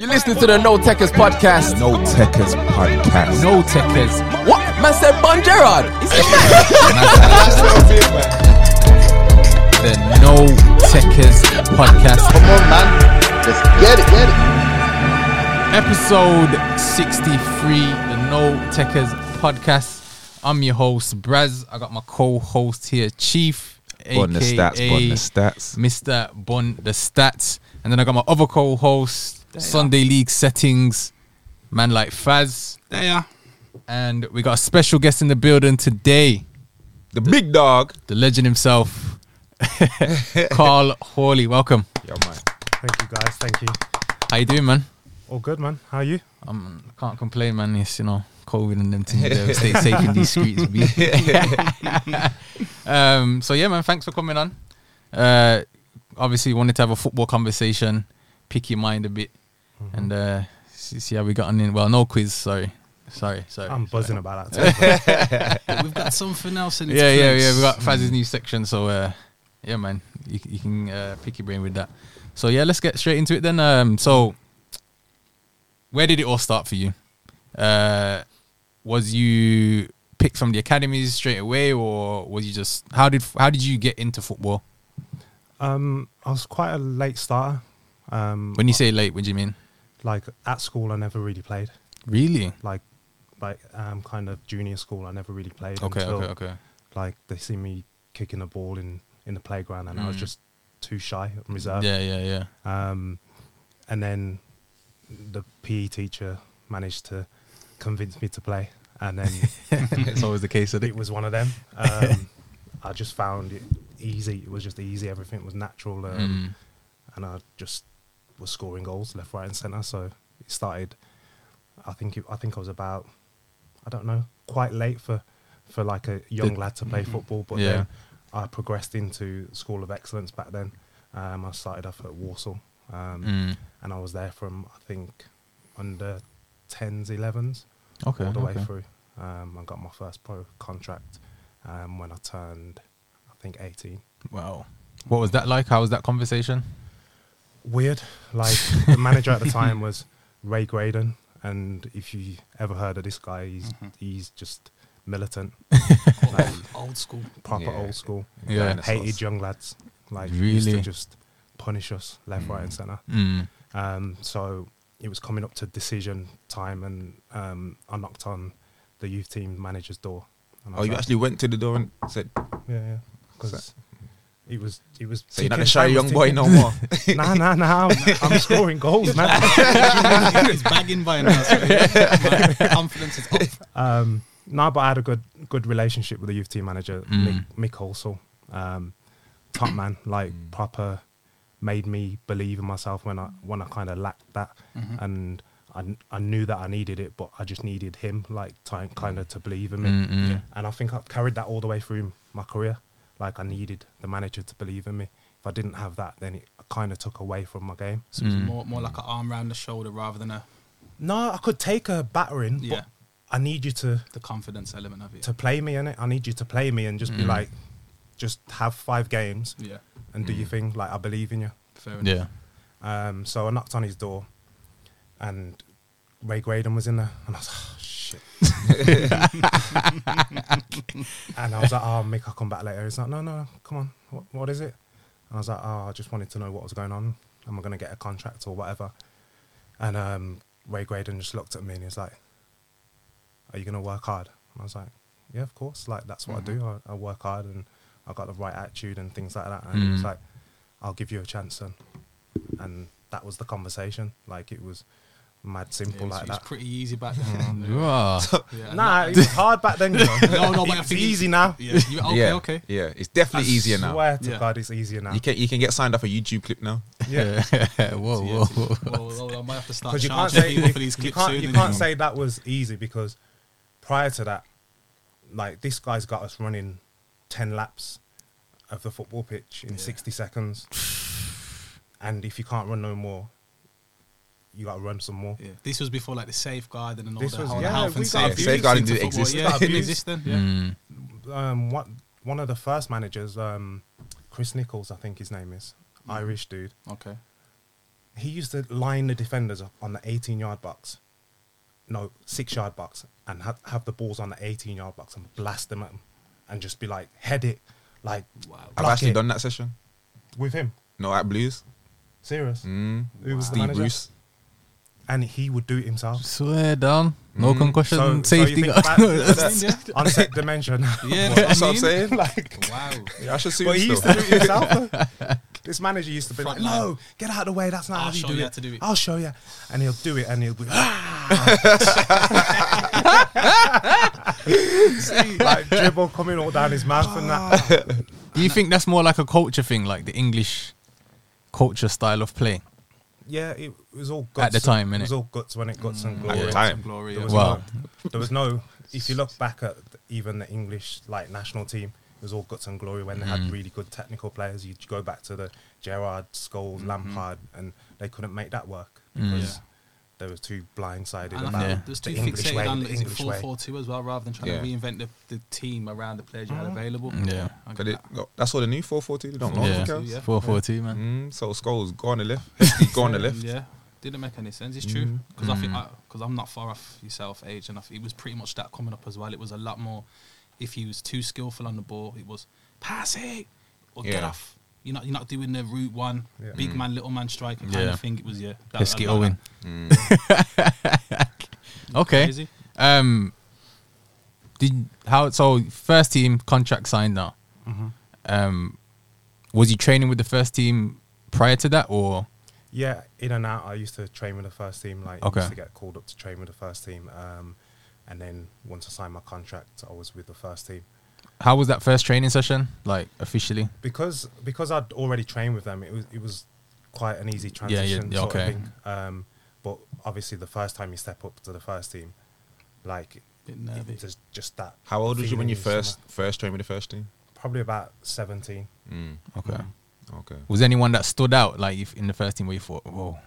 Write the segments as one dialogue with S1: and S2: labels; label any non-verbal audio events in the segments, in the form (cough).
S1: You're listening to the No Techers podcast.
S2: No Techers podcast.
S3: No techers.
S1: What? Man said Bon Gerard. Is he mad?
S3: The No Techers Podcast.
S4: Come on, man. Let's get it, get it.
S3: Episode 63, the No Techers Podcast. I'm your host, Braz. I got my co host here, Chief.
S2: Bon the stats,
S3: aka
S2: bon the stats.
S3: Mr. Bon the Stats. And then I got my other co host, Sunday League Settings, man like Faz.
S5: There you are.
S3: And we got a special guest in the building today,
S2: The big dog.
S3: the legend himself, (laughs) Carl Hawley. Welcome.
S2: Yo, man.
S6: Thank you guys. Thank you.
S3: How you doing, man?
S6: All good, man. How are you?
S3: Um, I can't complain, man. It's you know COVID and them things. there. Stay safe in these streets. B. (laughs) um, so yeah, man. Thanks for coming on. Uh, obviously, wanted to have a football conversation, pick your mind a bit, and uh, see, see how we got on in. Well, no quiz. Sorry, sorry, sorry.
S6: I'm
S3: sorry.
S6: buzzing about that. Too.
S5: We've got something else in its
S3: Yeah, yeah,
S5: place.
S3: yeah. We got Faz's new section, so uh, yeah, man, you, you can uh, pick your brain with that. So yeah, let's get straight into it then. Um, so where did it all start for you? Uh, was you picked from the academies straight away, or was you just how did how did you get into football?
S6: (laughs) um, I was quite a late starter. Um,
S3: When you say late, what do you mean?
S6: like at school, I never really played.
S3: Really?
S6: Like, like um, kind of junior school, I never really played.
S3: Okay,
S6: until,
S3: okay, okay.
S6: Like they see me kicking the ball in in the playground, and I was
S3: Mm.
S6: just too shy and reserved.
S3: Yeah, yeah, (laughs) yeah.
S6: Um, and then the PE teacher managed to convince me to play, and then
S3: it's always the case,
S6: it was one of them. Um, I just found it easy. It was just easy. Everything was natural, um,
S3: (laughs) Mm.
S6: and I just was scoring goals left, right, and centre. So it started. I think it, I think I was about I don't know quite late for for like a young lad to play football, but
S3: Mm-hmm. Yeah.
S6: then I progressed into School of Excellence back then. Um, I started off at Warsaw, um,
S3: Mm.
S6: and I was there from I think under tens, elevens
S3: Okay.
S6: all the
S3: okay.
S6: way through. Um, I got my first pro contract um, when I turned, I think, 18.
S3: Wow. What was that like? How was that conversation?
S6: Weird. Like, (laughs) the manager at the time was Ray Graydon. And if you ever heard of this guy, he's,
S5: Mm-hmm.
S6: he's just (laughs) militant, like,
S5: Old school.
S6: proper
S2: Yeah.
S6: old school.
S3: Yeah.
S2: Dinosaurs.
S6: Hated young lads. Like, used
S3: Really?
S6: to just punish us left, right, and centre.
S3: Mm.
S6: Um, so it was coming up to decision time, and um, I knocked on the youth team manager's door. And I
S2: Oh,
S6: was
S2: you
S6: like,
S2: actually went to the door and said,
S6: Yeah, yeah.
S2: So-
S6: Because it was, it was.
S2: "So you're not
S6: ticking,
S2: a shy
S6: time was
S2: young boy
S6: ticking.
S2: no more."
S6: nah, nah, nah. I'm,
S2: (laughs)
S6: I'm scoring goals, man.
S5: (laughs) He's bagging by now. So my confidence is up.
S6: Um, nah, but I had a good, good relationship with the youth team manager,
S3: Mm.
S6: Mick, Mick Holsall. Um, top man, like proper, made me believe in myself when I when I kind of lacked that, and I, kn- I knew that I needed it, but I just needed him, like kind of to believe in me.
S3: Mm, mm.
S6: And I think I've carried that all the way through my career. Like I needed the manager to believe in me. If I didn't have that, then it kind of took away from my game.
S5: So it's more, more like an arm round the shoulder rather than a
S6: No, I could take a battering,
S5: Yeah.
S6: but I need you to
S5: the confidence element of it.
S6: to play me in it. I need you to play me and just be like, just have five games
S5: Yeah,
S6: and do your thing. Like I believe in you.
S5: fair enough.
S3: Yeah.
S6: Um, so I knocked on his door, and Ray Graydon was in there, and I was like, oh, shit. and I was like, oh, Mick, I'll come back later. He's like, no, no, no, come on, what, what is it? And I was like, oh, I just wanted to know what was going on. Am I going to get a contract or whatever? And um, Ray Graydon just looked at me and he's like, are you going to work hard? And I was like, yeah, of course. Like, that's what I do. I, I work hard and I got the right attitude and things like that. And he was
S3: Mm.
S6: like, I'll give you a chance then. And that was the conversation. Like, it was mad
S5: Yeah,
S6: simple
S5: it was,
S6: like
S5: it was
S6: that.
S5: pretty easy back
S3: (laughs)
S5: then.
S3: You are.
S5: Yeah,
S6: Nah,
S5: (laughs)
S6: it was hard back then. You know?
S5: No, no, but I
S6: it's
S5: think
S6: easy now.
S5: (laughs) Yeah, you, okay,
S2: yeah,
S5: okay.
S2: Yeah, it's definitely easier now.
S6: Swear to
S5: Yeah.
S6: God, it's easier now.
S2: You can you can get signed off a YouTube clip now.
S6: Yeah,
S3: (laughs) whoa,
S5: Yeah,
S3: whoa,
S5: it's-
S3: whoa.
S5: well, well, I might have to start
S6: because you can't
S5: charging
S6: say
S5: people for these
S6: you
S5: clips
S6: can't,
S5: soon.
S6: you
S5: innit?
S6: can't say that was easy because prior to that, like this guy's got us running ten laps of the football pitch in sixty seconds, and if you can't run no more, you got to run some more.
S5: (laughs) Yeah. This was before like the safeguarding and all
S6: This
S5: the
S6: was-
S5: whole
S6: yeah,
S5: health
S6: we got
S5: and safety.
S6: abused
S2: Safeguarding
S5: into
S2: didn't
S5: football.
S2: exist.
S5: Yeah, it didn't
S6: Abused.
S5: exist then. Yeah.
S3: Mm.
S6: um, what one of the first
S5: Mm.
S6: managers, um, Chris Nichols, I think his name is, Irish dude.
S5: Okay.
S6: He used to line the defenders up on the 18 yard box, no, six yard box, and ha- have the balls on the 18 yard box and blast them at him and just be like, head it. Like,
S5: Wow.
S2: I've
S6: block
S2: actually
S6: it.
S2: done that session.
S6: With him.
S2: No, at Blues.
S6: Serious.
S2: Mm.
S6: Who was the
S2: Steve
S6: manager?
S2: Bruce.
S6: And he would do
S2: (laughs)
S6: it himself.
S3: Swear down. No
S5: Mm.
S3: concussion.
S6: So- so you
S3: safety.
S6: think
S3: guard.
S6: about-
S3: No, that's-
S6: Onset dimension. (laughs)
S5: Yeah,
S2: That's what I'm
S5: mean?
S2: saying.
S6: like,
S5: Wow.
S2: Yeah, I should see
S6: but he
S2: him
S6: used
S2: still.
S6: to do it himself. this manager used to be like,
S5: Front
S6: "No, get out of the way. That's not
S5: I'll
S6: how you
S5: show
S6: do,
S5: you
S6: it.
S5: how to do it."
S6: I'll show you." And he'll do it, and he'll be "Ah!" (laughs) like dribble coming all down his mouth and that.
S3: Do (laughs) you think that's more like a culture thing, like the English culture style of playing?
S6: Yeah, it was all guts
S3: At the time,
S6: It was
S3: innit?
S6: all guts when it guts and (laughs)
S2: At
S6: glory.
S2: the
S6: There
S2: time.
S5: Glory.
S6: was
S3: Wow.
S6: no- there was no. If you look back at even the English like national team. It was all guts and glory when they
S3: Mm.
S6: had really good technical players. You go back to the Gerard, Scholes,
S5: Mm-hmm.
S6: Lampard, and they couldn't make that work
S3: Mm.
S6: because
S5: Yeah.
S6: they were too blindsided
S5: And I
S6: about
S5: think
S3: Yeah.
S5: there's
S6: the
S5: too
S6: English
S5: fixated
S6: way.
S5: on
S6: the
S5: is it
S6: English
S5: four
S6: way.
S5: four two as well, rather than trying to
S2: Yeah.
S5: reinvent the, the team around the players you
S6: Mm.
S5: had available.
S3: Yeah.
S5: I get
S2: But it,
S5: that.
S2: that's all the new 442. They don't know.
S3: Yeah.
S2: who cares?
S5: Yeah.
S3: 442, man.
S2: Mm, so Skulls go on the left. Heskey, go on the left.
S5: Mm, Yeah, didn't make any sense. It's true because I think because I'm not far off yourself age, and I, think it was pretty much that coming up as well. It was a lot more. If he was too skillful on the ball, it was pass it or get
S2: Yeah.
S5: off. You're not you're not doing the route one,
S6: Yeah.
S5: big man, little man striker kind
S3: Yeah.
S5: of thing. It was yeah. That,
S3: Biscuit
S5: I like
S3: Owen.
S5: that.
S3: (laughs) okay.
S5: Crazy.
S3: Um, did how so first team contract signed now?
S5: Mm-hmm.
S3: Um, was you training with the first team prior to that, or
S6: Yeah, in and out. I used to train with the first team. Like, I
S3: Okay.
S6: used to get called up to train with the first team. Um, and then once I signed my contract, I was with the first team
S3: how was that first training session like officially?
S6: because because I'd already trained with them. It was it was quite an easy
S3: yeah,
S6: transition.
S3: yeah,
S6: sort
S3: okay.
S6: Of thing. Um, but obviously, the first time you step up to the first team, like,
S5: Bit nervy.
S6: it- there's just that.
S2: How old was you when
S6: feeling
S2: you
S6: is
S2: first
S6: somewhat-
S2: first trained with the first team?
S6: Probably about seventeen.
S2: Mm,
S3: Okay,
S2: okay.
S3: was anyone that stood out like if in the first team where you thought, whoa,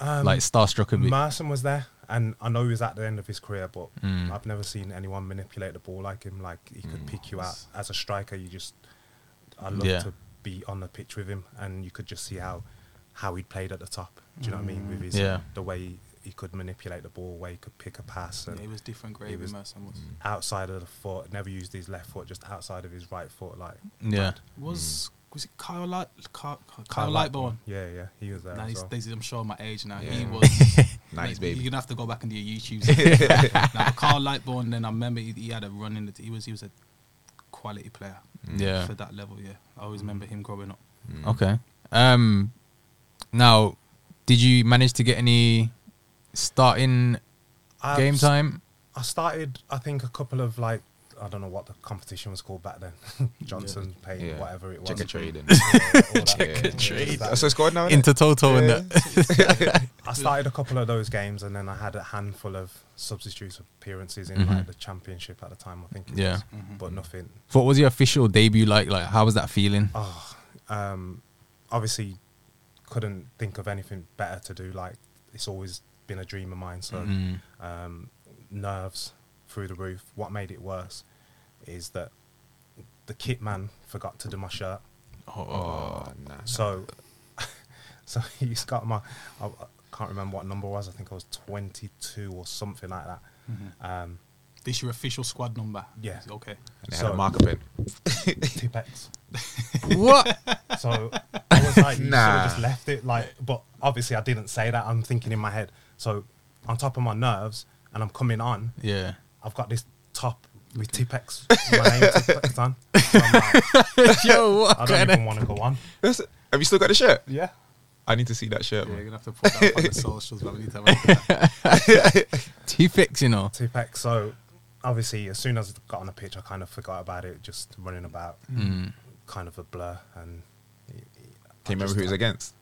S6: Um,
S3: like starstruck a bit?
S6: Merson was there, and I know he was at the end of his career, but
S3: Mm.
S6: I've never seen anyone manipulate the ball like him. Like he could pick you out as a striker. You just, I love
S3: Yeah.
S6: to be on the pitch with him, and you could just see how how he played at the top. Do you know what I mean? With his
S3: Yeah.
S6: the way he, he could manipulate the ball, where he could pick a pass, and
S5: Yeah, it was different
S6: He
S5: gravy.
S6: was-
S5: Merson was
S6: Mm. outside of the foot, never used his left foot, just outside of his right foot. Like
S3: yeah,
S5: was was it Kyle Light Kyle, Kyle
S6: Kyle
S5: Lightbourne?
S6: Yeah, yeah, he was there.
S5: Now
S6: as
S5: he's,
S6: well.
S5: this is- I'm sure my age now. He
S2: Yeah.
S5: was
S2: Nice
S5: Mate,
S2: baby.
S5: You're gonna have to go back and do your YouTube. now, Carl Lightborn. Then I remember he, he had a run in the. He was he was a quality player
S3: yeah.
S5: for that level. Yeah, I always remember him growing up.
S3: Mm.
S6: Mm.
S3: Okay. Um, now, did you manage to get any starting
S6: I've
S3: game
S6: Um, s-
S3: time?
S6: I started, I think, a couple of like I don't know what the competition was called back then, (laughs) Johnson, Payne,
S2: Yeah.
S6: whatever it was.
S2: Check a trade
S6: (laughs)
S2: in. (laughs)
S6: Check
S2: a
S3: trade.
S2: That's what's going now. innit?
S3: Into Toto and that.
S6: I started a couple of those games, and then I had a handful of substitute appearances in
S2: Mm-hmm.
S6: like the championship at the time. I think. It
S3: Yeah.
S6: Was, but nothing.
S3: (laughs) What was your official debut like? Like, how was that feeling?
S6: Oh, um, obviously, couldn't think of anything better to do. Like it's always been a dream of mine. So,
S3: Mm.
S6: um, nerves through the roof. What made it worse is that the kit man forgot to do my shirt.
S2: Oh, nah.
S6: So, (laughs) so he's got my. I, I can't remember what number it was. I think I was twenty-two or something like that. Um,
S5: This your official squad number?
S6: Yeah.
S5: Okay.
S2: And they had a
S6: So-
S2: marker
S6: (laughs)
S2: pen. (laughs)
S6: two pets.
S3: what?
S6: So I was like, you sort
S2: Nah.
S6: of just left it. Like, but obviously I didn't say that. I'm thinking in my head. So, on top of my nerves, and I'm coming on.
S3: Yeah.
S6: I've got this top with Tipex. My name Tipex on. So I'm
S3: (laughs)
S6: like,
S3: Yo, what
S6: I don't even want to go on.
S2: That's- Have you still got the shirt?
S6: Yeah.
S2: I need to see that shirt.
S5: Yeah, you're
S2: Man.
S5: gonna have to put that up on the socials. But we need to have a look at that.
S3: T-Fix, you know.
S6: Tupac. So obviously, as soon as I got on the pitch, I kind of forgot about it, just running about, kind of a blur. And
S2: Can you remember who it was against?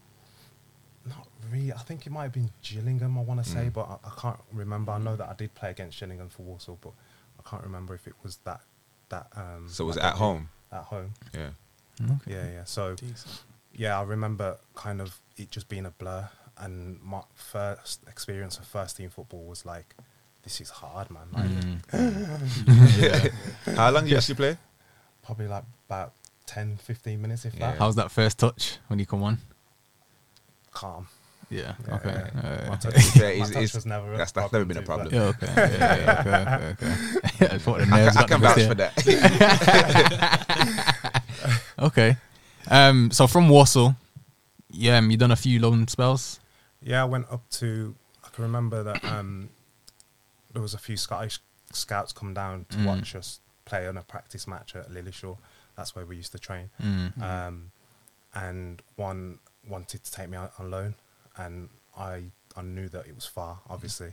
S6: not really. I think it might have been Gillingham. I want to say, but I, I can't remember. I know that I did play against Gillingham for Warsaw, but I can't remember if it was that that um,
S2: So was it at home?
S6: at home.
S2: Yeah.
S6: Yeah, yeah. So yeah, I remember kind of it just being a blur. And my first experience of first team football was like, this is hard, man. Like,
S2: Mm. (laughs) How long did you actually play?
S6: probably like about 10, 15 minutes, if
S2: Yeah.
S6: that.
S3: How's that first touch when you come on?
S6: calm.
S3: Yeah.
S6: Yeah,
S3: okay.
S6: yeah, yeah.
S3: alright.
S2: (laughs)
S6: My touch,
S2: Yeah,
S6: my
S2: it's-
S6: touch
S2: it's-
S6: was never a
S2: that's- that's never been a
S6: too,
S2: problem.
S3: Yeah, okay. Yeah, yeah, okay, okay, okay. (laughs) I thought the
S2: I
S3: nails
S2: can, I
S3: got
S2: can
S3: the
S2: vouch
S3: best there.
S2: for that.
S3: Okay. Um, so from Warsaw, yeah, um, you done a few loan spells.
S6: but- Yeah, I went up to. I can remember that um, there was a few Scottish scouts come down to
S3: Mm.
S6: watch us play on a practice match at Lillyshaw. That's where we used to train.
S3: Mm.
S6: um, and one wanted to take me on, on loan, and I I knew that it was far,
S3: (laughs)
S6: obviously,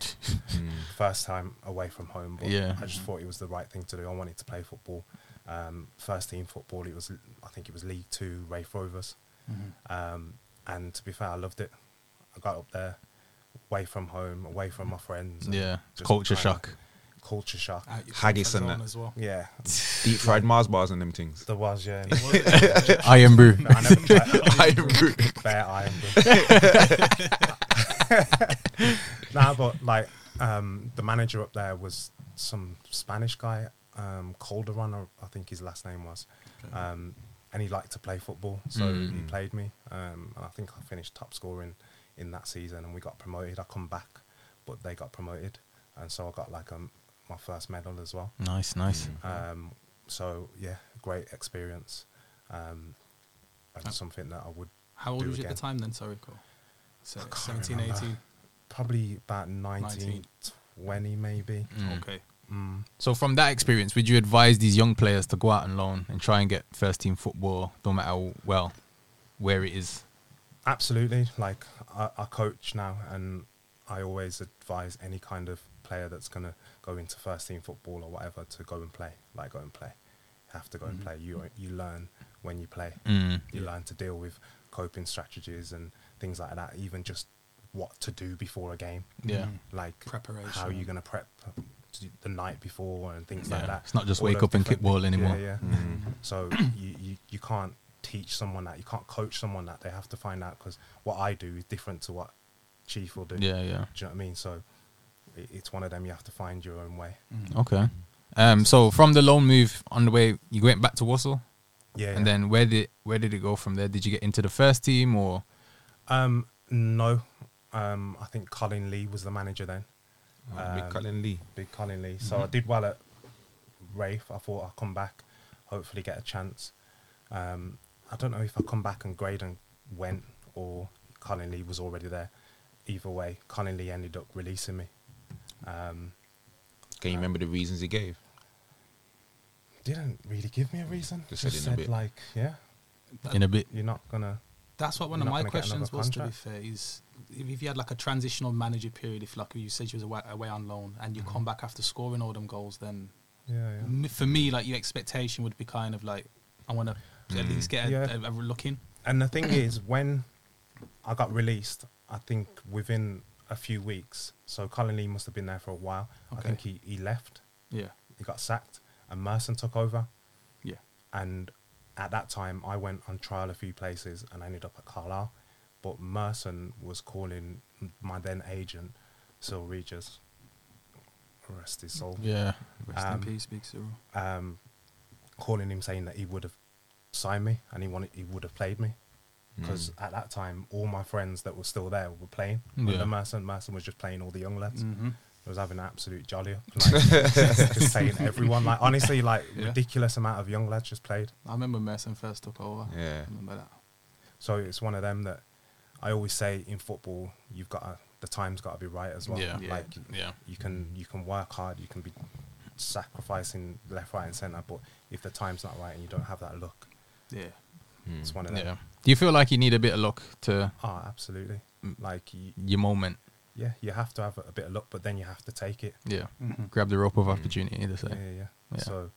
S6: first time away from home. But
S3: Yeah.
S6: I just thought it was the right thing to do. I wanted to play football, um, first team football. It was I think it was League Two, Rafe Rovers, um, and to be fair, I loved it. I got up there, away from home, away from my friends. and
S3: Yeah.
S6: just
S3: Culture
S6: kinda
S3: shock.
S6: Culture shock.
S5: Out your
S2: Haggis and
S5: comfort zone
S2: that.
S5: as well.
S6: Yeah,
S2: (laughs) Deep fried Mars bars and them things.
S6: there was yeah.
S3: Iron brew.
S6: I never tried.
S2: I agree.
S6: bare iron. bro. (laughs) nah, but like um, the manager up there was some Spanish guy, um, Calderon, I- I think his last name was, um, and he liked to play football, so he
S3: Mm.
S6: played me, um, and I think I finished top scorer in, in that season, and we got promoted. I come back, but they got promoted, and so I got like um, my first medal as well.
S3: Nice, nice.
S6: Um, so yeah, great experience. Um, and something that I would
S5: How old
S6: Do
S5: was you at the
S6: again.
S5: time then? Sorry, Cole. So,
S6: can't
S5: 17,
S6: remember.
S5: 18.
S6: probably about 19, 20 maybe.
S5: Okay.
S6: Mm.
S3: So from that experience, would you advise these young players to go out and loan and try and get first team football, no matter wh- well where it is?
S6: Absolutely. Like I, I coach now, and I always advise any kind of player that's gonna go into first team football or whatever to go and play. Like go and play. You have to go and play. You you learn when you play.
S3: Mm-hmm. Mm.
S6: You learn to deal with coping strategies and things like that. Even just what to do before a game.
S3: Yeah.
S6: Like How are
S5: Preparation.
S6: you gonna prep the night before and things like
S3: Yeah.
S6: that.
S3: It's not just
S6: All
S3: wake
S6: those
S3: up and
S6: different
S3: kick ball
S6: things.
S3: anymore. Mm.
S6: Yeah, yeah.
S3: (clears throat)
S6: So you, you, you can't teach someone that. You can't coach someone that. They have to find out because what I do is different to what Chief will do.
S3: Yeah, yeah.
S6: Do you know what I mean? So it, it's one of them. You have to find your own way.
S3: Mm. Okay. Um, so from the loan move on the way, you went back to Warsaw,
S6: Yeah.
S3: and then where did where did it go from there? Did you get into the first team or?
S6: um no, um I think Colin Lee was the manager then.
S2: Oh, Big
S6: Um,
S2: Colin Lee.
S6: Big Colin Lee. So
S2: Mm-hmm.
S6: I did well at Rafe. I thought I'll come back, hopefully get a chance. Um, I don't know if I come back and Graydon went or Colin Lee was already there. Either way, Colin Lee ended up releasing me. Um,
S2: Can you remember the reasons he gave?
S6: didn't really give me a reason.
S2: Just
S6: Just,
S2: said in a
S6: said
S2: bit.
S6: like, yeah,
S3: in a bit.
S6: you're not gonna.
S5: That's what one
S6: You're
S5: of
S6: not
S5: my
S6: gonna get
S5: questions
S6: another
S5: was. To be
S6: contract.
S5: fair, is if if you had like a transitional manager period, if like you said you was away, away on loan and you come back after scoring all them goals, then
S6: Mm-hmm. Yeah,
S2: Mm.
S6: yeah.
S5: m- for me, like your expectation would be kind of like I want to at least get a,
S6: Mm, Yeah.
S5: a, a look in.
S6: And the thing is, when I got released, I think within a few weeks. So Colin Lee must have been there for a while. I
S5: Okay.
S6: think he, he left.
S5: Yeah,
S6: he got sacked and Merson took over
S5: yeah.
S6: and at that time I went on trial a few places and I ended up at Carlisle but Merson was calling my then agent Sil Regis rest his soul
S3: Yeah.
S5: Rest
S6: Um,
S5: in peace, Big Cyril.
S6: um, calling him saying that he would have signed me and he wanted he would have played me
S3: Mm.
S6: because at that time all my friends that were still there were playing
S3: Yeah.
S6: under Merson Merson was just playing all the young lads
S5: Mm-hmm.
S6: I was having an absolute jolly up,
S3: (laughs)
S6: like, just saying everyone, like honestly, like
S5: Yeah.
S6: ridiculous amount of young lads just played.
S5: I remember Merson first took over.
S2: Yeah.
S5: I remember that.
S6: So it's one of them that I always say in football, you've got to, the time's got to be right as well.
S3: Yeah.
S5: Yeah.
S6: Like
S3: Yeah.
S6: you can you can work hard, you can be sacrificing left, right, and centre, but if the time's not right and you don't have that look,
S5: Yeah,
S2: Hmm.
S6: it's one of them.
S3: Mm, Yeah. Do you feel like you need a bit of luck to
S6: Oh, absolutely.
S3: Mm.
S6: Like you,
S3: your moment?
S6: yeah, you have to have a bit of luck, but then you have to take it.
S3: Yeah. Grab the rope of opportunity. They say.
S6: Mm-hmm. Yeah, yeah. yeah.
S3: Yeah.
S6: So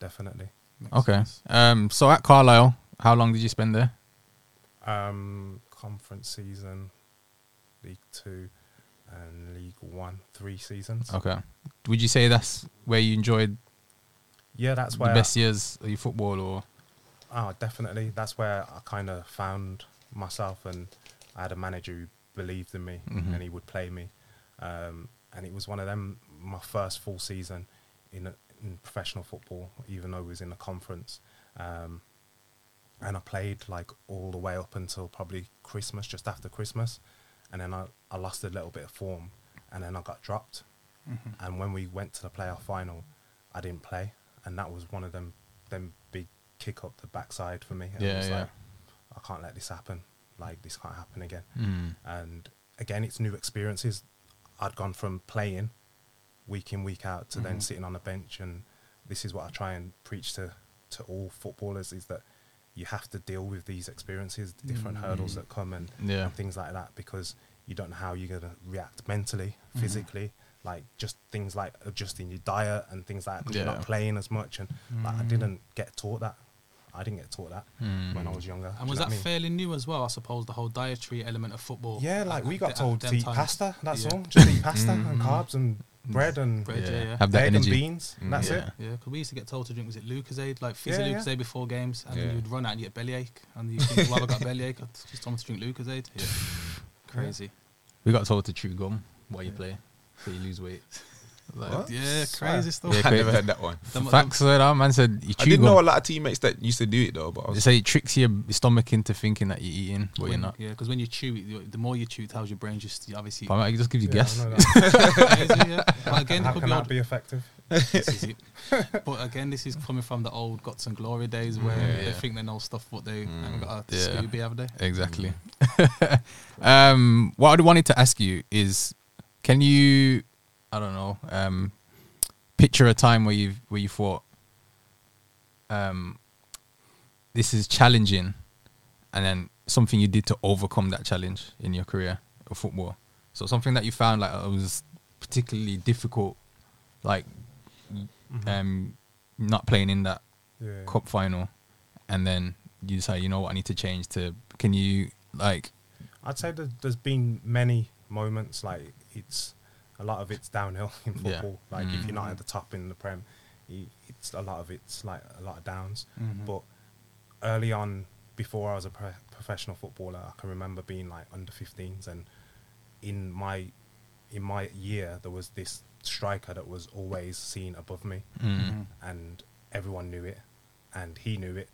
S6: definitely.
S5: Makes
S3: Okay.
S5: sense.
S3: Um. So at Carlisle, how long did you spend there?
S6: um, conference season, League Two, and League One, three seasons.
S3: Okay. Would you say that's where you enjoyed
S6: Yeah, that's
S3: the
S6: where.
S3: best years of your football, or
S6: oh, definitely. That's where I kind of found myself, and I had a manager who believed in me,
S3: Mm-hmm.
S6: and he would play me. Um, and it was one of them. My first full season in, in professional football, even though it was in a conference. Um, and I played like all the way up until probably Christmas, just after Christmas, and then I, I lost a little bit of form, and then I got dropped, and when we went to the playoff final, I didn't play, and that was one of them them big kick up the backside for me. And
S3: Yeah,
S6: I was
S3: yeah.
S6: like, I can't let this happen. Like this can't happen again.
S3: Mm.
S6: And again, it's new experiences. I'd gone from playing week in week out to
S3: Mm-hmm.
S6: then sitting on the bench, and this is what I try and preach to to all footballers is that you have to deal with these experiences, the different hurdles that come, and,
S3: Mm. Yeah.
S6: and things like that because you don't know how you're gonna react mentally,
S3: Mm-hmm.
S6: physically. Like just things like adjusting your diet and things like that 'cause you're
S3: Yeah. Mm.
S6: not playing as much, and like, I didn't get taught that. I didn't get taught that when I was younger. Do
S5: And
S6: you
S5: was
S6: know what
S5: that
S6: I mean?
S5: fairly new as well? I suppose the whole dietary element of football.
S6: Yeah, like
S5: at-
S6: we
S5: at
S6: got
S5: the-
S6: told
S5: at
S6: to
S5: them
S6: eat
S5: times.
S6: pasta. That's
S5: Yeah. Mm-hmm.
S6: all. Just eat pasta and carbs and bread and
S5: Bread, yeah,
S3: Yeah.
S5: yeah.
S3: Have that
S6: egg and
S3: energy.
S6: beans. And that's
S3: Yeah.
S6: it.
S5: Yeah, because we used to get told to drink was it Lucozade, like fizzy
S6: Yeah, yeah.
S5: Lucozade before games, and
S2: Yeah.
S5: then you'd run out and you get bellyache, and you think, "Well, I got bellyache. I just told me to drink Lucozade." Yeah. (laughs) crazy.
S3: We got told to chew gum while you play, so you lose (laughs) weight. Like,
S5: Yeah, crazy stuff.
S2: (laughs)
S3: Yeah,
S2: I
S3: crazy.
S2: never heard that one.
S5: Them-
S3: Facts, that our man said you
S2: I
S3: chew
S2: did
S3: gum.
S2: know a lot of teammates that used to do it though, but I
S3: They
S2: was
S3: say it tricks your stomach into thinking that you're eating, but you're
S5: When-
S3: not.
S5: Yeah, because when you chew, it, you- the more you chew, it tells your brain just you obviously.
S3: But it just gives you
S6: Yeah,
S3: guess.
S6: I
S5: (laughs)
S6: know that.
S5: Crazy, yeah.
S3: (laughs)
S5: But again, it
S6: How
S5: could
S6: can
S5: be
S6: that
S5: old,
S6: be effective? (laughs)
S5: this is it. But again, this is coming from the old guts and glory days where
S3: Mm, Yeah. Mm,
S5: they think they know stuff, but they haven't got a
S3: Yeah.
S5: Scooby, have they?
S3: Exactly. (laughs) um, what I wanted to ask you is, can you, I don't know, um, picture a time where you have where you thought, um, this is challenging, and then something you did to overcome that challenge in your career of football. So something that you found like it was particularly difficult, like um, not playing in that
S6: Mm-hmm. Yeah.
S3: cup final, and then you decide, you know what, I need to change to. Can you like?
S6: I'd say that there's been many moments like it's a lot of it's downhill (laughs) in
S3: Yeah.
S6: football. Like if you're not at the top in the prem, i- it's a lot of it's like a lot of downs.
S5: Mm-hmm.
S6: But early on, before I was a pro professional footballer, I can remember being like under 15s, and in my in my year there was this striker that was always seen above me, and everyone knew it, and he knew it,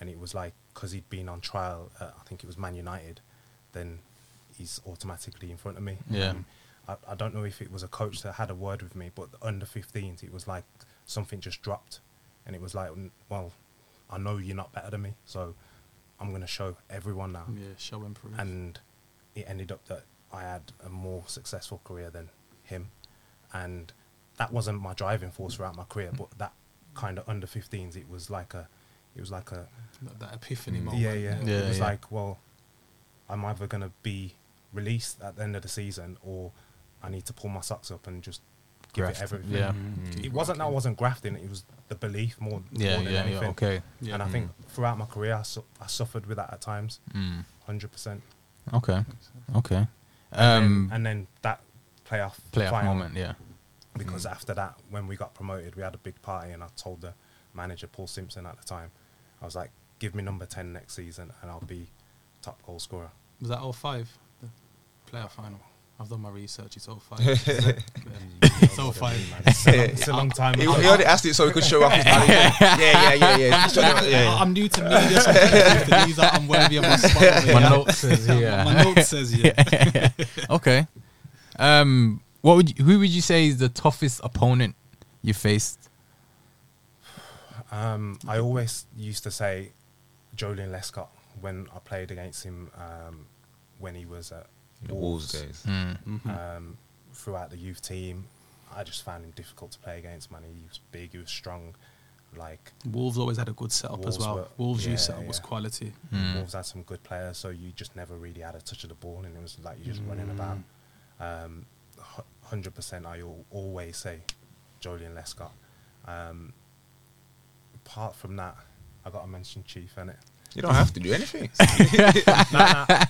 S6: and it was like because he'd been on trial, at, I think it was Man United, then he's automatically in front of me.
S3: Yeah.
S6: And I, I don't know if it was a coach that had a word with me, but the under 15s, it was like something just dropped, and it was like, "N- well, I know you're not better than me, so I'm gonna show everyone now.
S5: Yeah, show and prove.
S6: And it ended up that I had a more successful career than him, and that wasn't my driving force throughout my career, but that kind of under 15s, it was like a, it was like a
S5: that, that epiphany moment.
S6: yeah, yeah.
S3: Yeah,
S6: it was
S3: Mm. yeah.
S6: like, well, I'm either going to be released at the end of the season or I need to pull my socks up and just give
S3: Graft,
S6: it everything.
S3: yeah.
S6: It wasn't that I wasn't grafting, it was the belief more,
S3: Yeah,
S6: more than
S3: yeah, Mm.
S6: anything.
S3: yeah. Okay.
S5: Yeah.
S6: And I think throughout my career, I, su- I suffered with that at times,
S3: Mm.
S6: 100%.
S3: Okay. Okay.
S6: And
S3: Um,
S6: then- and then that playoff,
S3: playoff
S6: final,
S3: moment.
S6: (laughs)
S3: Mm. Yeah.
S6: because after that, when we got promoted, we had a big party, and I told the manager Paul Simpson at the time, I was like, "Give me number ten next season, and I'll be top goal
S3: (laughs)
S6: scorer."
S5: Was that 05? The playoff final. I've done my research. It's (laughs) 05. Yeah. it's 05.
S6: It's
S5: (laughs)
S6: a long- it's a long time.
S2: (laughs) he, he
S6: ago.
S2: already asked it so he could show off (laughs) his knowledge. yeah, yeah, yeah, yeah. Show (laughs) off-
S5: I-
S2: yeah.
S5: I'm new to media, so I'm these out. I'm worthy of my spot.
S3: My
S5: (laughs) yeah.
S3: note says yeah.
S5: My note says
S3: (laughs)
S5: yeah.
S3: okay. Um, what would you, who would you say is the toughest opponent you faced?
S6: Um, I always used to say Jolene Lescott when I played against him um, when he was at
S2: The Wolves Hmm.
S6: Wolves
S2: days.
S3: Mm-hmm.
S6: um, throughout the youth team. I just found him difficult to play against, man. He was big, he was strong. Like,
S5: Wolves always had a good setup
S6: Wolves
S5: as well.
S6: were-
S5: Wolves'
S6: yeah,
S5: youth setup was
S6: yeah.
S5: quality.
S2: Hmm.
S6: Wolves had some good players, so you just never really had a touch of the ball, and it was like you're just running about.
S2: Hmm.
S6: Um, hu- 100%, I al- always say Jolien Lescott. Um, apart from that, i got to mention Chief, innit?
S2: You don't have to do (laughs) anything.
S6: nah, nah.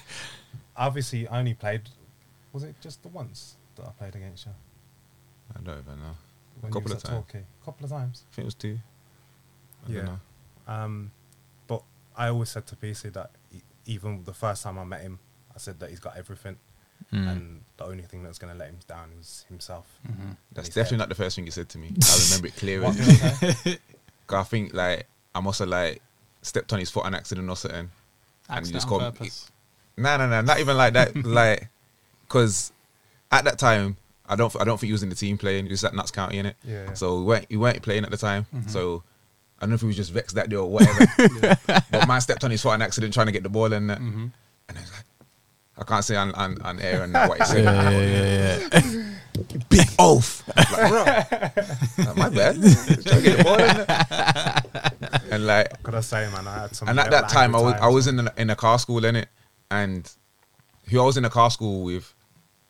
S6: Obviously, I only played. Was it just the once that I played against you?
S2: I don't even know.
S6: When
S2: Couple of
S6: you was at
S2: time.
S6: Torquay? couple of times.
S2: I think it was two. I
S6: Yeah.
S2: don't know.
S6: Um, but I always said to PC that e even the first time I met him, I said that he's got everything,
S2: Hmm.
S6: and the only thing that's going to let him down is himself.
S2: That's
S6: He's
S2: definitely
S6: dead.
S2: not the (laughs) first thing you said to me. I remember it clear as
S6: What did I say?
S2: Cause I think like I must have like stepped on his foot on accident or something. And you
S5: Accident
S2: just
S5: on
S2: call-
S5: purpose.
S2: No, no, no, not even like that. like, because at that time, I don't, I don't think he was in the team playing. He was at Knox County in it.
S6: Yeah, yeah.
S2: So we weren't, he weren't playing at the time. So I don't know if he was just vexed that day or whatever. But man stepped on his foot on accident trying to get the ball and that. And I was like, I can't say on, on, on air and what he said.
S3: Yeah, yeah, yeah, yeah.
S2: Big oaf. Like, bro, like, my bad. Trying to get the ball and And like,
S6: Could I say, man, I had some.
S2: and at
S6: little
S2: that time, I
S6: angry
S2: was I
S6: times.
S2: was in the, in a car school in it, and who I was in a car school with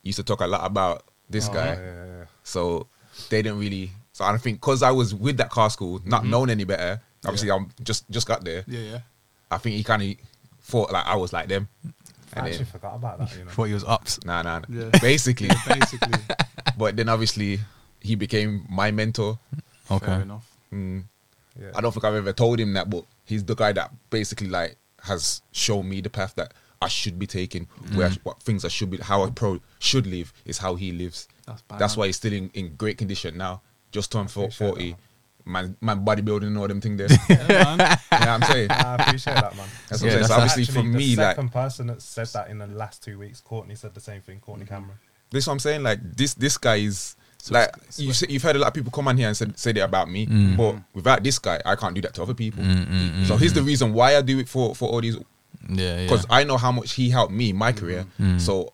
S2: used to talk a lot about this
S6: Oh,
S2: guy.
S6: yeah, yeah, yeah.
S2: So they didn't really. So I don't think because I was with that car school, not knowing any better. Obviously, I'm just just got there.
S5: Yeah, yeah.
S2: I think he kind of thought like I was like them.
S6: I
S2: And
S6: actually
S2: then,
S6: forgot about that.
S2: (laughs)
S6: You know,
S3: Thought he was ups.
S2: nah, nah, nah.
S5: Yeah.
S2: basically.
S5: Basically,
S6: (laughs)
S2: but then obviously he became my mentor.
S5: fair
S3: Okay.
S5: enough.
S6: yeah.
S2: I don't think I've ever told him that, but he's the guy that basically like has shown me the path that I should be taking, where what things I should be, how a pro should live is how he lives.
S5: That's bad.
S2: That's why he's still in, in great condition now. Just turned fo-
S6: appreciate that,
S2: forty. Man, man, bodybuilding and all them thing there. yeah,
S5: Yeah, man.
S2: I'm saying.
S6: I appreciate that, man.
S2: That's what I'm saying.
S3: Yeah, that's
S2: So obviously,
S6: Actually,
S2: for
S6: the
S2: me, like
S6: second person that said that in the last two weeks, Courtney said the same thing. Courtney
S2: Mm-hmm.
S6: Cameron.
S2: this is what I'm saying. Like this, this guy is like you. Say, you've heard a lot of people come on here and say, say that about me, but without this guy, I can't do that to other people.
S3: Mm.
S2: so here's the reason why I do it for for all these
S3: Yeah, Mm-hmm. Mm. yeah.
S2: because I know how much he helped me in my career. So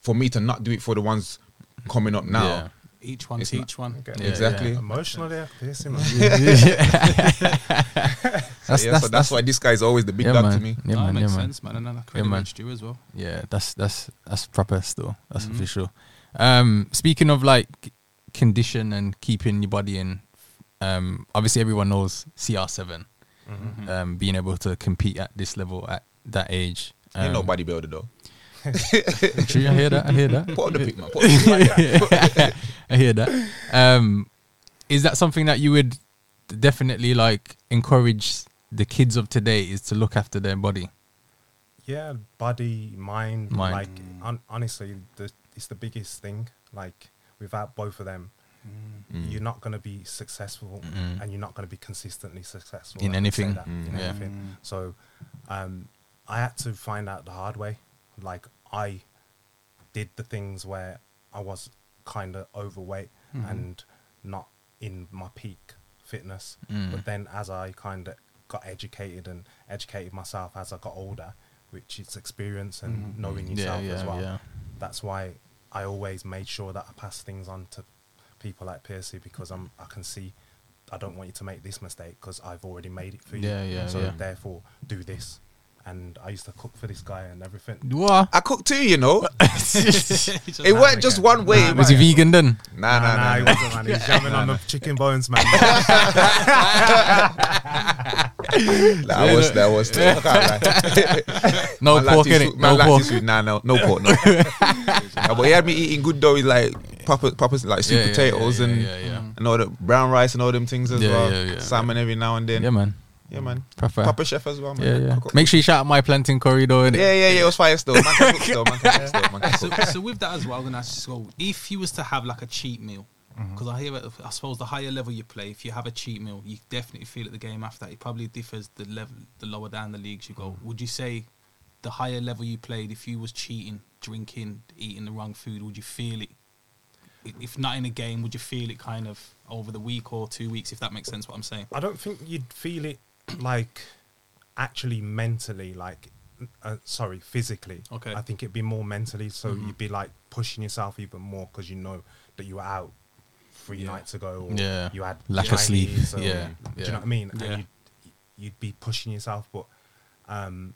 S2: for me to not do it for the ones coming up now, (laughs)
S3: Yeah. (laughs)
S5: Each one
S2: It's
S5: to
S2: not-
S5: each one.
S6: Okay.
S3: Yeah,
S2: exactly.
S3: yeah.
S6: Emotionally, I pierce
S2: (laughs)
S6: him.
S3: That's,
S2: yeah,
S3: that's,
S2: so that's why this guy is always the big
S3: yeah,
S2: dog
S3: man.
S2: to me.
S3: Yeah,
S5: No,
S3: man.
S5: it
S3: Yeah,
S5: makes
S3: man.
S5: sense, man. And then I credit
S3: man.
S5: Stu as well.
S3: yeah, that's that's that's proper still. That's
S5: Mm-hmm.
S3: for sure. Um, speaking of like condition and keeping your body in, um, obviously everyone knows CR 7
S2: Mm.
S6: Mm-hmm.
S5: (laughs)
S3: Um, being able to compete at this level at that age. Um,
S2: Ain't no bodybuilder though.
S3: (laughs) True, I hear that. I
S2: (laughs)
S3: hear that.
S2: Put on the pic, man. Put on the
S3: (laughs)
S2: pic, man.
S3: I hear that. Um, is that something that you would definitely like encourage the kids of today is to look after their body?
S6: yeah body mind,
S3: Mind.
S6: like hon- honestly the, it's the biggest thing like without both of them
S3: Mm.
S6: you're not going to be successful and you're not going to be consistently successful
S3: In
S6: I would say
S3: anything. Mm.
S6: that, in
S3: Yeah.
S6: anything so um, i had to find out the hard way like i did the things where i was kind of overweight
S3: Mm-hmm.
S6: and not in my peak fitness
S3: Mm.
S6: but then as i kind of got educated and educated myself as i got older which is experience and knowing yourself as
S3: Mm-hmm. yeah,
S6: well
S3: yeah.
S6: that's why I always made sure that I pass things on to people like Piercy because I'm I can see I don't want you to make this mistake because I've already made it for you.
S3: Yeah, yeah,
S6: So
S3: yeah.
S6: therefore, do this. And I used to cook for this guy and everything.
S3: (laughs) What?
S2: I cook too, you know.
S5: Just
S2: It
S5: like-
S2: weren't just one way. man.
S3: Was he vegan then?
S2: Nah, nah, nah.
S6: he
S2: nah.
S6: wasn't, man. He was
S3: (laughs)
S6: jamming on the chicken bones, man.
S2: Nah, I was, (laughs) that was. I
S3: (laughs)
S2: can't lie.
S3: No
S2: Man likes
S3: pork
S2: his
S3: in it.
S2: food- Man
S3: No
S2: likes
S3: pork.
S2: his food. Nah, no, no pork,
S3: (laughs)
S2: no. Nah, but he had me eating good though. He's like proper, proper like sweet
S3: Yeah, yeah,
S2: potatoes
S3: yeah,
S2: and
S3: yeah, yeah.
S2: and all the brown rice and all them things as
S3: Yeah,
S2: well.
S3: yeah, yeah.
S2: Salmon every now and then.
S3: Yeah, man.
S2: Yeah, man.
S3: Proper.
S2: Proper chef as well, man.
S3: Yeah, yeah.
S2: Cook up-
S3: Make sure you shout out my planting corridor. Innit?
S2: yeah, yeah, yeah. It was fire still. Man can cook still. Man
S6: (laughs)
S2: can cook still. Man can
S5: so,
S2: cook.
S5: so with that as well, I'm gonna ask you, so if you was to have like a cheat meal,
S6: Mm-hmm.
S5: because I hear, it, I suppose the higher level you play, if you have a cheat meal, you definitely feel it the game after. It probably differs the level, the lower down the leagues you go.
S6: Mm.
S5: Would you say the higher level you played, if you was cheating, drinking, eating the wrong food, would you feel it? I- If not in a game, would you feel it kind of over the week or two weeks? If that makes sense, what I'm saying.
S6: I don't think you'd feel it like actually mentally, like uh, sorry, physically.
S5: Okay. Mm-hmm.
S6: I think it'd be more mentally, so you'd be like pushing yourself even more because you know that you were out three
S5: Yeah.
S6: nights ago, or
S3: Yeah.
S6: you had
S3: Lack of sleep.
S6: Chinese or-
S3: Yeah.
S6: do
S3: Yeah.
S6: you know what I mean?
S5: Yeah.
S6: And you'd, you'd be pushing yourself, but um,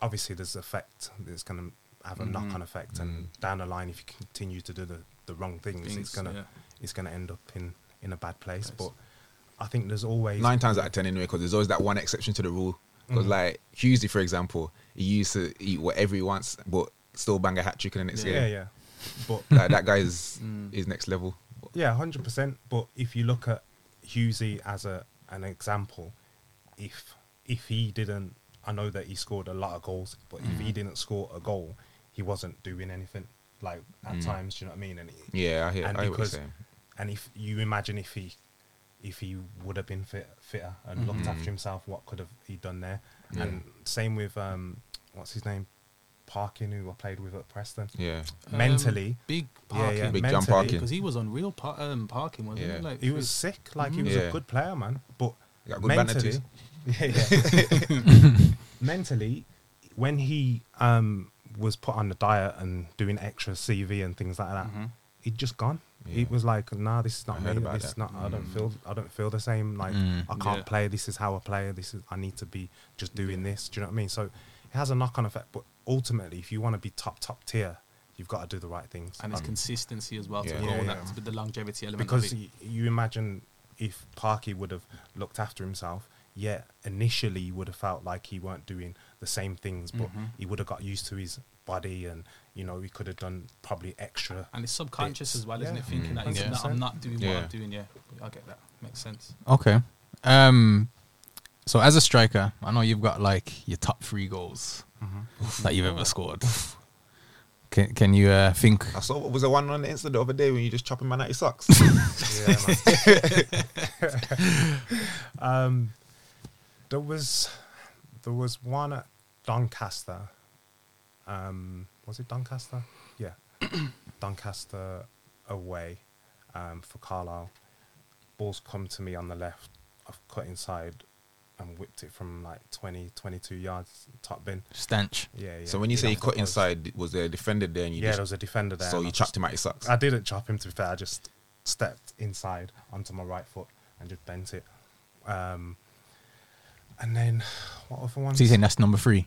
S6: obviously there's effect that's gonna have a knock-on effect, and down the line, if you continue to do the, the wrong things,
S5: Things,
S6: it's gonna
S5: yeah.
S6: it's gonna end up in in a bad place. But I think there's always
S2: Nine times out of ten, anyway, because there's always that one exception to the rule.
S6: Mm.
S2: Because like Husey, for example, he used to eat whatever he wants, but still bang a hat trick in the next
S5: Yeah.
S2: game.
S6: yeah, Mm. yeah. But
S2: Like, that guy
S6: (laughs)
S2: is is next level.
S6: Yeah, hundred percent. But if you look at Husey as a an example, if if he didn't, I know that he scored a lot of goals, but if he didn't score a goal, he wasn't doing anything. Like at times, do you know what I mean? And he,
S2: Yeah, I hear.
S6: and
S2: I hear what you're
S6: because
S2: saying.
S6: and if you imagine if he if he would have been fit, fitter and
S2: Mm-hmm.
S6: looked after himself, what could have he done there? And same with um, what's his name, Parkin, who I played with at Preston. (laughs)
S2: Yeah.
S6: Mentally,
S5: Um, big
S6: Yeah, yeah.
S5: parking.
S2: Big John
S6: mentally,
S2: Parkin.
S5: Because he was unreal par- um, parking, wasn't
S2: Yeah.
S5: he? Mm. Like,
S6: he was sick. Like he was
S2: Yeah.
S6: a good player, man. But
S2: He got good
S6: mentally,
S2: banner
S6: yeah, (laughs) yeah.
S2: (laughs)
S6: mentally, when he um, was put on the diet and doing extra CV and things like that,
S5: Mm-hmm.
S6: he'd just gone.
S2: Yeah.
S6: He was like, "Nah, this is
S2: I
S6: not
S2: heard
S6: me.
S2: about
S6: This
S2: that.
S6: is not. I don't feel. I don't feel the same. Like
S3: Mm.
S6: I can't
S5: Mm. Yeah.
S6: play. This is how I play. This is. I need to be just doing this. Do you know what I mean? So it has a knock-on effect. But ultimately, if you want to be top top tier, you've got to do the right things.
S5: and his consistency as well
S2: Yeah.
S5: to go
S6: Yeah,
S5: with
S6: yeah.
S5: that, with the longevity element.
S6: because
S5: of it.
S6: y- you imagine if Parky would have looked after himself, yeah, initially he would have felt like he weren't doing the same things, but
S5: Mm-hmm.
S6: he would have got used to his body, and you know he could have done probably extra.
S5: and it's subconscious
S6: It's-
S5: as well, isn't
S6: yeah.
S5: it? Thinking that it's
S3: Yeah.
S5: not, I'm not doing what
S2: Yeah.
S5: I'm doing. Yeah, I get that. Makes sense.
S3: Okay. Um. So as a striker, I know you've got like your top three goals that you've ever scored. Can Can you uh, think?
S2: I saw what was the one on the Insta the other day when you just chopping man out his socks.
S6: (laughs) Yeah,
S2: (laughs)
S6: man. um, there was there was one at Doncaster. Um, was it Doncaster?
S2: (clears throat)
S6: Yeah, Doncaster away um, for Carlisle. Ball's come to me on the left. I've cut inside and whipped it from like 20, 22 yards top bin.
S3: Stench.
S6: Yeah, yeah.
S2: so when you say
S6: Yeah,
S2: he
S6: that
S2: cut
S6: was-
S2: inside, was there a defender there and you
S6: yeah, there
S2: just
S6: was a defender there.
S2: so
S6: and
S2: you
S6: I
S2: chopped him out his socks?
S6: I didn't chop him. To be fair, I just stepped inside onto my right foot and just bent it. Um, and then what other one?
S3: So you saying that's number three?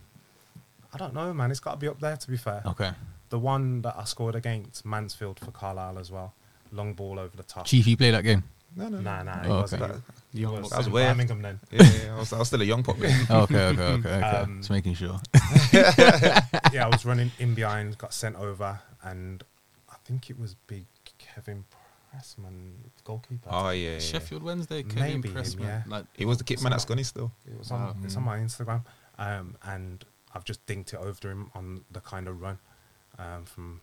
S6: I don't know, man. It's got to be up there. To be fair,
S3: Okay.
S6: the one that I scored against Mansfield for Carlisle as well, long ball over the top.
S3: Chief, you play that game.
S2: No, no,
S6: Nah, nah,
S3: Oh,
S6: it
S3: okay.
S6: wasn't.
S2: That-
S6: You
S5: Young
S6: was
S2: Bucks. That
S6: in
S2: was
S3: (laughs)
S6: Birmingham then.
S2: Yeah, yeah, I, was, I was still a young
S6: (laughs)
S2: pop. baby.
S3: Okay. Okay. Okay. Okay.
S6: Um,
S3: Just making sure. (laughs)
S6: yeah, I was running in behind, got sent over, and I think it was big Kevin Pressman, goalkeeper.
S2: Oh yeah, yeah.
S5: Sheffield Wednesday, Kevin
S6: Maybe him,
S5: Pressman.
S6: yeah.
S5: Like,
S2: It was the kid man that's gone still.
S6: It was on,
S5: Wow.
S6: it's on my Instagram, um, and I've just dinked it over to him on the kind of run um, from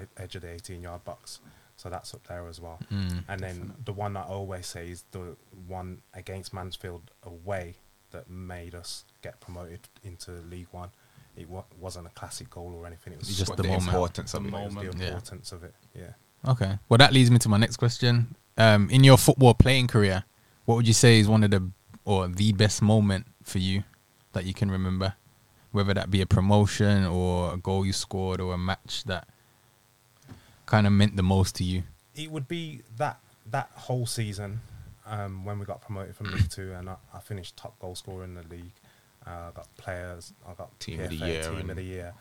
S6: e- edge of the 18 yard box. So that's up there as well.
S3: Mm,
S6: and then the one that I always say is the one against Mansfield away that made us get promoted into League One. It wa- wasn't a classic goal or anything. It was
S3: It's just
S2: What
S3: the moment.
S2: importance of
S5: The
S2: it.
S6: it was the
S5: moment,
S3: yeah.
S6: importance of it. Yeah.
S3: Okay. Well, that leads me to my next question. Um, in your football playing career, what would you say is one of the or the best moment for you that you can remember? Whether that be a promotion or a goal you scored or a match that kind of meant the most to you.
S6: it would be that that whole season um, when we got promoted from League Two, and I, I finished top goal scorer in the league. Uh, I got players. I got
S2: Team of the
S6: PFA
S2: year
S6: Team of
S2: and-
S6: the year.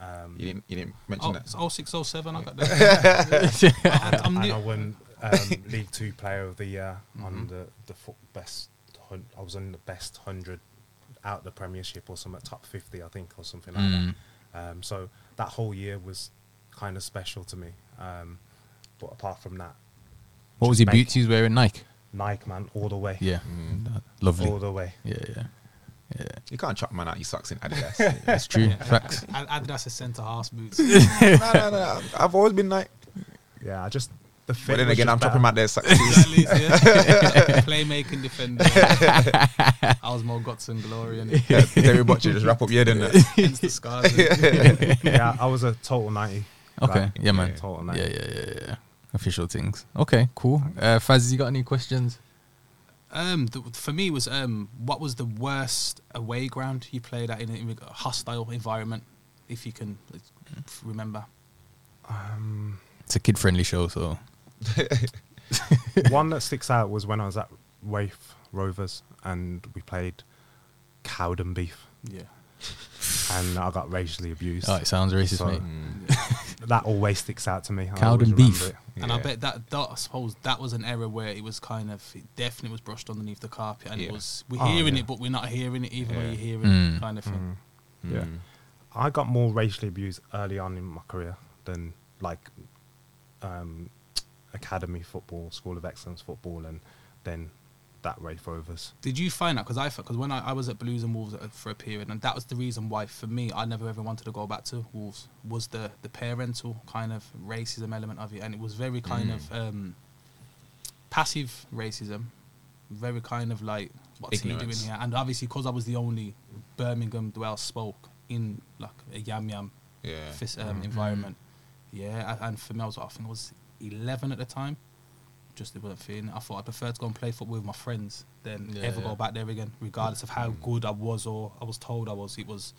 S6: Um,
S2: You didn't, you didn't mention
S5: oh,
S2: that.
S5: it's 0607. I got that. I- I'm
S6: and
S5: new-
S6: I won um,
S2: (laughs)
S6: League Two Player of the Year
S2: Mm-hmm.
S6: on the the foot best. Hun- I was on the best hundred out the Premiership or some top fifty, I think, or something like
S3: Mm.
S6: that. Um, so that whole year was kind of special to me. Um, but apart from that,
S3: What was
S6: Just
S3: your
S6: make-
S3: boots you was wearing? Nike.
S6: Nike man, all the way,
S3: Yeah.
S2: Mm.
S3: Lovely.
S6: all the way.
S3: Yeah. Yeah. Yeah.
S2: You can't chop man out your socks in (laughs) Adidas.
S3: That's
S6: (laughs)
S3: true. Facts.
S5: I- Adidas is centre half boots. (laughs)
S2: no, no, no. I've always been like.
S6: Yeah, I just the fit.
S2: But then
S6: was
S2: again,
S6: just
S2: I'm chopping
S6: better.
S2: him out their socks. too.
S5: Exactly, yeah. Playmaking defender. I was more guts and glory, and
S2: yeah, Terry Butcher just wrap up your head in it.
S5: hence the scars.
S6: yeah, I was a total ninety.
S3: (laughs) Okay.
S6: Like,
S3: yeah, man.
S6: Total
S3: Yeah.
S6: ninety.
S3: Yeah. Yeah. Yeah. yeah. Official things. Okay. Cool. Uh, Faz, you got any questions?
S5: Um, th- for me, it was um, what was the worst away ground you played at in a, in a hostile environment, if you can like, f- remember.
S6: Um,
S3: It's a kid-friendly show, so
S6: one that sticks out was when I was at Waif Rovers and we played Cowden Beef,
S5: Yeah.
S6: and I got racially abused.
S3: oh, it sounds racist,
S6: So-
S3: mate.
S6: (laughs) That always sticks out to me. I
S3: Cowden
S6: always remember
S3: Beef.
S6: it.
S5: (laughs) And I
S2: Yeah.
S5: bet that, that I suppose that was an era where it was kind of it definitely was brushed underneath the carpet, and
S2: Yeah.
S5: it was we're
S6: Oh,
S5: hearing
S6: yeah.
S5: it, but we're not hearing it, even though
S2: Yeah.
S5: you're hearing
S3: Mm.
S5: it, kind of thing.
S6: Yeah. I got more racially abused early on in my career than like um, academy football, school of excellence football, and then that Waif Rovers.
S5: Did you find that? Because I because when I, I was at Blues and Wolves uh, for a period, and that was the reason why for me I never ever wanted to go back to Wolves was the the parental kind of racism element of it, and it was very kind of um, passive racism, very kind of like what's he doing
S2: Ignorance.
S5: here? And obviously, because I was the only Birmingham dwell spoke in like a yam yam
S2: Yeah.
S5: fis- um,
S6: Mm-hmm.
S5: environment. Yeah, a- and for me, I was I think I was eleven at the time. Just it wasn't feeling. it. I thought I prefer to go and play football with my friends than
S3: Yeah,
S5: ever
S3: yeah. Mm.
S5: go back there again, regardless of how good I was or I was told I was. It was,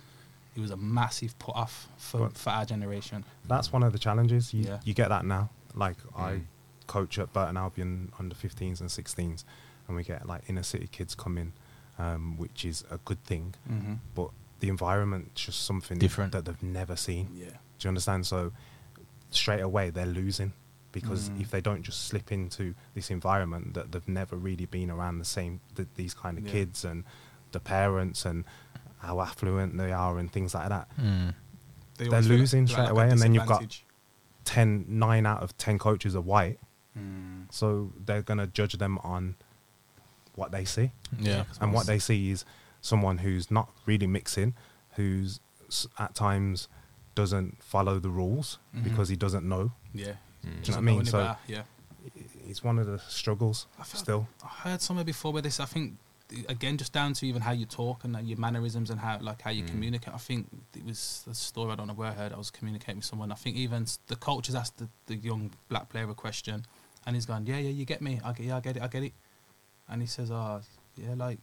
S5: it was a massive put off for,
S6: But-
S5: for our generation.
S6: That's one of the challenges. You,
S5: Yeah. Mm.
S6: you get that now. Like I coach at Burton Albion under 15s and 16s, and we get like inner city kids come in, um, which is a good thing.
S5: Mm-hmm.
S6: But the environment's just something
S3: Different.
S6: that they've never seen.
S5: Yeah,
S6: Do you understand? So straight away they're losing because
S5: Mm.
S6: if they don't just slip into this environment that they've never really been around the same th- these kind of
S5: Yeah.
S6: kids and the parents and how affluent they are and things like that.
S3: Mm.
S5: they
S6: They're
S5: always feel
S6: losing
S5: like
S6: straight
S5: a
S6: away, and then you've got
S5: disadvantage.
S6: 10 9 out of 10 coaches are white.
S5: Mm.
S6: So they're going to judge them on what they see.
S3: Yeah.
S6: And what they see is someone who's not really mixing, who's s- at times doesn't follow the rules
S5: Mhm.
S6: because he doesn't know. Do
S5: Yeah,
S6: you know what I
S5: Doesn't
S6: mean?
S5: any
S6: So
S5: better, yeah.
S6: it's one of the struggles
S5: I felt-
S6: still.
S5: I heard somewhere before where this. I think again, just down to even how you talk and like, your mannerisms and how like how you communicate. I think it was a story I don't know where I heard. I was communicating with someone. I think even s- the coach has asked the, the young black player a question, and he's gone, "Yeah, yeah, you get me. I get, yeah, I get it, I get it." And he says, "Ah, yeah, like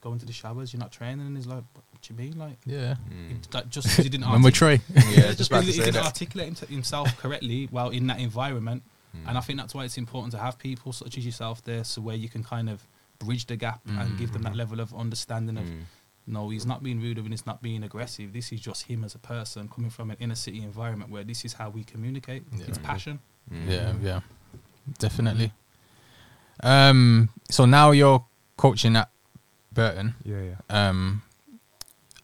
S5: going to the showers, you're not training." And he's like, "What do you mean, like?"
S3: Yeah.
S5: That just because he
S3: (laughs)
S5: didn't
S3: Remember
S5: articulate-
S3: Trey?
S2: Hmm. Yeah, just about
S5: he
S2: to say
S5: didn't
S2: that.
S5: articulate himse- himself correctly while in that environment.
S2: Hmm.
S5: And I think that's why it's important to have people such as yourself there, so where you can kind of bridge the gap
S2: Hmm.
S5: and give them that level of understanding of
S2: Mm.
S5: no, he's not being rude and he's not being aggressive. This is just him as a person coming from an inner city environment where this is how we communicate.
S3: Yeah.
S5: It's
S2: (laughs)
S5: passion.
S3: (laughs) Yeah, yeah, definitely. Um, so now you're coaching at Burton.
S6: Yeah, yeah.
S3: Um,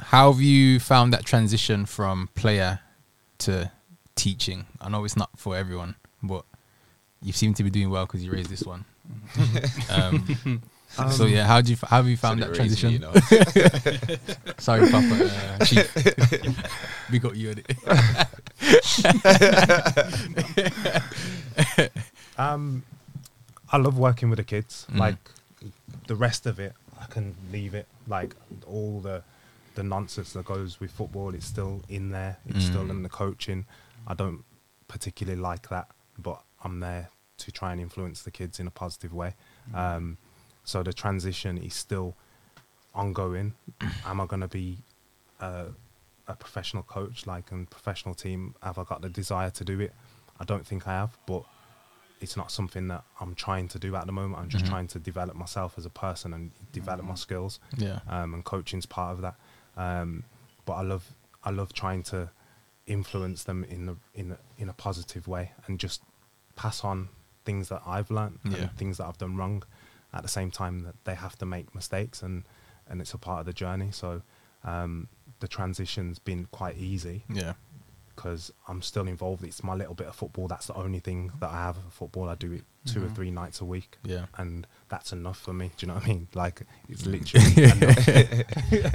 S3: how have you found that transition from player to teaching? I know it's not for everyone, but you seem to be doing well because you raised
S2: (laughs)
S3: this one. um, so yeah, how do you how have you found
S2: Said it
S3: that
S2: raised
S3: transition?
S2: me,
S3: (laughs)
S2: you know.
S3: Sorry, Papa.
S2: (laughs)
S3: Uh, Chief. (laughs) we got you at it.
S6: Um, I love working with the kids.
S3: Mhm.
S6: Like the rest of it, I can leave it. Like all the the nonsense that goes with football, it's still in there. It's still
S3: Mm.
S6: in the coaching. I don't particularly like that, but I'm there to try and influence the kids in a positive way. Um, so the transition is still ongoing. Am I going to be a, a professional coach, like and professional team? Have I got the desire to do it? I don't think I have, but it's not something that I'm trying to do at the moment. I'm just
S3: Mhm.
S6: trying to develop myself as a person and develop my skills.
S3: Mm-hmm. Yeah.
S6: Um, and coaching's part of that. Um, but I love I love trying to influence them in the in the, in a positive way and just pass on things that I've learned
S3: Yeah.
S6: and things that I've done wrong. At the same time that they have to make mistakes and and it's a part of the journey. So um, the transition's been quite easy
S3: Yeah.
S6: because I'm still involved. It's my little bit of football. That's the only thing that I have of football. I do it 2 or three nights a week.
S3: Yeah.
S6: And that's enough for me. Do you know what I mean? Like, it's literally enough.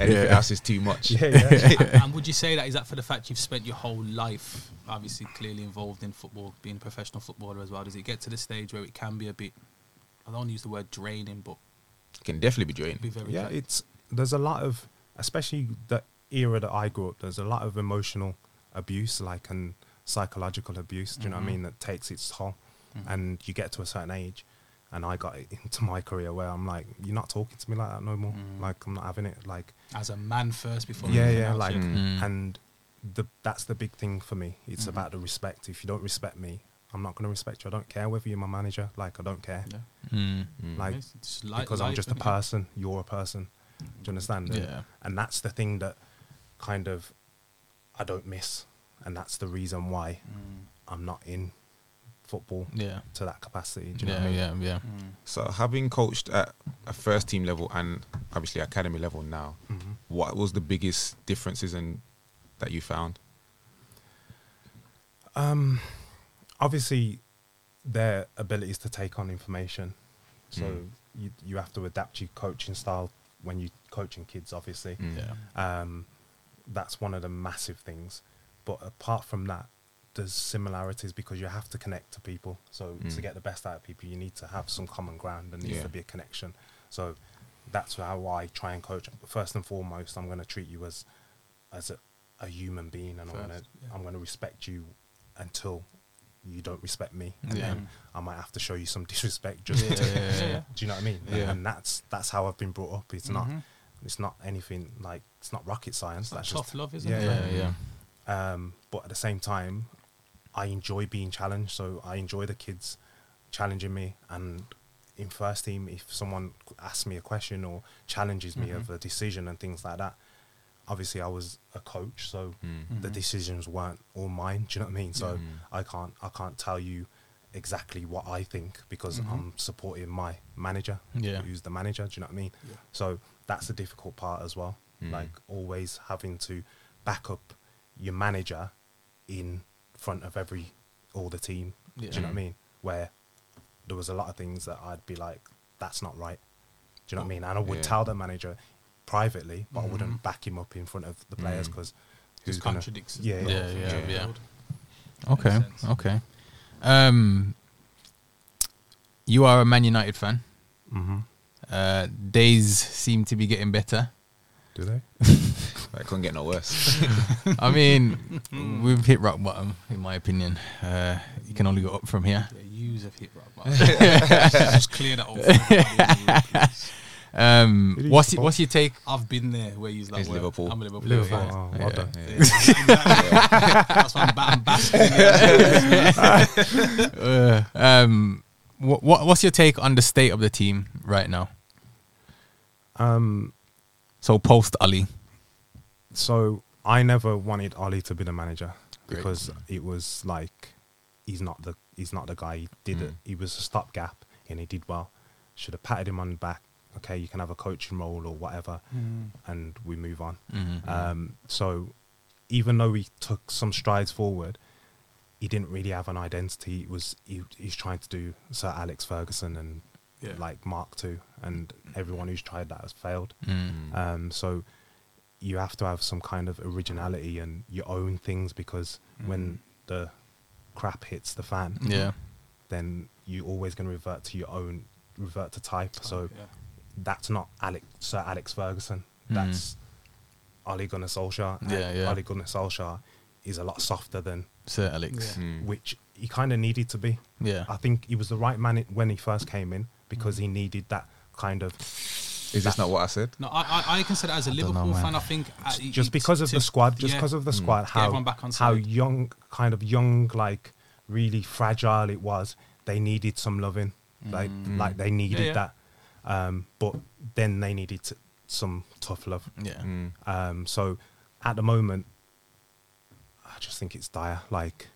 S2: Anything else is too much.
S6: Yeah, yeah.
S5: and and would you say that is that for the fact you've spent your whole life obviously clearly involved in football, being a professional footballer as well? Does it get to the stage where it can be a bit? I don't want to use the word draining, but
S2: Can definitely be drained.
S5: be very
S6: yeah,
S5: dra-
S6: it's there's a lot of especially the era that I grew up. There's a lot of emotional abuse, like and psychological abuse. Do you know
S3: Mm-hmm.
S6: what I mean? That takes its toll, and you get to a certain age, and I got (laughs) it into my career where I'm like, you're not talking to me like that no more.
S3: Mm.
S6: Like I'm not having it. Like
S5: as a man first before
S6: yeah,
S5: anything
S6: yeah,
S5: else,
S6: like
S3: Mm. Mm-hmm.
S6: and the that's the big thing for me. It's about the respect. If you don't respect me, I'm not going to respect you. I don't care whether you're my manager. Like I don't care.
S5: Yeah.
S3: Mm.
S6: Like
S5: Yes, it's li-
S6: because I'm
S5: life,
S6: just a
S5: isn't it?
S6: person. You're a person. Do you understand? And-
S3: Yeah.
S6: And that's the thing that kind of I don't miss, and that's the reason why
S3: Mm.
S6: I'm not in football
S3: Yeah.
S6: to that capacity. Do you know what
S3: Yeah.
S6: I mean? Mm.
S3: Yeah. Yeah.
S2: So, having coached at a first team level and obviously academy level now, what was the biggest differences in that you found?
S6: Um, obviously, their abilities to take on information, so
S2: Mm.
S6: you you have to adapt your coaching style when you're coaching kids. Obviously,
S2: Mm.
S3: Yeah.
S6: Um, that's one of the massive things. But apart from that, there's similarities because you have to connect to people. So to get the best out of people, you need to have some common ground. There needs
S2: Yeah.
S6: to be a connection. So that's how I try and coach. First and foremost, I'm going to treat you as as a, a human being, and i I'm going
S5: First,
S6: to
S5: yeah.
S6: I'm going to respect you until you don't respect me, and
S3: Yeah.
S6: then I might have to show you some (laughs) disrespect just to
S3: yeah, yeah.
S6: (laughs) do you know what I mean? And-
S3: Yeah. Mm-hmm.
S6: And that's that's how I've been brought up. It's not it's not anything like it's not rocket science.
S5: like
S6: that's
S5: tough
S6: just
S5: love, isn't
S6: yeah,
S5: it?
S3: yeah, yeah.
S6: um, but at the same time, I enjoy being challenged. So I enjoy the kids challenging me. And in first team, if someone asks me a question or challenges me of a decision and things like that, obviously I was a coach, so the decisions weren't all mine. (laughs) Do you know what I mean? So I can't I can't tell you exactly what I think because I'm supporting my manager,
S3: Yeah.
S6: who's the manager. Do you know what I mean? So that's a difficult part as well. Like always having to back up your manager in front of every all the team. Do you know what I mean? Where there was a lot of things that I'd be like, that's not right. Do
S5: Mm.
S6: you know what I mean? And I would
S2: Yeah.
S6: tell the manager privately, but I wouldn't back him up in front of the
S5: Mm.
S6: players because
S5: Just contradicts.
S6: Yeah,
S5: the
S6: yeah,
S5: whole thing,
S3: yeah,
S5: the
S3: yeah.
S5: world.
S3: Okay,
S5: Makes sense.
S3: okay. Um, you are a Man United fan.
S6: Mm-hmm.
S3: Uh, days seem to be getting better.
S6: Do they?
S2: Like, it couldn't get no worse.
S3: I mean, we've hit rock bottom, in my opinion. Uh, you can only go up from here.
S5: Yeah, use have hit
S6: (laughs)
S5: rock bottom. Just clear that off. please.
S3: Um,
S6: Really?
S3: what's y- what's your take?
S5: I've been there where you like
S2: He's Liverpool.
S5: I'm a Liverpool.
S3: Liverpool.
S5: fan.
S6: Oh, well done.
S5: Yeah, exactly. That's why I'm, ba-
S6: (laughs)
S5: I'm basking in it.
S3: Uh, um, what what's your take on the state of the team right now?
S6: Um,
S3: So post Ali,
S6: so I never wanted Ali to be the manager because it was like he's not the he's not the guy. He did
S5: Mm.
S6: it. He was a stopgap and he did well. Should have patted him on the back. Okay, you can have a coaching role or whatever,
S5: Mm.
S6: and we move on. Um, so even though he took some strides forward, he didn't really have an identity. It was he, he's trying to do Sir Alex Ferguson and
S5: Yeah.
S6: like Mark II, and everyone who's tried that has failed.
S3: Mm.
S6: Um, so you have to have some kind of originality and your own things because when the crap hits the fan,
S3: yeah,
S6: then you're always going to revert to your own revert to type. so
S5: yeah.
S6: that's not Alex Sir Alex Ferguson.
S5: Mm.
S6: That's Ole Gunnar Solskjaer. and
S3: Yeah, yeah.
S6: Ole Gunnar Solskjaer is a lot softer than
S3: Sir Alex.
S5: Mm.
S6: which he kind of needed to be.
S3: Yeah.
S6: I think he was the right man i- when he first came in because he needed that kind of
S2: Is this not what I said?
S5: No, I, I, I consider it as a
S3: don't know,
S5: Liverpool
S3: man.
S5: fan. I think uh, it-
S6: just
S5: it-
S6: because of
S5: to-
S6: the squad, just
S5: yeah. Mm.
S6: because of the squad, how
S5: everyone back on
S6: how
S5: side.
S6: young, kind of young, like really fragile it was. They needed some loving, like like they needed
S5: Mm. yeah.
S6: that, um, but then they needed t- some tough love.
S3: Yeah,
S5: Mm.
S6: Um, so at the moment, I just think it's dire. Like,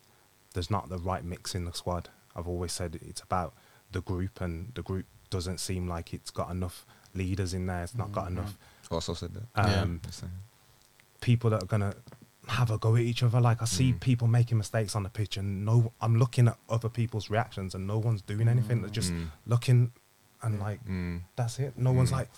S6: there's not the right mix in the squad. I've always said it's about the group, and the group doesn't seem like it's got enough leaders in there. It's not got enough
S2: Also said that.
S3: Yeah.
S6: um,
S2: That's it.
S6: people that are gonna have a go at each other. Like, I see people making mistakes on the pitch, and no, I'm looking at other people's reactions, and no one's doing anything. They're just looking, and like, that's it. No one's like.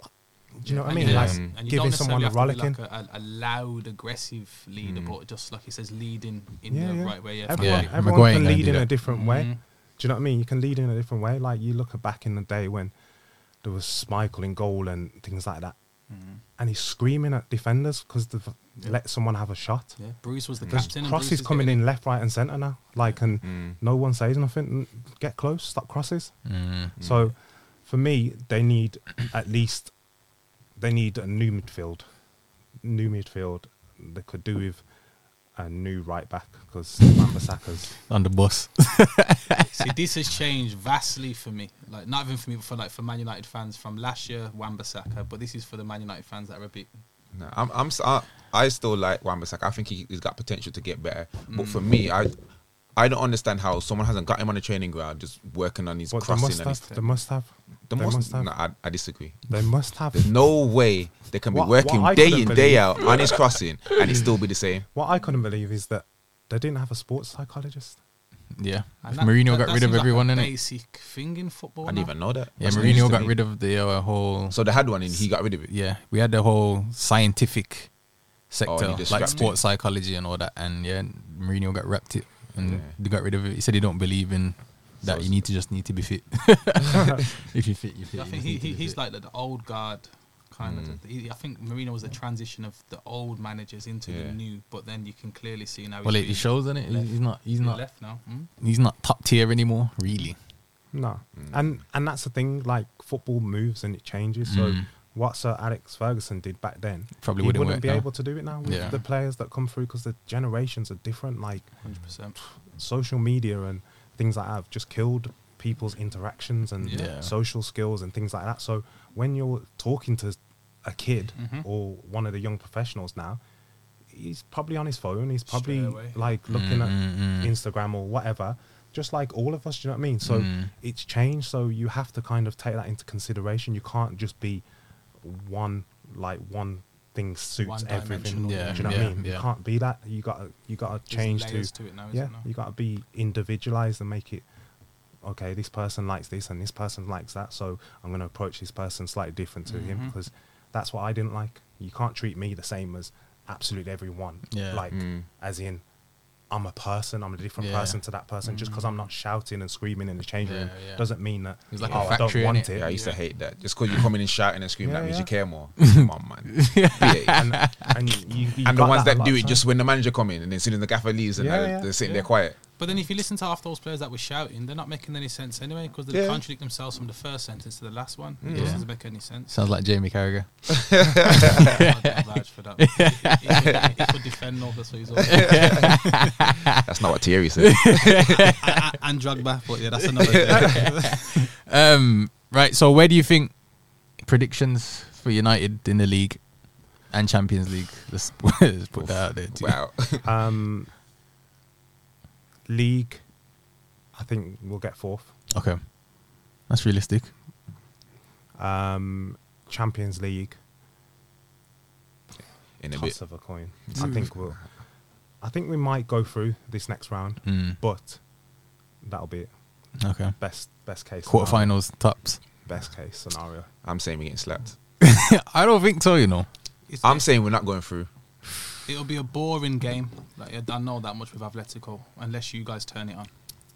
S6: Do you know what I
S5: And
S6: mean?
S5: you
S6: Like
S5: don't- and you don't
S6: giving someone a
S5: necessarily have
S6: rollicking.
S5: to be Like a, a, a loud, aggressive leader, but just like he says, leading in
S6: Yeah,
S5: the
S6: yeah.
S5: right way. Yeah, Mm-hmm.
S6: Everyone,
S3: Yeah,
S6: everyone
S3: Maguire
S6: can
S3: ain't gonna
S6: lead
S3: do
S6: in a
S3: that.
S6: different way. Do you know what I mean? You can lead in a different way. Like you look at back in the day when there was Michael in goal and things like that,
S5: Mm-hmm.
S6: and he's screaming at defenders because they've let someone have a shot.
S5: yeah. Bruce was the
S6: There's
S5: captain. and Bruce
S6: crosses
S5: is
S6: coming
S5: getting
S6: in left, right, and centre now. Like, and
S3: Mm.
S6: no one says nothing. N- Get close, stop crosses.
S3: Mm.
S6: So, for me, they need at least they need a new midfield. New midfield. They could do with a new right back because Saka's
S3: on the (laughs) bus.
S5: See, this has changed vastly for me. Like not even for me, but for like for Man United fans from last year, Wan-Bissaka. But this is for the Man United fans that are a bit.
S2: No, I'm, I'm, s- I, I still like Wan-Bissaka. I think he, he's got potential to get better. But for me, I, I don't understand how someone hasn't got him on the training ground, just working on his
S6: But they must
S2: crossing and his,
S6: have. They must have.
S2: the
S6: they
S2: most.
S6: must have.
S2: nah, I, I disagree.
S6: They must have.
S2: There's no way they can be
S6: What-
S2: working
S6: what I
S2: day
S6: couldn't
S2: in, day
S6: believe-
S2: out on his crossing, and it still be the same.
S6: What I couldn't believe is that they didn't have a sports psychologist.
S3: Yeah,
S5: and that-
S3: Mourinho got
S5: that- that
S3: rid of
S5: seems like
S3: everyone
S5: a
S3: in it.
S5: Basic thing in football.
S2: I didn't even know that.
S3: Yeah,
S2: That's news
S3: Mourinho
S2: to
S3: got
S2: me.
S3: rid of the uh, whole.
S2: So they had one, and he got rid of it.
S3: yeah, we had the whole
S5: Oh,
S3: scientific sector,
S2: just
S3: like
S2: wrapped
S3: sports psychology and all that, and yeah, Mourinho got wrapped it and
S2: Yeah.
S3: they got rid of it. He said he don't believe in that.
S2: So-
S3: you need to just need to be
S5: (laughs)
S3: fit. (laughs) if you fit, you fit.
S5: I
S3: you
S5: think
S3: just
S5: he,
S3: need to
S5: he,
S3: be
S5: he's
S3: fit.
S5: like the, the old guard kind
S3: Mm.
S5: of. He, I think Marino was the transition of the old managers into
S2: Yeah.
S5: the new, but then you can clearly see now.
S3: well, it,
S5: he's
S3: it shows, is it? He's he's not. He's
S5: been
S3: not.
S5: left now. Hmm?
S3: He's not top tier anymore. Really.
S6: No, Mm. and and that's the thing. Like football moves and it changes. So
S3: Mm.
S6: what Sir Alex Ferguson did back then,
S3: Probably
S6: he
S3: wouldn't
S6: wouldn't,
S3: work
S6: be
S3: now.
S6: able to do it now with
S3: Yeah.
S6: the players that come through because the generations are different. Like
S5: 100%.
S6: social media and things like that have just killed people's interactions and
S3: Yeah.
S6: social skills and things like that. So when you're talking to a kid
S5: Mm-hmm.
S6: or one of the young professionals now, he's probably on his phone. He's probably
S5: Straight away.
S6: like looking
S3: Mm, mm, mm.
S6: at Instagram or whatever. Just like all of us, do you know what I mean? So
S3: Mm.
S6: it's changed. So you have to kind of take that into consideration. You can't just be one like one thing suits everything.
S5: One-dimensional.
S3: Yeah,
S6: do you know
S3: yeah,
S6: what I mean?
S3: yeah.
S6: You can't be that. You gotta you gotta
S5: There's
S6: change
S5: layers
S6: to
S5: to it now,
S6: yeah,
S5: isn't there?
S6: you got to be individualized and make it okay. This person likes this and this person likes that, so I'm going to approach this person slightly different to him because that's what I didn't like. You can't treat me the same as absolutely everyone.
S3: Yeah.
S6: like
S2: Mm.
S6: as in I'm a person. I'm a different
S3: Yeah.
S6: person to that person. Just because I'm not shouting and screaming in the change room
S3: Yeah, yeah.
S6: doesn't mean that
S3: It's like a
S6: oh, I
S3: factory,
S6: don't want
S3: innit?
S6: it.
S2: Yeah, I used to hate that. Just because you're coming in shouting and screaming, that
S6: Yeah,
S2: means you
S6: yeah.
S2: care more. Come on,
S6: (laughs)
S2: man. Yeah.
S6: and, and, you, you
S2: And the
S6: got
S2: ones
S6: a
S2: that
S6: lot
S2: do
S6: of
S2: it
S6: time.
S2: just when the manager come in and then soon as the gaffer leaves and
S6: Yeah,
S2: they're,
S6: yeah,
S2: they're sitting there
S6: yeah.
S2: quiet.
S5: But then if you listen to half those players that were shouting, they're not making any sense anyway because they
S2: Yeah. Mm.
S5: contradict themselves from the first sentence to the last one. It
S3: Yeah.
S5: doesn't make any (laughs) sense.
S3: Sounds like Jamie Carragher.
S5: I'd vouch for (laughs) that. He- he- he- he could defend North, that's what he's all (laughs) about.
S2: That's not what Thierry said.
S5: And- And Drogba, but yeah, that's another (laughs) day.
S3: Um, right. So where do you think predictions for United in the league and Champions League? (laughs) Let's, let's put that out there. Too.
S2: wow.
S6: um, league. I think we'll get fourth.
S3: Okay, that's realistic.
S6: um, Champions League
S2: (laughs) In a bit.
S6: toss of a coin. I think we'll. I think we might go through this next round,
S3: Mm.
S6: but that'll be it.
S3: Okay.
S6: Best best case scenario.
S3: Quarterfinals, tops. (laughs)
S6: Best case scenario.
S2: I'm saying we're getting slapped.
S3: I don't think so. You know.
S5: It's-
S2: I'm saying we're not going through.
S5: It'll be a boring game. Like, I don't know that much with Atletico unless you guys turn it on.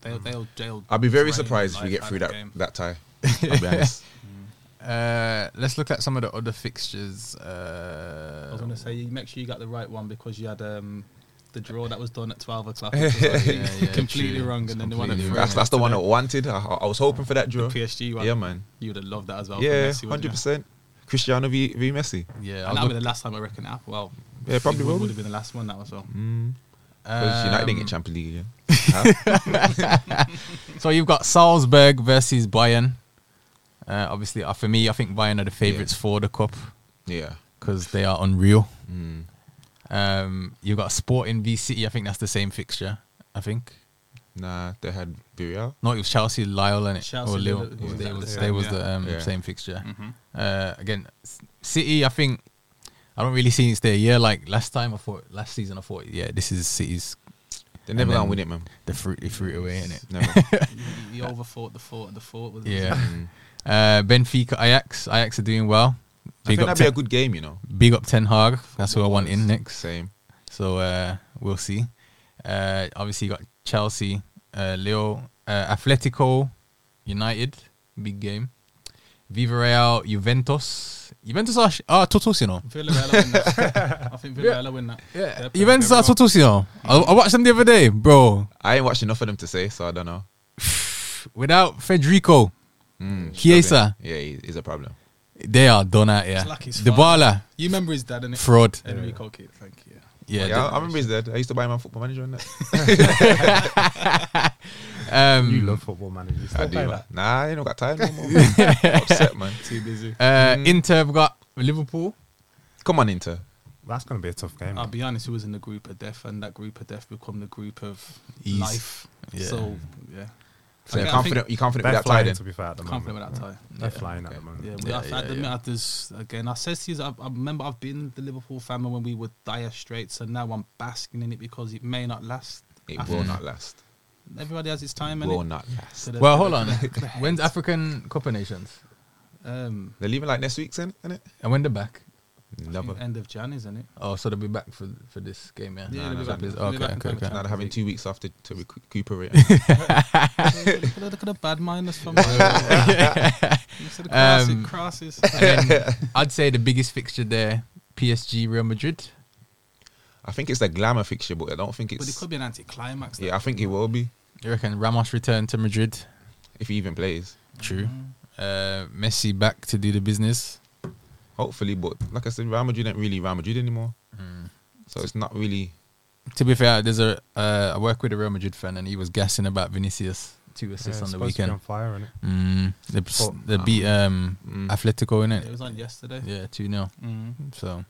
S5: They'll, they'll, they'll
S2: I'd be very
S5: drain
S2: surprised if we
S5: life
S2: get
S5: out
S2: through
S5: of the
S2: that,
S5: game.
S2: that
S3: (laughs)
S2: tie. I'll be honest.
S3: Uh, let's look at some of the other fixtures.
S5: I
S3: Uh,
S5: was gonna say, you make sure you got the right one because you had um, the draw that was done at twelve o'clock. which
S2: (laughs)
S5: was like
S3: Yeah, yeah,
S5: completely
S3: true.
S5: wrong,
S3: It's
S5: and then the one at
S3: completely
S5: three.
S2: That's, that's the one I wanted. I, I was hoping for that draw.
S5: PSG one.
S2: Yeah, man.
S5: you would have loved that as well.
S2: Yeah,
S5: for Messi, wouldn't you?
S2: 100%. Cristiano v, v Messi.
S3: yeah,
S5: And
S3: I'll
S5: that would be
S3: look-
S5: the last time I reckon. That well,
S2: Yeah, probably will. Mm.
S5: would have been the last one. That was well.
S2: Because United didn't
S3: Um,
S2: get Champions League again.
S3: So you've got Salzburg versus Bayern. Uh, obviously, uh, for me, I think Bayern are the favourites for the cup
S2: Yeah.
S3: because they are unreal.
S2: Mm.
S3: Um, you've got Sporting v City. I think that's the same fixture. I think.
S2: Nah, they had Villarreal.
S3: No, it was Chelsea, Lyle, and it
S5: Chelsea,
S3: or Lille.
S5: Lille,
S3: They
S5: yeah.
S3: was,
S5: Yeah.
S3: they was
S5: Yeah. Mm-hmm.
S3: the um,
S2: Yeah.
S3: same fixture. Uh, again, S- City. I think I don't really see it's their year. Like last time, I thought last season, I thought yeah, this is City's
S2: They never
S3: then-
S2: gonna win it, man.
S3: the fruit they threw it away in it.
S2: Never. Mm.
S5: He overthought the thought. The thought was
S3: (laughs)
S5: (laughs)
S3: Yeah. Uh, Benfica, Ajax. Ajax are doing well.
S2: I
S3: Big
S2: think
S3: up,
S2: that'd be a
S3: ten,
S2: good game, you know.
S3: big up Ten Hag. That's who I want in next.
S2: Same.
S3: So uh, we'll see. Uh, obviously, you got Chelsea, uh, Leo, uh, Atletico, United, big game. Villarreal, Juventus. Juventus are, sh- ah, are tutus, you know.
S5: Villarreal
S2: (laughs)
S5: win that. I think Villarreal win that. They're playing
S3: Juventus
S5: very
S3: are
S5: well.
S3: tutus, you know. I, I watched them the other day, bro.
S2: I ain't watched enough of them to say, so I don't know.
S3: Without Federico,
S2: Mm,
S3: Chiesa.
S2: struggling. Yeah, he- he's a problem.
S3: they are done out here.
S5: It's like his
S3: Dybala,
S5: You remember his dad and it.
S3: fraud.
S5: Enrico kid. Thank you.
S3: Yeah,
S2: Yeah, I, I remember he's dead. I used to buy my football manager and that.
S3: um,
S6: You love football managers.
S2: I
S6: Don't
S2: do,
S6: play
S2: man.
S6: that.
S2: Nah, I ain't got time
S3: (laughs)
S2: no more. man. Upset, man.
S5: Too busy.
S3: Uh, Inter have got Liverpool.
S2: Mm. Come on, Inter.
S6: That's going to be a tough game.
S3: Um,
S5: I'll be honest, it was in the group of death, and that group of death become the group of
S3: Ease.
S5: life.
S3: Yeah.
S5: So
S2: So
S5: yeah, I
S2: you're
S5: think-
S2: confident, you're confident
S6: they're
S2: with that tie
S6: flying
S2: then?
S6: to be fair at the
S5: I think confident
S6: moment.
S5: with that tie.
S6: They're flying at the moment.
S5: Yeah,
S3: Yeah,
S5: well, I've,
S3: yeah,
S5: I admit
S3: yeah.
S5: I've this again. I said to you, I, I remember I've been the Liverpool fan when we were dire straits, and now I'm basking in it because it may not last. I
S2: It
S5: think
S2: will
S3: Mm.
S2: not last.
S5: Everybody has its time,
S2: Will
S5: and
S2: not last. (laughs)
S3: Well, hold on. When's African Cup of Nations?
S5: Um,
S2: They're leaving like next week, then, isn't it?
S3: And when they're back,
S2: Never.
S5: End of Jan,
S3: (laughs)
S5: isn't it?
S3: Oh, so they'll be back for for this game, yeah.
S5: Yeah,
S2: they'll be
S3: so
S2: back.
S3: this-
S5: They'll be
S3: Okay,
S5: back in
S3: okay, okay.
S5: Coventry.
S2: Now they're having two weeks after
S3: (laughs)
S2: to recu- recuperate.
S5: look, at, look at the bad minus
S3: (laughs)
S5: from the classic
S3: Um,
S5: crosses.
S3: And then (laughs) I'd say the biggest fixture there, PSG Real Madrid.
S2: I think it's a glamour fixture, but I don't think
S5: But it
S2: it's.
S5: could be an anticlimax. though.
S2: yeah, I think it will be
S3: You reckon Ramos returned to Madrid?
S2: if he even plays.
S3: True. Uh, Messi back to do the business.
S2: Hopefully, but like I said, Real Madrid ain't really Real Madrid anymore.
S3: Mm.
S2: So it's not really.
S3: To be fair, there's a uh, I work with a Real Madrid fan and he was gassing about Vinicius two
S6: Yeah,
S3: assists
S6: it's
S3: on the
S6: supposed to be on
S3: weekend.
S6: fire, isn't it?
S3: Mm, they,
S6: But-
S3: they beat um,
S2: Mm.
S3: Atletico in
S5: It
S3: it.
S5: was on yesterday.
S3: Yeah, two 0
S5: Mm.
S3: So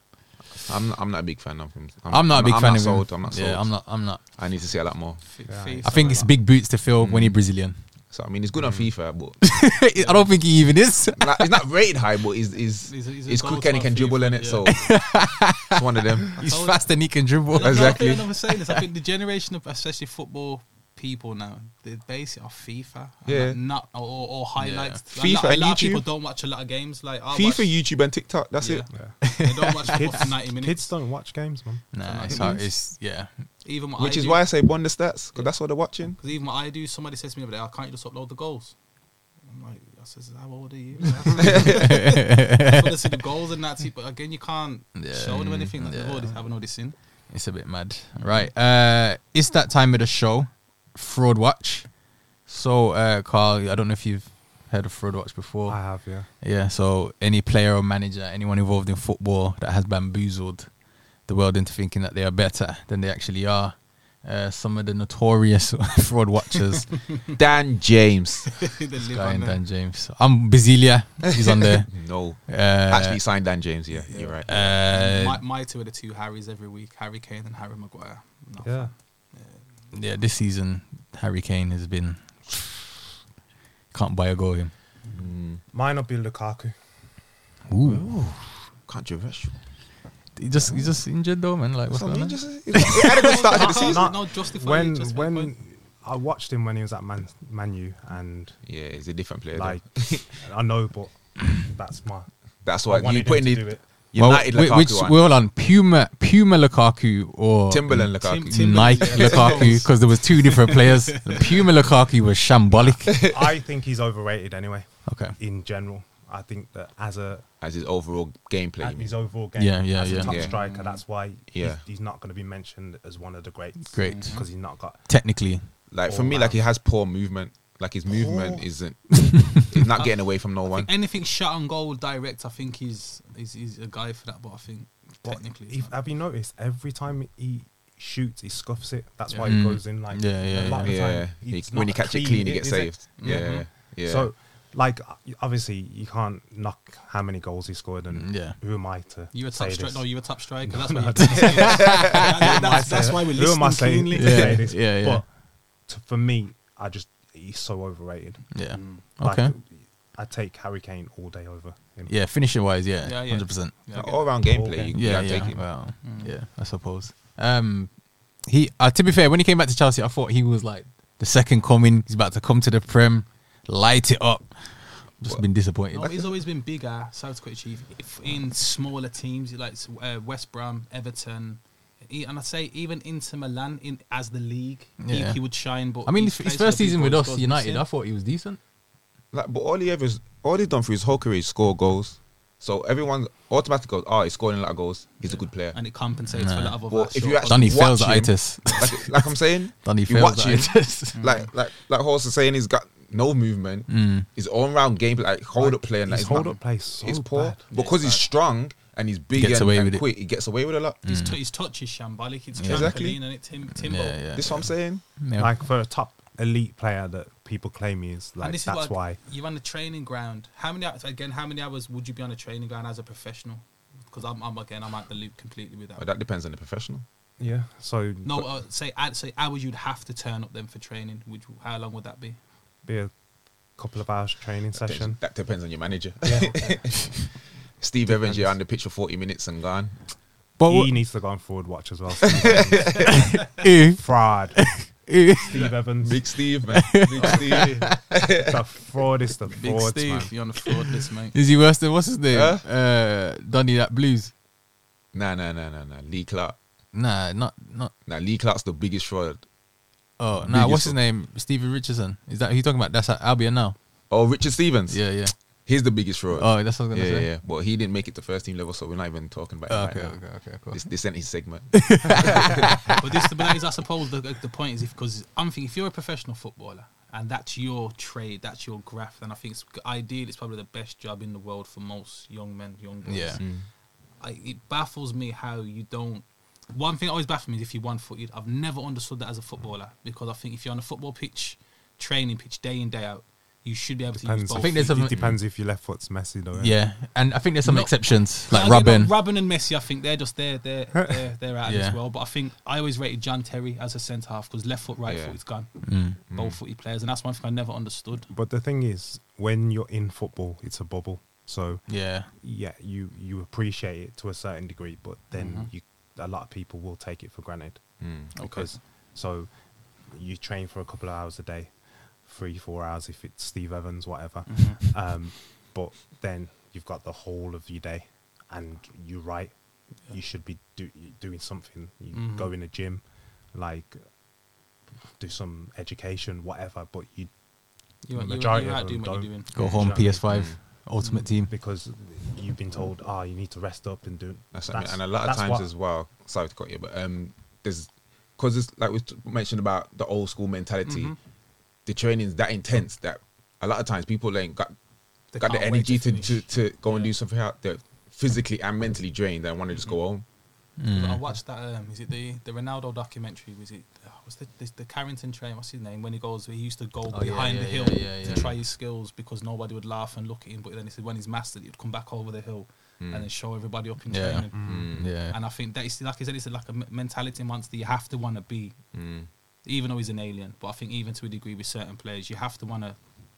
S2: I'm not, I'm not a big fan of him.
S3: I'm, not a big
S2: I'm
S3: fan
S2: not
S3: of
S2: sold,
S3: him.
S2: I'm not sold.
S3: Yeah, I'm not. I'm not.
S2: I need to see a lot more.
S5: F-
S6: Yeah.
S5: face
S3: I think
S5: or
S3: it's
S5: not.
S3: big boots to fill when you're Brazilian. (laughs)
S2: So I mean, he's good on
S3: Mm.
S2: FIFA, but
S3: I don't think he even is.
S2: like, he's not rated high. But he's he's
S5: He's a- he's a
S2: he's quick and he
S5: goal-scorer
S2: can dribble in it. So
S5: FIFA,
S2: it's
S5: (laughs)
S2: one of them.
S3: (laughs) He's
S5: told
S3: fast and he
S2: (laughs)
S3: can dribble. (laughs)
S5: No, no,
S2: Exactly.
S5: I think I never say this. I think the generation of especially football people now, they base it off FIFA. and
S2: Yeah.
S5: like Not or, or or highlights.
S2: Yeah.
S5: Like,
S2: FIFA
S5: a
S2: and
S5: lot, a lot of people
S2: YouTube.
S5: don't watch a lot of games. Like I
S2: FIFA,
S5: watch,
S2: YouTube, and TikTok. That's
S5: Yeah.
S2: it.
S6: Yeah.
S5: they
S2: (laughs)
S5: don't watch football for ninety minutes.
S6: Kids don't watch games, man.
S3: Nah,
S5: Like
S3: it's,
S5: it
S3: hard.
S5: is.
S3: it's yeah.
S5: Even what
S2: Which
S5: I
S2: is
S5: do,
S2: why I say bond the stats because that's what they're
S5: (laughs)
S2: watching.
S5: Because even what I do, somebody says to me over there, "Oh, can't you just upload the goals?" I'm like, I says, "How old
S2: (laughs)
S5: are you?" I want see the goals and that, see, but again, you can't
S3: Yeah.
S5: show them anything. Like,
S3: Yeah.
S5: they've already having all this in. (laughs)
S3: It's a bit mad. Right. Uh it's that time of the show. Fraud Watch. So uh Carl, I don't know if you've heard of Fraud Watch before.
S6: I have, yeah.
S3: Yeah, so any player or manager, anyone involved in football that has bamboozled the world into thinking that they are better than they actually are. Uh, some of the notorious (laughs) fraud watchers,
S2: Dan
S5: (laughs)
S2: James.
S5: they live
S3: Guy
S5: on
S3: and
S5: there.
S3: Dan James. I'm Bazilia. He's on there.
S2: No,
S3: Uh,
S2: (laughs) actually signed Dan James. Yeah, you're right.
S3: uh,
S5: my, my two are the two Harrys every week: Harry Kane and Harry Maguire. No.
S6: Yeah.
S3: yeah, this season Harry Kane has been can't buy a goal him.
S6: Mine will be Lukaku.
S3: Ooh.
S2: Controversial.
S3: He just he just injured though, man. Like what's
S2: So I
S3: going
S2: mean,
S3: on?
S2: just it had a good start to the season.
S5: no, justify
S6: When
S5: it, justify
S6: when
S5: it.
S6: I watched him when he was at Man Manu, and
S2: Yeah, he's a different player. though.
S6: like I know, but that's my.
S2: that's
S6: I
S2: why you
S6: wanted
S2: put in
S6: him to
S2: the
S6: do it.
S2: (laughs) United
S3: Well, wh-
S2: Lukaku
S3: which
S2: one.
S3: we're all on Puma Puma Lukaku or
S2: Timberland Lukaku.
S5: Tim- Tim-
S2: (laughs)
S3: Nike
S5: Timberland.
S3: Lukaku because there was two different players. The Puma Lukaku was
S2: (laughs)
S3: shambolic.
S6: I think he's overrated anyway.
S3: Okay.
S6: In general, I think that as a
S2: as his overall gameplay.
S6: at
S2: you mean.
S6: his overall game,
S3: Yeah, yeah,
S6: as
S3: yeah.
S6: a top
S2: Yeah.
S6: striker, that's why
S2: Yeah.
S6: he's, he's not going to be mentioned as one of the greats.
S3: Great.
S6: because he's not got.
S3: Technically,
S2: Like for
S6: Oh,
S2: me,
S6: wow.
S2: like he has poor movement. Like his movement
S5: (laughs)
S2: isn't. He's not getting away from no one.
S5: anything shot on goal direct, I think he's he's, he's a guy for that. But I think
S6: but
S5: technically,
S6: if-
S5: it's not.
S6: have you noticed every time he shoots, he scuffs it. That's why
S3: Mm.
S6: he goes in like
S3: Yeah, yeah,
S6: a lot of the
S2: Yeah,
S6: time.
S2: He-
S6: it's
S2: when
S6: not
S2: you
S6: a
S2: catch it Mm-hmm.
S6: clean
S2: clean, he
S6: hit,
S2: gets
S6: is it?
S2: saved. Yeah, yeah.
S6: So, like, obviously, you can't knock how many goals he scored, and
S3: Mm, yeah.
S6: who am I to
S5: you're a
S6: say
S5: top
S6: this?
S5: striker. No, you're a top striker. That's
S6: (laughs) No,
S5: what
S6: no.
S5: you that, that's, that's why we're
S6: who am I
S5: listening
S6: saying (laughs)
S5: keenly.
S6: to
S3: Yeah,
S6: say this?
S3: yeah, yeah.
S6: But to, for me, I just he's so overrated.
S3: Yeah.
S6: Like,
S3: Mm, Okay.
S6: I take Harry Kane all day over him.
S3: Yeah. Finishing wise, yeah.
S5: Yeah, yeah.
S3: Hundred percent.
S5: Yeah, I get
S2: all round gameplay,
S6: Okay.
S2: you
S3: Yeah.
S2: gotta
S3: Yeah.
S2: take it.
S3: Well. Yeah. I suppose. Um, he. Uh, to be fair, when he came back to Chelsea, I thought he was like the second coming. He's about to come to the Prem, light it up. Just been disappointed.
S5: No, he's always been bigger. Sounds quite cheap. If in smaller teams like uh, West Brom, Everton, e- and I say even Inter Milan in as the league, he,
S3: Yeah.
S5: he would shine. But
S3: I mean,
S5: he
S3: his, his
S5: plays for
S3: first
S5: the big
S3: season with
S5: boys,
S3: us,
S5: goals
S3: United,
S5: missing.
S3: I thought he was decent.
S2: Like, but all he ever is, all he's done for his whole career is score goals. So everyone automatically goes, "Oh, he's scoring a lot of goals. He's a good player."
S5: and it compensates for a lot of other.
S2: Well, if you actually-
S3: Danny
S2: Watch
S3: fails at
S2: him.
S3: itis.
S2: Like, like I'm saying,
S3: Danny
S2: you
S3: fails
S2: watch
S3: at
S2: him.
S3: (laughs) itis.
S2: (laughs) Like like like Horst is saying, he's got no movement. His all round gameplay, like hold up play, and that
S6: his
S2: is not-
S6: hold up play is so
S2: It's poor
S6: bad.
S2: because he's strong and he's big
S3: Gets
S2: and,
S3: away
S2: and
S3: with it.
S2: quick. He gets away with a lot.
S5: his, t- his touch is shambolic. It's
S2: Yeah. Exactly.
S5: trampoline and it's tim- timbo.
S3: yeah, yeah.
S2: This is what I'm saying.
S3: Yeah.
S6: Like for a top elite player that people claim he is, like that's why.
S5: you're on the training ground. How many hours, again? How many hours would you be on a training ground as a professional? Because I'm, I'm again, I'm out the loop completely with that.
S2: But that depends on the professional.
S6: Yeah. So
S5: No, uh, say I'd say hours you'd have to turn up then for training. Which how long would that be?
S6: be a couple of hours training session.
S2: That depends on your manager. (laughs) Steve Evans, you're on the pitch for 40 minutes and gone.
S3: But
S6: he needs to go on forward watch as well. (laughs) Steve
S3: (laughs)
S6: Evans. fraud. Steve Evans.
S2: Big Steve, (laughs) man. Big Steve.
S6: the fraudest of frauds, man.
S5: you're on the fraud list, mate.
S3: Is he worse than what's his name? Uh, Donny that blues.
S2: Nah, nah, nah, nah, nah. Lee Clark.
S3: Nah, not not.
S2: Nah, Lee Clark's the biggest fraud.
S3: Oh, nah.
S2: Biggest
S3: What's his
S2: one.
S3: name? Stevie Richardson. Is that who you talking about? That's at Albion now.
S2: Oh, Richard Stevens.
S3: Yeah, yeah.
S2: He's the biggest fraud.
S3: Oh, that's what I was
S2: yeah,
S3: gonna
S2: yeah,
S3: say. Oh,
S2: yeah. But he didn't make it to first team level, so we're not even talking about it.
S3: Okay,
S2: right now.
S3: okay, okay, cool.
S2: This, this ain't his
S3: (laughs)
S2: segment.
S5: but this, but that is, I suppose, the, the point is because I'm thinking if you're a professional footballer and that's your trade, that's your graft, then I think it's ideal. It's probably the best job in the world for most young men, young boys.
S3: Yeah.
S5: I, it baffles me how you don't. One thing that always baffles me is if you one footed. I've never understood that as a footballer because I think if you're on a football pitch, training pitch, day in day out, you should be able to use
S6: Depends.
S5: both.
S3: I think
S5: feet.
S3: there's some-
S6: it depends if your left foot's messy though.
S3: Yeah, and I think there's some
S5: Not-
S3: exceptions like
S5: No, they're
S3: Robin.
S5: not- Robin and Messi, I think they're just
S3: (laughs)
S5: they're they're they're, they're out of
S3: Yeah.
S5: this world. But I think I always rated John Terry as a centre half because left foot, right
S2: Yeah.
S5: foot, it's gone.
S3: Mm.
S6: Mm.
S5: Both footy players, and that's one thing I never understood.
S6: But the thing is, when you're in football, it's a bubble. So
S3: yeah,
S6: yeah, you you appreciate it to a certain degree, but then you a lot of people will take it for granted
S2: Hmm.
S6: because so you train for a couple of hours a day, three four hours if it's Steve Evans whatever, um, but then you've got the whole of your day, and you write, you should be do, doing something. You go in a gym, like do some education whatever, but you
S5: You're, you're, you're out
S6: Majority of
S5: doing what
S6: them
S5: you're
S6: don't.
S5: doing.
S3: go home.
S6: Yeah.
S3: PS5 Ultimate
S2: Mm.
S3: Team.
S6: because you've been told ah you need to rest up and do
S2: That's, what I mean. and a lot of
S6: that's
S2: times
S6: what-
S2: as well. Sorry to cut you, but um, there's because it's like we t- mentioned about the old school mentality.
S3: Mm-hmm.
S2: The training's that intense that a lot of times people ain't got
S5: They
S2: got the
S5: can't wait
S2: energy
S5: to
S2: to, to, to go and do something out. They're physically and mentally drained and want to just
S5: Mm-hmm.
S2: go home.
S3: Mm.
S5: I watched that. Um, is it the the Ronaldo documentary? Was it uh, was the, the the Carrington train? What's his name? When he goes, he used to go
S3: Oh, yeah,
S5: behind
S3: yeah,
S5: the hill
S3: yeah, yeah, yeah.
S5: to try his skills because nobody would laugh and look at him. But then he said when he's mastered, he'd come back over the hill and then show everybody up in
S3: Mm. Yeah. Mm.
S5: training.
S3: Yeah,
S5: And I think that is like I said, it's like a m- mentality monster. You have to want to be,
S3: Mm.
S5: even though he's an alien. But I think even to a degree with certain players, you have to want to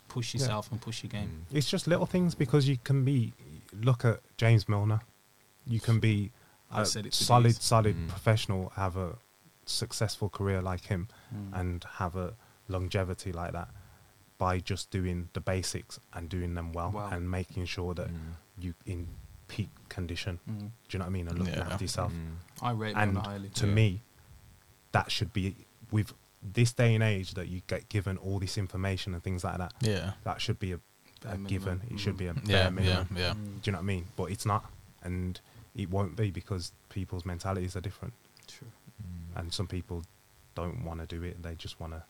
S5: push yourself and push your game.
S6: It's just little things because you can be look at James Milner, you can be
S5: I
S6: a
S5: said it to
S6: solid,
S5: Dries.
S6: solid professional, have a successful career like him,
S5: Mm.
S6: and have a longevity like that by just doing the basics and doing them well
S5: Wow.
S6: and making sure that you in peak condition.
S5: Mm.
S6: Do you know what I mean? And looking
S3: Yeah.
S6: after yourself.
S3: Mm.
S5: I rate him
S6: And
S5: highly.
S6: to
S2: Yeah.
S6: me, that should be with this day and age that you get given all this information and things like that
S3: yeah,
S6: that should be a, a
S5: minimum.
S6: given. It should be a bare
S3: Mm-hmm. yeah, yeah,
S6: minimum.
S3: yeah.
S6: Do you know what I mean? But it's not, and it won't be because people's mentalities are different,
S5: True.
S6: and some people don't want to do it. They just want to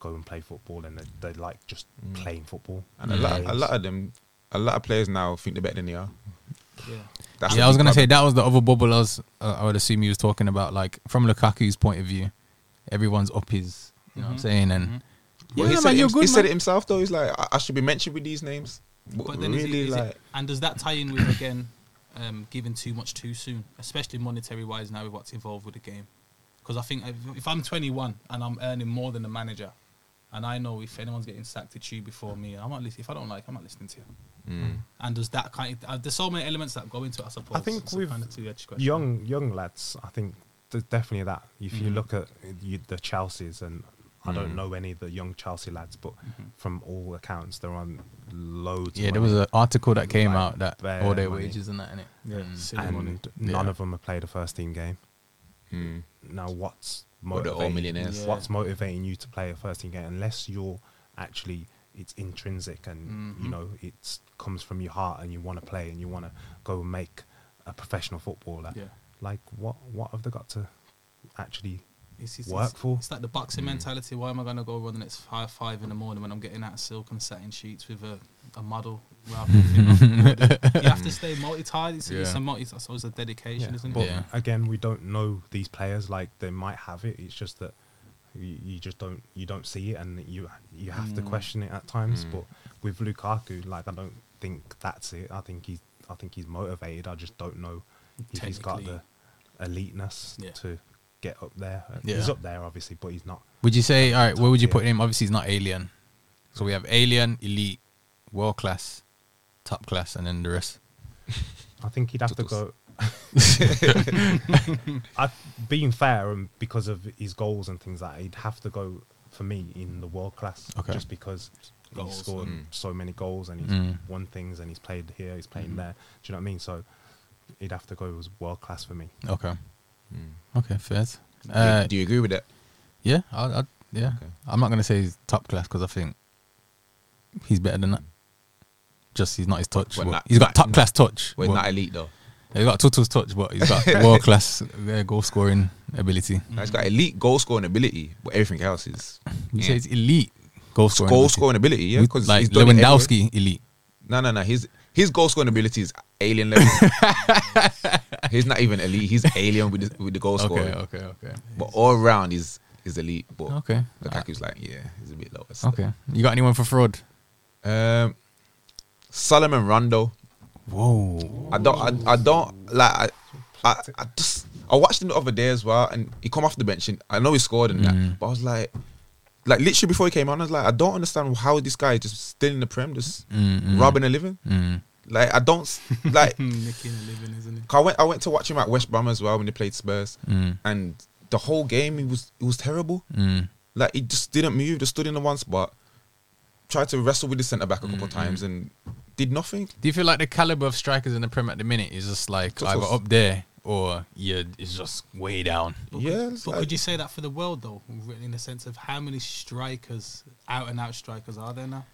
S6: go and play football, and they, they like just playing football.
S2: And a lot, a lot of them, a lot of players now think they're better than they are.
S5: Yeah.
S2: That's
S3: yeah,
S2: the
S3: I was
S2: big
S3: gonna say
S2: problem.
S3: that was the other bubble. I was, uh, I would assume he was talking about like from Lukaku's point of view, everyone's up his, you know what I'm saying? And
S2: But
S3: yeah,
S2: Mm-hmm. he
S3: man,
S2: said, it
S3: you're
S2: him-
S3: good.
S2: he said it
S3: man.
S2: himself though. He's like, I, I should be mentioned with these names. But,
S5: But then
S2: really,
S5: is it, is it-
S2: like,
S5: and does that tie in with again um, giving too much too soon, especially monetary wise now with what's involved with the game? Because I think if, if I'm 21 and I'm earning more than the manager, and I know if anyone's getting sacked, it's you before me. I'm not listening. If I don't like, I'm not listening to you. And does that kind? Of, uh, there's so many elements that go into it. I suppose.
S6: Mm. I think
S5: It's a
S6: with
S5: kind of two-edged question. Mm.
S6: young young lads, I think there's definitely that. If you look at you, the Chelseas, and I don't know any of the young Chelsea lads, but from all accounts, they're on loads.
S3: Yeah,
S6: of
S3: there
S6: money.
S3: was an article that came
S6: Like,
S3: out that
S6: bare
S3: all their
S6: money.
S3: wages and that Mm. in it.
S5: Silly money.
S6: and none
S3: Yeah.
S6: of them have played a first team game.
S3: Hmm.
S2: Mm.
S6: Now, what's
S2: Well, they're all
S6: motivating-
S2: millionaires.
S5: Yeah.
S6: What's motivating you to play a first team game unless you're actually it's intrinsic and you know it comes from your heart and you want to play and you want to go and make a professional footballer.
S5: Yeah.
S6: Like what? What have they got to actually?
S5: It's, it's,
S6: Work
S5: it's,
S6: for.
S5: It's like the boxing mentality. Why am I going to go run the next five five in the morning when I'm getting out of silk and satin sheets with a, a model? where I can fit on? you have to stay multi-tied. It's, it's
S3: Yeah.
S5: a multi. I suppose a dedication, isn't it?
S6: But
S5: (laughs)
S3: Yeah.
S6: again, we don't know these players. Like they might have it. It's just that you, you just don't you don't see it, and you you have
S3: Mm.
S6: to question it at times. But with Lukaku, like I don't think that's it. I think he's I think he's motivated. I just don't know if he's got the eliteness
S5: Yeah.
S6: to get up there.
S3: Yeah.
S6: He's up there obviously, but he's not.
S3: Would you say, all right, where would you
S6: tier.
S3: put him? Obviously, he's not alien. So we have alien, elite, world class, top class, and then the rest.
S6: I think he'd have to
S2: Toodles.
S6: go. I, being fair and because of his goals and things like that, he'd have to go for me in the world class.
S3: Okay.
S6: Just because
S5: Goals. Mm.
S6: he's scored so many goals and he's won things and he's played here, he's played there. Do you know what I mean? So he'd have to go as world class for me.
S3: Okay. Okay, fair.
S2: hmm. Do you-
S3: Uh,
S2: do you agree with that?
S3: yeah, I, I, yeah.
S2: Okay.
S3: I'm not gonna say he's top class because I think he's better than that. Just he's not his touch.
S2: Hmm. Well,
S3: but
S2: not-
S3: he's got
S2: not-
S3: top class touch.
S2: Well,
S3: but-
S2: he's not elite though.
S3: He's got Tutu's touch, but
S2: (laughs)
S3: he's got world class uh, goal scoring ability.
S2: He's got elite goal scoring ability, but everything else is
S3: You
S2: Yeah.
S3: say it's elite goal scoring.
S2: goal
S3: ability.
S2: scoring ability. Yeah,
S3: You-
S2: because
S3: like
S2: he's done it everywhere.
S3: Lewandowski, elite.
S2: No, no, no. His his goal scoring ability is alien
S3: (laughs)
S2: level. he's not even elite. He's alien with the, with the goal scoring.
S3: Okay, okay, okay,
S2: But all round is is elite. But
S3: okay,
S2: Lukaku's like, yeah, he's a bit lower. So.
S3: okay. You got anyone for fraud?
S2: Um, Solomon Rondo.
S3: Whoa.
S2: I don't. I, I don't like. I, I, I just. I watched him the other day as well, and he come off the bench, and I know he scored and
S3: Mm.
S2: that, but I was like, like literally before he came on, I was like, I don't understand how this guy is just still in the prem, just robbing a living.
S3: Mm.
S2: Like I don't
S3: (laughs)
S2: s- like.
S5: Nicky and Hmm, living, isn't it?
S2: 'cause I went. I went to watch him at West Brom as well when they played Spurs,
S3: hmm,
S2: and the whole game he was it was terrible.
S3: Mm.
S2: Like he just didn't move, just stood in the one spot, tried to wrestle with the centre back a couple
S3: Mm-hmm.
S2: times, and did nothing.
S3: Do you feel like the caliber of strikers in the Prem at the minute is just like
S2: Just
S3: either
S2: us.
S3: up there or yeah, it's just way down?
S5: But
S2: Yeah,
S5: could,
S2: it's
S5: but
S2: like-
S5: could you say that for the world though? In the sense of how many strikers, out and out strikers, are there now?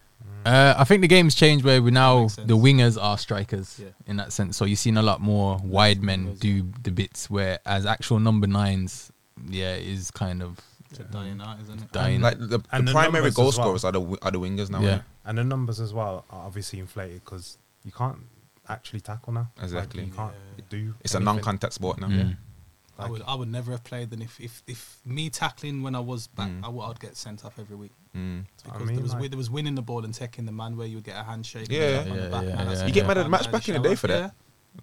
S3: Uh, I think the game's changed where we now
S5: Makes sense.
S3: the wingers are strikers
S5: Yeah.
S3: in that sense. So you're seeing a lot more wide men
S5: wingers,
S3: do the bits, where as actual number nines, yeah, it is kind of
S5: It's a dying art, isn't it?
S3: dying.
S2: Like the, the
S6: And the
S2: primary
S6: numbers
S2: goal
S6: as well.
S2: scorers are the wi- are the wingers now.
S3: Yeah.
S2: innit?
S6: And the numbers as well are obviously inflated because you can't actually tackle now. Like,
S2: Exactly.
S6: you can't
S5: Yeah.
S6: do.
S2: It's
S6: anything.
S2: a non-contact sport now.
S3: Mm.
S5: I would, I would never have played then if, if, if me tackling when I was back, I would, I'd get sent off every week
S2: Mm.
S6: I
S5: because
S6: mean,
S5: there was
S6: like-
S5: wi- there was winning the ball and taking the man where you would get a handshake. and
S2: Yeah.
S5: a tap on the
S3: Yeah,
S5: back.
S3: yeah,
S5: Now that's
S3: yeah.
S5: a
S3: You
S2: get
S5: bit
S2: mad
S5: of
S2: at
S5: an
S2: match
S5: early
S2: back in the
S5: shower.
S2: day for that.
S5: Yeah.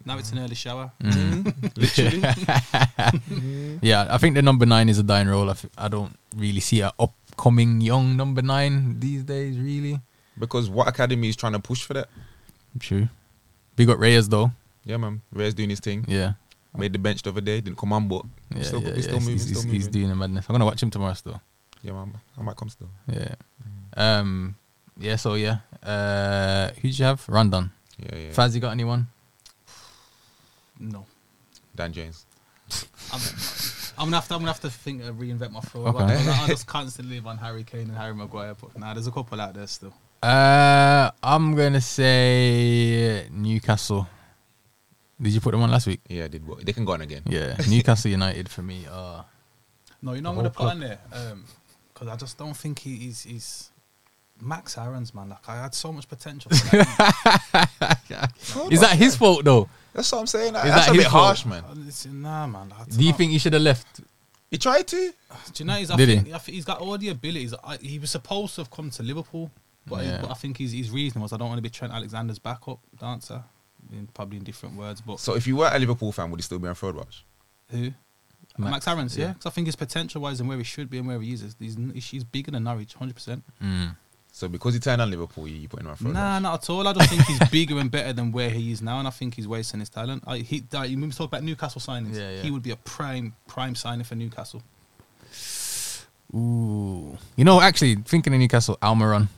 S5: Now it's an early shower. (laughs)
S3: Yeah, I think the number nine is a dying role. I f- I don't really see an upcoming young number nine these days, really.
S2: Because what academy is trying to push for that?
S3: True. Big up Reyes though.
S2: Yeah, man. Reyes doing his thing.
S3: Yeah.
S2: Made the bench the other day. Didn't come on, but
S3: Yeah,
S2: still,
S3: yeah,
S2: he's
S3: yeah.
S2: still
S3: He's-
S2: moving.
S3: he's,
S2: still
S3: he's
S2: moving.
S3: doing a madness. I'm gonna watch him tomorrow still.
S2: yeah, man. I might come still.
S3: Yeah.
S2: Mm.
S3: Um. Yeah. So yeah. Uh. Who would you have? Rondon.
S2: Yeah, yeah.
S3: Fazzy got anyone?
S5: No,
S2: Dan James.
S5: I'm, I'm gonna have to. I'm gonna have to think uh, reinvent my throw.
S3: Okay.
S5: I, I just constantly live on Harry Kane and Harry Maguire, but nah, there's a couple out there still.
S3: Uh. I'm gonna say Newcastle. Did you put them on last week?
S2: Yeah, I did. But they can go on again. (laughs)
S3: Yeah. Newcastle United for me are.
S5: No, you know I'm gonna put on there because I just don't think he, he's he's Max Aaron's man. Like I had so much potential.
S3: (laughs)
S5: For that.
S3: Is that his fault though?
S2: That's what I'm saying.
S3: Is
S2: That's
S3: that
S2: a
S3: his
S2: bit harsh,
S3: fault?
S2: man.
S5: It's- nah, man. I
S3: Do you
S5: don't-
S3: think he should have left?
S2: He tried to.
S5: Do you know? He's, I
S3: Did he?
S5: think, I think he's got all the abilities. I, he was supposed to have come to Liverpool, but,
S3: Yeah.
S5: but I think his his reason was I don't want to be Trent Alexander's backup dancer. In, probably in different words, but
S2: So if you were a Liverpool fan, would he still be on Fraud Watch?
S5: who? Max,
S3: Max,
S5: Max Aaron's, yeah.
S3: yeah.
S5: Because I think his potential wise and where he should be and where he is, is he's, n- he's bigger than Norwich, 100%.
S3: Mm.
S2: So because he turned on Liverpool, you you put him on Fraud
S5: Nah,
S2: Watch.
S5: not at all. I just think he's (laughs) bigger and better than where he is now, and I think he's wasting his talent. I, he, I, when we talk about Newcastle signings,
S3: Yeah, yeah.
S5: he would be a prime prime signing for Newcastle. (laughs)
S3: Ooh. You know, actually, thinking of Newcastle, Almiron.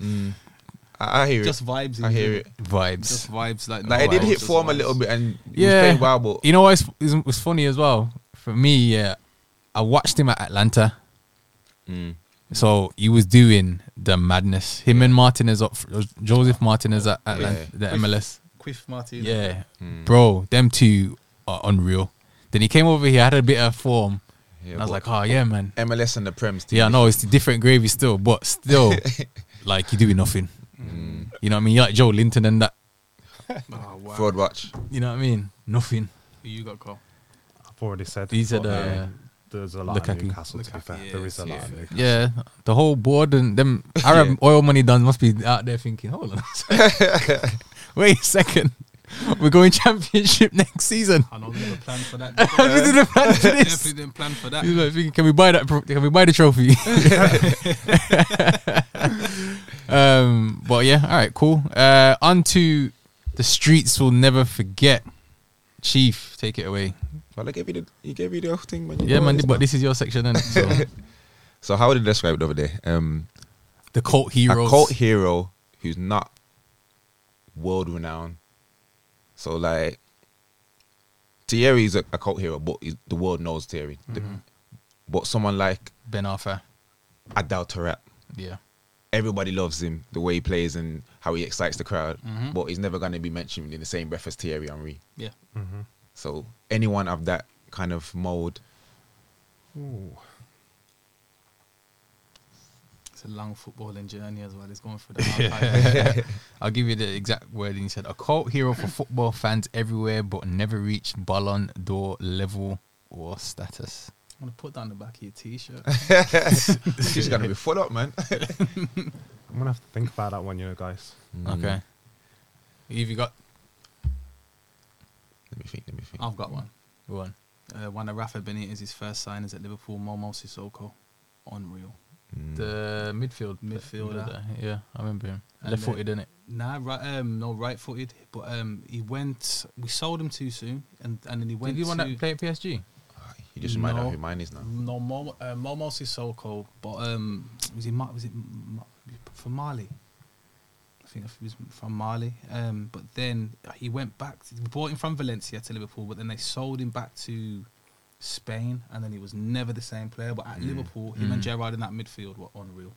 S2: Mm. I, I hear it.
S5: just vibes.
S2: I hear
S5: dude.
S2: it.
S3: Vibes.
S5: Just vibes. Like,
S2: Like,
S5: no
S2: it did
S5: vibes,
S2: hit
S5: just
S2: form a
S5: vibes.
S2: little bit and he was
S3: Yeah.
S2: playing well, but
S3: You know what was, was funny as well for me? Yeah, I watched him at Atlanta,
S2: (laughs) Mm.
S3: so he was doing the madness. Him and Martinez up, Joseph Martinez at Atlanta, the MLS.
S5: Quiff Martinez.
S3: Yeah, bro, them two are unreal. Then he came over here, had a bit of form,
S2: Yeah,
S3: and I was
S2: but
S3: like, oh yeah, man.
S2: MLS and the Prem's team.
S3: Yeah, I know it's different gravy still, but still, like you're doing nothing. You know what I mean? You're like Joe Linton and that.
S5: Oh, wow.
S2: Fraud Watch.
S3: You know what I mean? Nothing.
S5: Who you got, Cole?
S6: I've already said.
S3: He said,
S6: but,
S3: uh,
S6: um, there's a lot
S3: Lukaku.
S6: of Newcastle. to be
S5: Lukaku,
S6: fair,
S5: yeah,
S6: there is a lot
S5: yeah.
S6: of Newcastle.
S3: Yeah, the whole board and them Arab oil money dons must be out there thinking, hold on, a sec. wait a second, we're going championship (laughs) next season.
S5: I know they never planned for
S3: (laughs)
S5: that.
S3: We didn't plan for
S5: They
S3: this.
S5: Definitely didn't plan for
S3: (laughs) He's
S5: that.
S3: like thinking, can we buy that? pro- Can we buy the trophy? (laughs) um, but yeah, all right, cool. Uh, on to the streets will never forget. Chief, take it away.
S2: Well, I gave you the, he gave you the whole thing, man. You
S3: Yeah,
S2: know
S3: man.
S2: this,
S3: But this is your section, then. So.
S5: (laughs)
S2: So how did I describe it the other day? Um,
S3: the cult
S2: a
S3: heroes.
S2: cult hero who's not world renowned. So like, Thierry is a, a cult hero, but he's, the world knows Thierry. The-
S3: Mm-hmm.
S2: but someone like
S3: Ben Arthur.
S2: Adel Taarabt,
S3: Yeah.
S2: everybody loves him the way he plays and how he excites the crowd.
S3: Mm-hmm.
S2: But he's never going to be mentioned in the same breath as Thierry Henry.
S5: Yeah.
S6: Mm-hmm.
S2: So anyone of that kind of mold,
S5: It's a long footballing journey as well. It's
S3: (laughs)
S5: going through the archive.
S3: I'll give you the exact wording he said. A cult hero for football fans everywhere, but never reached Ballon d'Or level or status.
S5: I'm gonna put that on the back of your
S3: (laughs)
S5: t-shirt.
S2: he's going to be full up, man. (laughs)
S6: I'm gonna have to think about that one, you know, guys.
S5: Mm.
S2: Mm,
S3: Okay. If you got
S2: Let me think. Let me think.
S5: I've got one.
S3: one.
S5: Uh, one of Rafa Benitez's first signings at Liverpool, Momo Sissoko, unreal.
S2: Mm,
S3: The midfield
S5: Midfielder.
S3: Yeah, I remember him.
S5: And
S3: Left
S5: then-
S3: footed, innit?
S5: Nah, right, um, no right footed, but um, he went. We sold him too soon, and and then he went.
S3: Did you want
S5: to-
S3: to play at PSG?
S2: You just reminded me
S5: No.
S2: who mine is now.
S5: No, Momo, uh, Momo Sissoko, but um, was he Ma- was it Ma- from Mali? I think it was from Mali. Um, but then he went back. We bought him from Valencia to Liverpool, but then they sold him back to Spain, and then he was never the same player. But
S2: Mm.
S5: at Liverpool, him and Gerard in that midfield were unreal.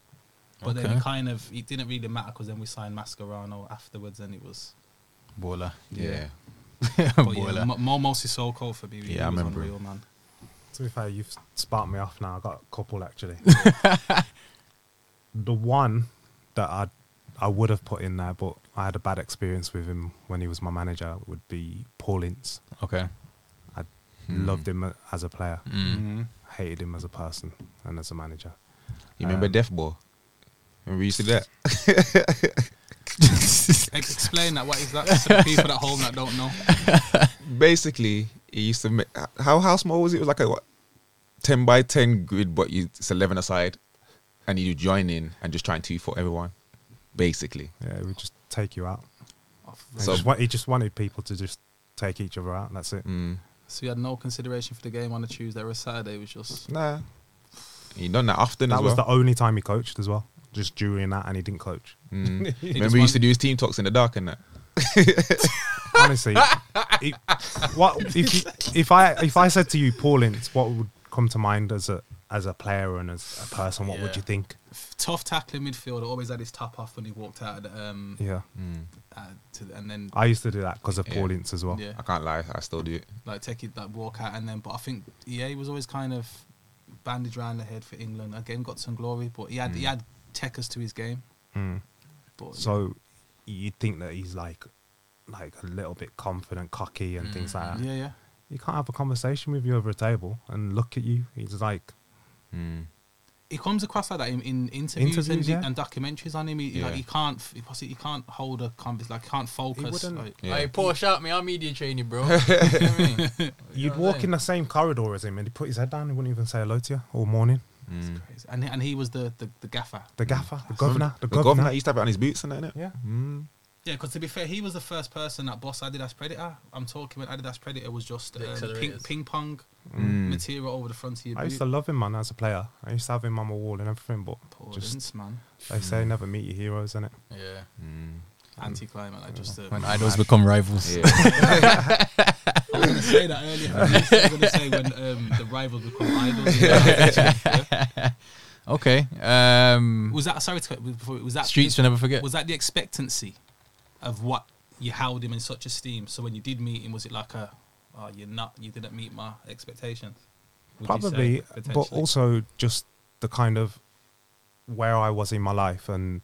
S5: But then
S3: Okay.
S5: it kind of it didn't really matter because then we signed Mascherano afterwards, and it
S2: (laughs)
S5: was.
S3: Baller.
S2: Yeah.
S5: But yeah,
S3: Baller.
S5: Mo- Momo Sissoko for me,
S2: Yeah, I
S5: he was
S2: remember him.
S5: unreal, man.
S6: To be fair, you've sparked me off now. I got a
S2: (laughs)
S6: couple actually. the one that I I would have put in there, but I had a bad experience with him when he was my manager. Would be Paul Ince.
S3: Okay.
S6: I
S2: Hmm.
S6: loved him as a player, Mm-hmm.
S3: Mm.
S6: hated him as a person, and as a manager.
S2: You remember
S6: Um,
S2: Death Ball? Remember you used to do that?
S5: Ex- Explain that. What is that to the people at home that don't
S2: (laughs)
S5: know?
S2: Basically, he used to make how how small was it? It was like a what, ten by ten grid, but you, it's eleven aside, and you join in and just try and two for everyone. Basically,
S6: Yeah, he would just take you out. He,
S2: So-
S6: just, wa- he just wanted people to just take each other out. That's it.
S2: mm,
S5: So you had no consideration for the game on a Tuesday or a Saturday. It was just
S2: nah, you done that often.
S6: That
S2: as
S6: was
S2: well.
S6: the only time he coached as well. Just during that, and he didn't coach.
S2: Mm.
S5: just
S2: Remember we used to do his team talks in the dark and that.
S6: Honestly, it, what if you, if I if I said to you, Paul Ince, what would come to mind as a as a player and as a person? What would
S3: Yeah.
S6: you think?
S5: f- tough tackling midfielder. Always had his top off when he walked out of the, um,
S6: Yeah,
S5: uh, to the, and then
S6: Mm. I used to do that because of Paul
S2: Yeah.
S6: Ince as well.
S5: yeah,
S2: I can't lie, I still do it.
S5: like take it that walk out and then. But I think EA was always kind of bandaged around the head for England. Again, got some glory, but he had he had techers to his game.
S6: Mm.
S5: But
S6: Hmm. So you'd think that he's like like a little bit confident, cocky, and things like
S3: Mm.
S6: that.
S5: yeah, yeah.
S6: You can't have a conversation with you over a table and look at you. He's like,
S2: Mm.
S5: He comes across like that in, in interviews, and,
S6: Interviews, yeah.
S5: and documentaries on him. He,
S2: Yeah.
S5: like, he can't, f- what's it, he can't hold a conversation. Like, can't focus.
S6: wouldn't-
S5: like-
S2: Yeah.
S3: Hey, Paul, shout me. I'm media training, bro. You know what I mean?
S6: you'd
S3: what I'm
S6: walk
S3: saying?
S6: in the same corridor as him, and he'd put his head down. He wouldn't even say hello to you all morning.
S2: Mm.
S5: Crazy. And and he was the the, the gaffer.
S6: The gaffer, the governor, the,
S2: The governor
S6: governor.
S2: used to have it on his boots and that, innit?
S6: Yeah.
S2: Mm.
S5: Yeah, because to be fair, he was the first person that boss Adidas Predator. I'm talking when Adidas Predator was just
S3: The
S5: um, ping,
S3: accelerators.
S5: ping pong
S2: Mm.
S5: material over the front of your
S6: I used
S5: boot.
S6: to love him, man, as a player. I used to have him on my wall and everything, but
S5: Poor
S6: just
S5: Vince, man.
S6: they say never meet your heroes, innit?
S3: Yeah.
S2: Mm.
S5: Anti-climate, like just. Uh,
S3: (laughs) When
S5: (laughs)
S3: idols become rivals.
S2: Yeah.
S5: I was gonna say that earlier. I was gonna say when um, the rivals become
S6: (laughs)
S5: idols. Yeah.
S3: (laughs) Okay. Um,
S5: Was that sorry to cut before? Was that
S3: streets will never forget.
S5: Was that the expectancy of what you held him in such esteem? So when you did meet him, was it like a, oh, you're not, you didn't meet my expectations? Would you say,
S6: Probably, but
S5: potentially?
S6: also just the kind of where I was in my life and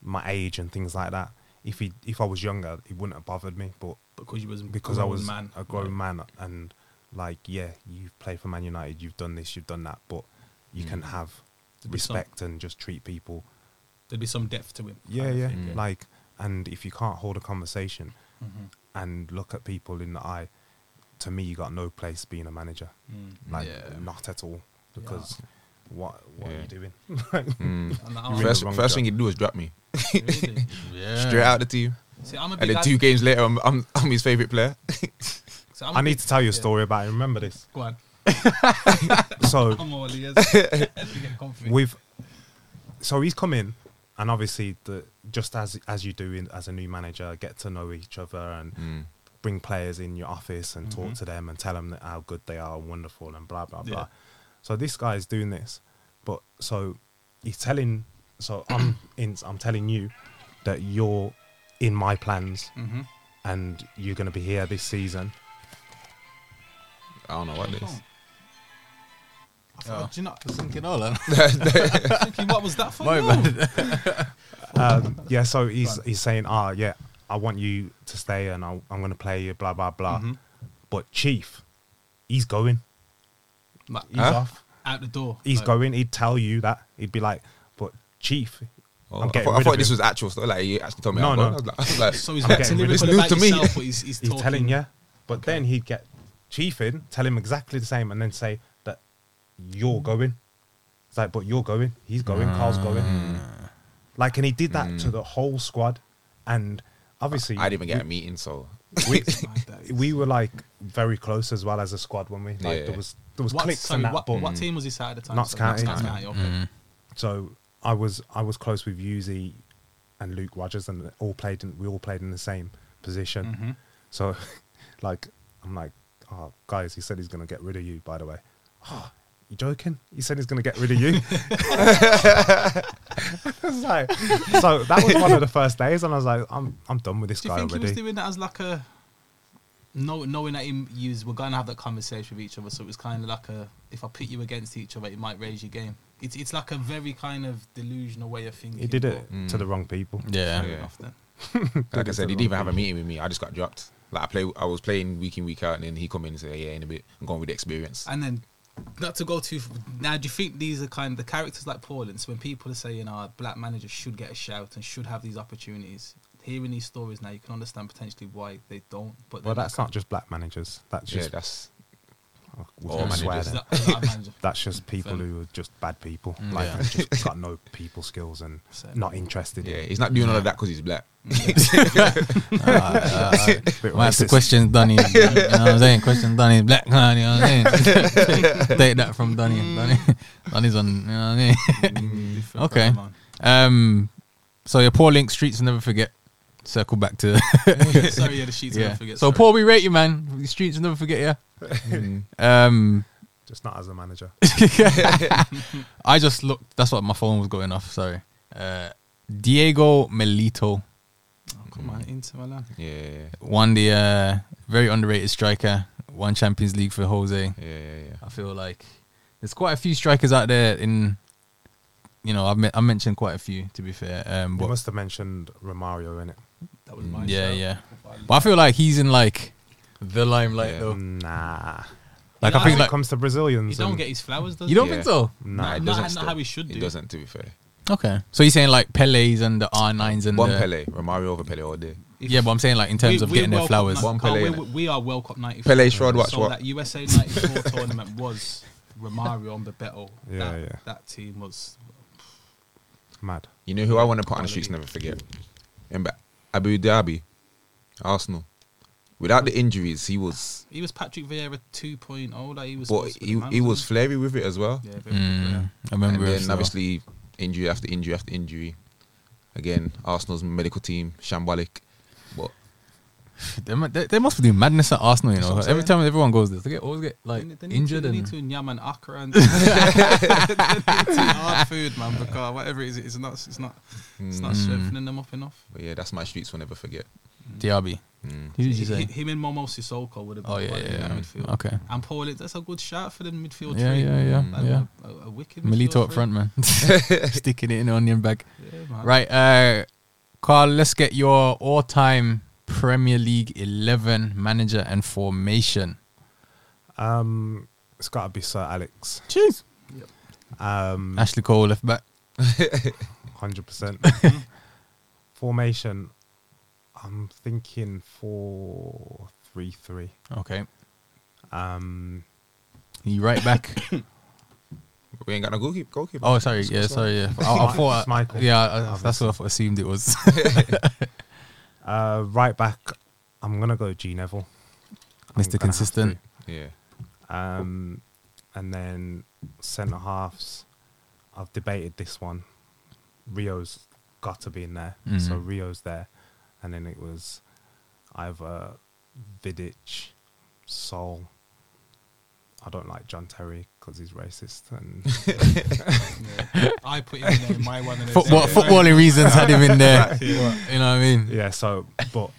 S6: my age and things like that. If he, if I was younger, it wouldn't have bothered me, but
S5: because you was
S6: because I was
S5: man.
S6: a grown man and like, yeah, you've played for Man United, you've done this, you've done that, but you can have
S5: There'd Hmm. be some-
S6: respect and just treat people
S5: There'd be some depth to him.
S6: Yeah,
S5: kind of
S6: yeah.
S5: thing, Mm-hmm.
S6: Like, and if you can't hold a conversation and look at people in the eye, to me, you got no place being a manager.
S5: Mm.
S6: Like,
S3: Yeah.
S6: not at all. Because what what are
S2: Yeah.
S6: you
S5: (laughs)
S6: doing?
S2: Mm.
S5: And
S6: You
S5: I-
S6: really-
S2: First,
S6: wrong
S2: first
S6: job.
S2: thing he'd do was drop me
S5: really.
S2: (laughs)
S3: Yeah.
S2: straight out the team,
S6: (laughs)
S5: See, I'm a
S2: and
S5: big.
S2: then
S5: ad-
S2: two games later, I'm I'm, I'm his favorite player. (laughs)
S5: so I'm a
S6: I need
S5: big-
S6: to tell you a
S5: yeah.
S6: story about it. Remember
S5: (laughs)
S6: this? (laughs)
S5: Go on.
S6: So, (laughs)
S5: I'm all ears. Let's get comfy.
S6: with so he's come in and obviously the just as as you do in, as a new manager, get to know each other and bring players in your office and talk to them and tell them that how good they are, and wonderful, and blah blah
S5: Yeah.
S6: blah. So this guy is doing this, but so he's telling. So I'm (coughs) in. I'm telling you that you're in my plans, and you're going to be here this season.
S2: I don't know what it (laughs) is.
S5: I thought, do you know? I was thinking,
S3: Hold on.
S5: thinking, what was that for?
S3: My
S5: you?
S3: bad.
S6: um, yeah, so he's he's saying, ah, yeah, I want you to stay and I'll, I'm going to play you, blah, blah, blah.
S2: Mm-hmm.
S6: But Chief, he's going.
S5: Like,
S6: He's off.
S5: out the door.
S6: He's
S5: Like,
S6: going. He'd tell you that. He'd be like, but Chief,
S2: Oh, I
S6: I'm getting
S2: thought, I
S6: rid
S2: thought
S6: of
S2: this
S6: him.
S2: was actual stuff. Like he actually told me.
S6: No,
S2: I'm
S6: no.
S2: going. I was like, I was like,
S5: So he's
S6: I'm
S5: not
S6: getting
S5: telling
S6: rid
S2: of
S5: him
S2: it.
S5: about
S2: It's new to me.
S5: himself, but he's, he's,
S6: he's
S5: talking.
S6: telling you. But then he'd get Chief in, tell him exactly the same, and then say that
S2: Mm.
S6: you're going. It's like, but you're going. He's going. Carl's going.
S2: Mm.
S6: Like, and he did that to the whole squad. And obviously,
S2: I didn't even
S6: we-
S2: get a meeting, so
S6: we,
S5: Like that.
S6: we were like very close as well as a squad when we like
S2: Yeah. Mm.
S6: there was there was
S5: What-
S6: clicks
S5: sorry,
S6: and that
S5: what,
S6: but
S5: what team was this at at the time?
S6: Notts
S5: Sorry,
S6: County.
S5: Notts County. okay.
S6: so I was I was close with Uzi and Luke Rogers and all played in, we all played in the same position
S5: Mm-hmm.
S6: so (laughs) like I'm like oh guys he said he's gonna get rid of you by the way oh you joking he said he's gonna get rid of you (laughs) so, so that was one of the first days and I was like I'm I'm done with this
S5: Do you
S6: guy
S5: think he was
S6: already
S5: doing that as like a no, knowing that him, you were going to have that conversation with each other, so it was kind of like a if I pit you against each other, it might raise your game. It's it's like a very kind of delusional way of thinking.
S6: he did
S5: but
S6: it to the wrong people
S3: (laughs) (laughs) yeah.
S5: fair
S2: Mm. Yeah.
S5: enough then.
S2: like I said, he didn't even have a meeting with me. I just got dropped. Like I play, I was playing week in week out, and then he come in and say, "Yeah, in a bit, I'm going with the experience."
S5: And then, not to go too f- now, do you think these are kind of the characters like Paul? And so when people are saying our black managers should get a shout and should have these opportunities, hearing these stories now, you can understand potentially why they don't. But
S6: Well,
S5: then-
S6: that's not just black managers. That's
S2: yeah,
S6: just
S2: that's
S6: we
S2: all
S6: can
S2: managers.
S6: swear
S5: Is
S6: then.
S5: that- is that Mm.
S6: (laughs)
S5: a manager?
S6: That's just people
S5: Fair.
S6: who are just bad people, like
S3: Yeah.
S6: they've
S3: (laughs)
S6: just got no people skills and
S5: So-
S6: not interested.
S2: yeah.
S6: in
S2: He's not doing all of that because he's black.
S3: Uh,
S6: Bit
S3: Well, that's the
S6: racist.
S3: question, Donny. you know what I'm saying? Question, Donny. Black, you know what I'm saying? Take that from Donny. Donny. Donny's on, you know what I mean? (laughs)
S5: Different
S3: Mm, Okay.
S5: brand, man.
S3: Um, so your Paul Link Streets will never forget. Circle back to
S5: (laughs) sorry, yeah, the sheets.
S3: yeah.
S5: I forget.
S3: So
S5: sorry.
S3: Paul, we rate you, man. The Streets will never forget you. um,
S6: Just not as
S3: (laughs)
S6: a manager.
S3: I just looked. That's what my phone was going off. Sorry. Uh, Diego Melito,
S5: Oh, come on, Inter Milan.
S2: Yeah,
S3: won the uh, very underrated striker. Won Champions League for Jose.
S2: yeah, yeah, yeah.
S3: I feel like there's quite a few strikers out there. In you know, I've me- I mentioned quite a few to be fair. Um,
S6: You
S3: but
S6: must have mentioned Romario in it.
S5: That was my
S3: yeah,
S5: shout.
S3: yeah. But I feel like he's in like the limelight
S2: Yeah.
S3: though.
S6: Mm. Nah.
S3: Like
S5: You
S3: I think
S5: know,
S6: When it
S3: like
S6: comes to
S5: He
S6: Brazilians,
S5: don't
S6: and-
S5: get his flowers, does
S3: you don't
S5: he?
S2: Yeah.
S3: think so.
S6: nah.
S2: it
S5: Not-
S2: doesn't
S5: not
S2: still.
S5: how he should
S2: It
S5: do.
S2: doesn't, to be fair.
S3: Okay, so you're saying like Pele's and the R9s
S5: Mm,
S3: and
S2: One
S3: the,
S2: Pele, Romario over Pele all day.
S5: If-
S3: Yeah, but I'm saying like in terms
S5: we-
S3: of
S5: we're
S3: getting their
S5: World Cup
S3: flowers.
S5: night-
S2: One
S5: Carl,
S2: Pele,
S5: we-
S2: innit?
S5: we are World Cup 94.
S2: Pele, Shrod, watch
S5: so
S2: what?
S5: that USA 94 tournament was Romario and Bebeto.
S6: Yeah,
S5: that,
S6: yeah.
S5: That team was.
S6: Mad.
S2: You know who I want to put on the streets, never forget. Remember Abu Dhabi, Arsenal. Without the injuries, he was,
S5: He was Patrick Vieira 2.0. Like he was.
S2: but
S5: supposed to be
S2: he,
S5: the man,
S2: he was
S5: wasn't
S2: flary with it as well.
S5: he? Yeah, very good, yeah.
S3: Mm, I remember.
S2: And
S3: it,
S2: then
S3: so-
S2: obviously injury after injury after injury. Again, Arsenal's medical team, shambolic. But
S3: they, mu- they, they must be doing madness at Arsenal. You
S2: That's
S3: know,
S2: what I'm
S3: every
S2: saying.
S3: time everyone goes there, they get always get like
S5: They need- they need
S3: injured
S5: to, they
S3: and
S5: need to Nyaman
S2: (laughs)
S5: Accra and (laughs) they need to eat hard food, man. Because whatever it is, it's not, it's not, it's
S3: Mm.
S5: not strengthening them up enough.
S2: mm. but yeah, that's my streets will never forget. Mm.
S3: Diaby. Who did you
S5: H-
S3: say?
S5: Him and Momo Sissoko would have been
S3: Oh yeah,
S5: quite good
S3: yeah, yeah.
S5: midfield.
S3: Okay.
S5: And Paul, that's a good shout for the midfield
S3: Yeah,
S5: three.
S3: yeah, yeah,
S5: Like,
S3: yeah.
S5: A, a, a wicked
S3: Milito
S5: midfield
S3: up
S5: three.
S3: front, man.
S5: (laughs)
S3: (laughs) Sticking it in the onion bag.
S5: Yeah, man.
S3: Right, uh, Carl. Let's get your all-time Premier League eleven manager and formation.
S6: Um, it's got to be Sir Alex.
S3: Cheers.
S6: Um,
S3: Ashley Cole left back.
S6: hundred
S3: (laughs)
S6: percent.
S3: Hmm.
S6: Formation. I'm thinking four three three.
S3: Okay.
S6: Um,
S3: You right back.
S2: We ain't got no goalkeeper. goalkeeper.
S3: Oh, sorry. Yeah, sorry. Yeah, I, I
S6: Michael-
S3: thought.
S6: Michael.
S3: Yeah, I, I, that's what I assumed it was.
S6: uh, right back. I'm gonna go G Neville. I'm
S3: Mr.
S6: gonna have
S3: Consistent.
S6: to.
S2: Yeah.
S6: Um, and then centre halves. I've debated this one. Rio's got to be in there.
S3: Mhm.
S6: So Rio's there, and then it was either Vidic, Sol. I don't like John Terry because he's racist, and
S5: Yeah. I put him in there in my one.
S3: (laughs)
S5: and
S3: Football,
S5: it's-
S3: footballing reasons had him in there. you know what I mean?
S6: yeah. So, but